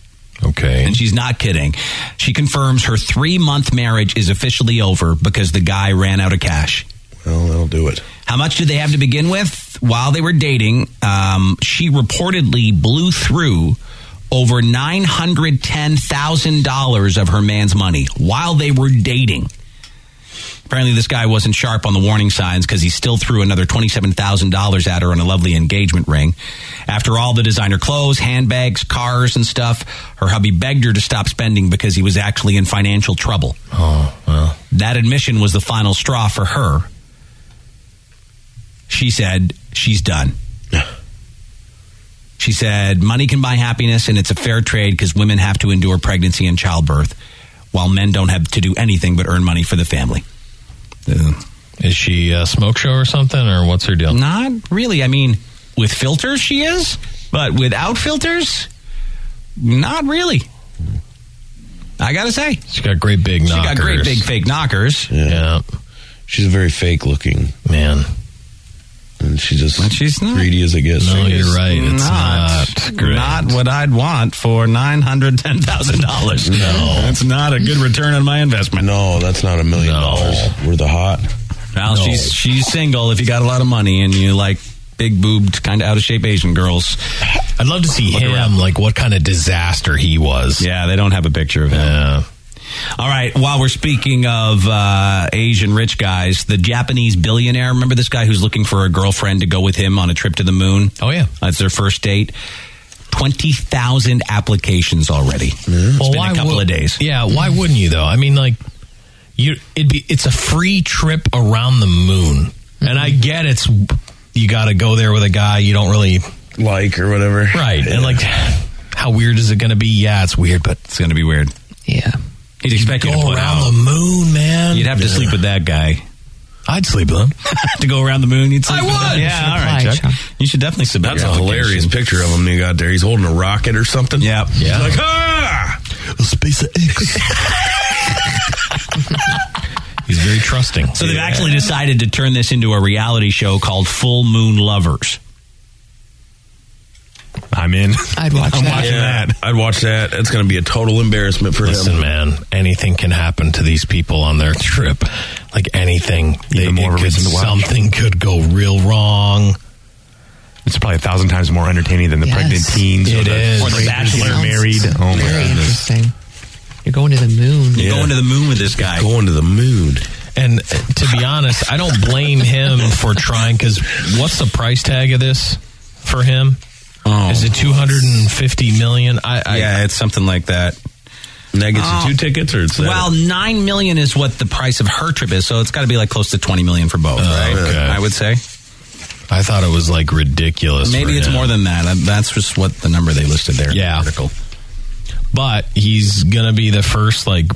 S4: Okay.
S2: And she's not kidding. She confirms her three month marriage is officially over because the guy ran out of cash.
S11: Well, that'll do it.
S2: How much did they have to begin with? While they were dating, um, she reportedly blew through over $910,000 of her man's money while they were dating. Apparently, this guy wasn't sharp on the warning signs because he still threw another $27,000 at her on a lovely engagement ring. After all the designer clothes, handbags, cars, and stuff, her hubby begged her to stop spending because he was actually in financial trouble.
S4: Oh, well.
S2: That admission was the final straw for her. She said, she's done. She said, money can buy happiness and it's a fair trade because women have to endure pregnancy and childbirth while men don't have to do anything but earn money for the family.
S4: Is she a smoke show or something, or what's her deal?
S2: Not really. I mean, with filters, she is, but without filters, not really. I gotta say,
S4: she got great big.
S2: She got great
S11: knockers.
S2: big fake knockers.
S4: Yeah.
S11: She's very fake looking.
S4: Man.
S11: And she just
S2: she's not,
S11: greedy as it gets.
S4: No, you're right. It's
S2: not not what I'd want for nine hundred ten thousand dollars.
S11: No.
S2: that's not a good return on my investment.
S11: No, that's not a million dollars. We're the hot.
S2: Well,
S11: No.
S2: she's she's single. If you got a lot of money and you like big boobed, kind of out of shape Asian girls,
S4: I'd love to see him. Like what kind of disaster he was.
S2: Yeah, they don't have a picture of him. All right. While we're speaking of uh, Asian rich guys, the Japanese billionaire. Remember this guy who's looking for a girlfriend to go with him on a trip to the moon?
S4: Oh yeah,
S2: that's their first date. Twenty thousand applications already. It's been a couple
S4: would-
S2: of days.
S4: Yeah, why wouldn't you though? I mean, like you, it'd be it's a free trip around the moon, and I get it's you got to go there with a guy you don't really
S11: like or whatever,
S4: right? And like, how weird is it going to be? Yeah, it's weird, but
S2: it's going to be weird.
S7: Yeah,
S2: he'd expect you to
S4: go
S2: put
S4: around
S2: out.
S4: the moon, man.
S2: You'd have to sleep with that guy.
S4: I'd sleep with him
S2: to go around the moon. You'd sleep
S4: I
S2: with him?
S4: would.
S2: Yeah, all right,
S4: Apply,
S2: Chuck. You should definitely submit.
S11: That's
S2: your
S11: a hilarious
S2: application.
S11: picture of him when you got there. He's holding a rocket or something.
S2: Yep.
S11: Yeah. Like, ah!
S4: A space X. He's very trusting.
S2: So they've actually decided to turn this into a reality show called Full Moon Lovers.
S4: I'm in.
S7: I'd watch
S11: I'm
S7: that.
S11: watching that. I'd watch that. It's going to be a total embarrassment for
S4: Listen,
S11: him.
S4: man, anything can happen to these people on their trip. Like anything,
S8: Even more of
S4: it
S8: a
S4: could-
S8: reason to watch.
S4: something could go real wrong.
S8: It's probably a thousand times more entertaining than the
S7: Yes.
S8: pregnant teens
S4: It
S8: or the,
S4: is. Or The
S8: strangers
S4: Bachelor.
S8: getting married. Oh my
S7: Very
S8: goodness.
S7: interesting. You're going to the moon.
S2: You're going to the moon with this guy.
S11: Going to the moon.
S4: And uh, to be honest, I don't blame him for trying because what's the price tag of this for him?
S11: Oh.
S4: Is it two hundred and fifty million? I, I
S2: Yeah, it's something like that.
S11: And that gets
S2: Oh.
S11: you two tickets, or it's that?
S2: Well, nine million is what the price of her trip is, so it's got to be like close to twenty million for both, right?
S4: okay.
S2: I would say
S4: I thought it was like ridiculous.
S2: maybe
S4: for
S2: it's
S4: him.
S2: more than that. Uh, That's just what the number they listed there. in the
S4: Yeah.
S2: article.
S4: but he's gonna be the first like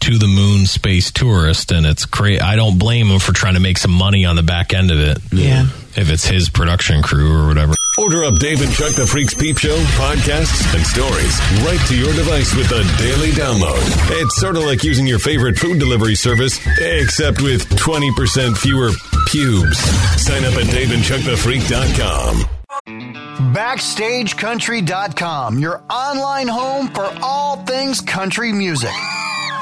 S4: to the moon space tourist, and it's crazy. I don't blame him for trying to make some money on the back end of it.
S7: Yeah.
S4: if it's his production crew or whatever.
S28: Order up Dave and Chuck the Freaks Peep Show podcasts and stories right to your device with the daily download. It's sort of like using your favorite food delivery service, except with 20% fewer pubes. Sign up at daveandchuckthefreak.com.
S20: BackstageCountry.com, your online home for all things country music.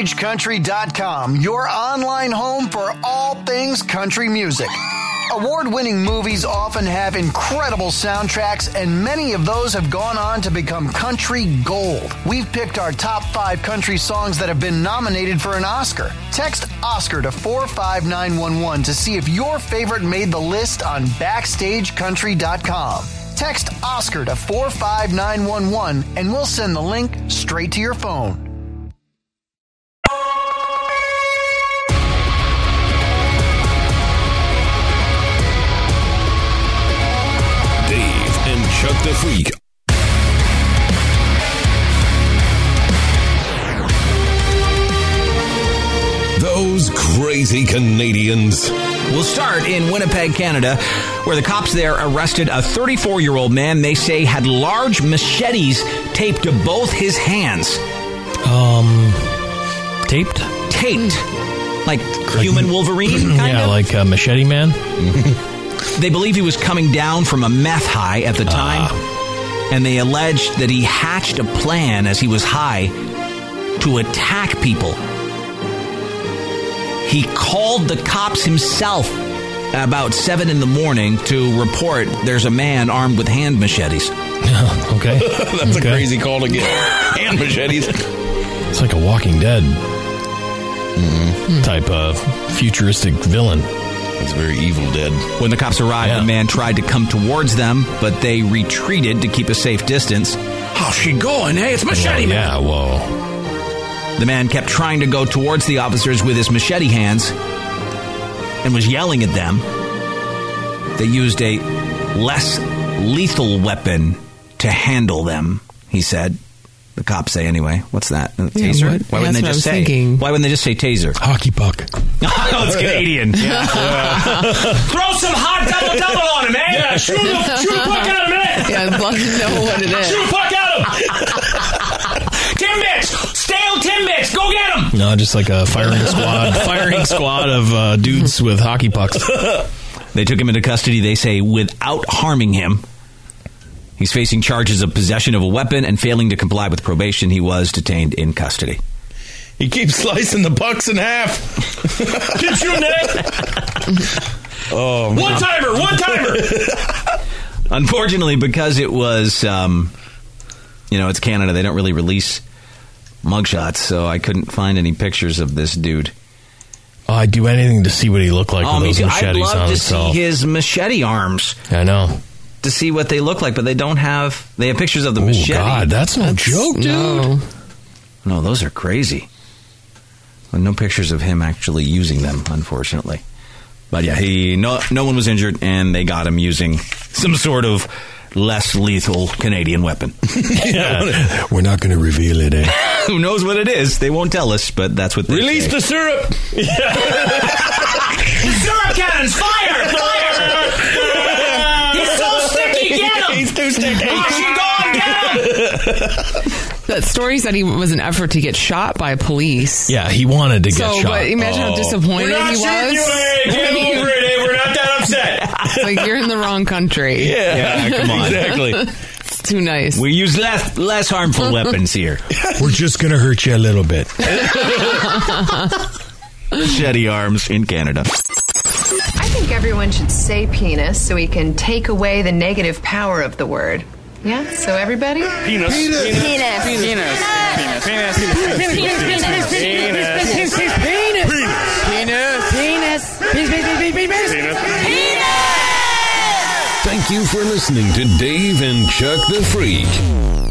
S20: BackstageCountry.com, your online home for all things country music. Award winning movies often have incredible soundtracks, and many of those have gone on to become country gold. We've picked our top five country songs that have been nominated for an Oscar. Text Oscar to 45911 to see if your favorite made the list on BackstageCountry.com. Text Oscar to 45911 and we'll send the link straight to your phone.
S18: Dave and Chuck the Freak.
S2: Those crazy Canadians. We'll start in Winnipeg, Canada, where the cops there arrested a 34 year old man they say had large machetes taped to both his hands. Um, taped? Taped. Like human Wolverine, kind
S4: yeah,
S2: of?
S4: like uh, Machete Man.
S2: They believe he was coming down from a meth high at the
S4: Ah.
S2: time, and they alleged that he hatched a plan as he was high to attack people. He called the cops himself about seven in the morning to report there's a man armed with hand machetes.
S4: okay,
S2: that's
S4: Okay.
S2: crazy call to get hand machetes.
S4: It's like a Walking Dead Mm-hmm. type of futuristic villain.
S2: It's very Evil Dead. When the cops arrived, the man tried to come towards them, but they retreated to keep a safe distance. How's she going? Hey, it's Machete Man. Yeah, whoa. The man kept trying to go towards the officers with his machete hands and was yelling at them. They used a less lethal weapon to handle them, he said. The cops say anyway. What's that? A
S7: Yeah, what-
S2: taser? Why
S7: that's
S2: wouldn't they
S7: what I
S2: just
S7: was
S2: say?
S7: thinking.
S2: Why wouldn't they just say taser? Hockey puck. oh, it's Canadian. Throw some hot double double on him, eh?
S21: Yeah, shoot him, shoot a puck out of him, eh?
S7: Yeah, I'd love to know what it is.
S21: Shoot a puck out of him. Timbits, stale Timbits, go get him.
S4: No, just like a firing squad, firing squad of uh, dudes with hockey pucks.
S2: They took him into custody, they say, without harming him. He's facing charges of possession of a weapon and failing to comply with probation. He was detained in custody.
S41: He keeps slicing the pucks in half.
S21: Get you, Nick.
S2: Oh,
S21: One timer, one timer.
S2: Unfortunately, because it was, um, you know, it's Canada, they don't really release mugshots, so I couldn't find any pictures of this dude.
S4: Oh, I'd do anything to see what he looked like
S2: Oh,
S4: with
S2: me
S4: those
S2: too. I'd
S4: machetes
S2: love
S4: on
S2: to
S4: himself.
S2: see his machete arms.
S4: I know.
S2: To see what they look like, but they don't have. They have pictures of the
S4: Oh,
S2: machete.
S4: God, that's no joke, dude.
S2: No. No, those are crazy. Well, no pictures of him actually using them, unfortunately. But yeah, he no no one was injured, and they got him using some sort of less lethal Canadian weapon.
S4: We're not going to reveal it, eh?
S2: Who knows what it is? They won't tell us, but that's what they
S4: Release
S2: say.
S4: the
S2: syrup.
S21: The syrup cannons, fire, fire. He's so sticky, get him. He's too sticky. Oh, she gone, get him.
S7: That story said he was an effort to get shot by police.
S4: Yeah, he wanted to get
S7: so,
S4: shot.
S7: but imagine how
S4: Oh.
S7: disappointed
S21: We're not
S7: he was.
S21: shooting you, eh? Get
S7: when
S21: over it, eh? We're not that
S7: It's like you're in the wrong country.
S2: Yeah. Yeah, come on. Exactly.
S7: it's too nice.
S2: We use less less harmful weapons here.
S4: We're just going to hurt you a little bit.
S2: Machete arms in Canada.
S13: I think everyone should say penis so we can take away the negative power of the word. Yeah? So everybody?
S21: Penis. Penis. Penis. Penis. Penis.
S13: Penis.
S21: Penis. Penis. Penis. Penis.
S13: Penis.
S18: Thank you for listening to Dave and Chuck the Freak.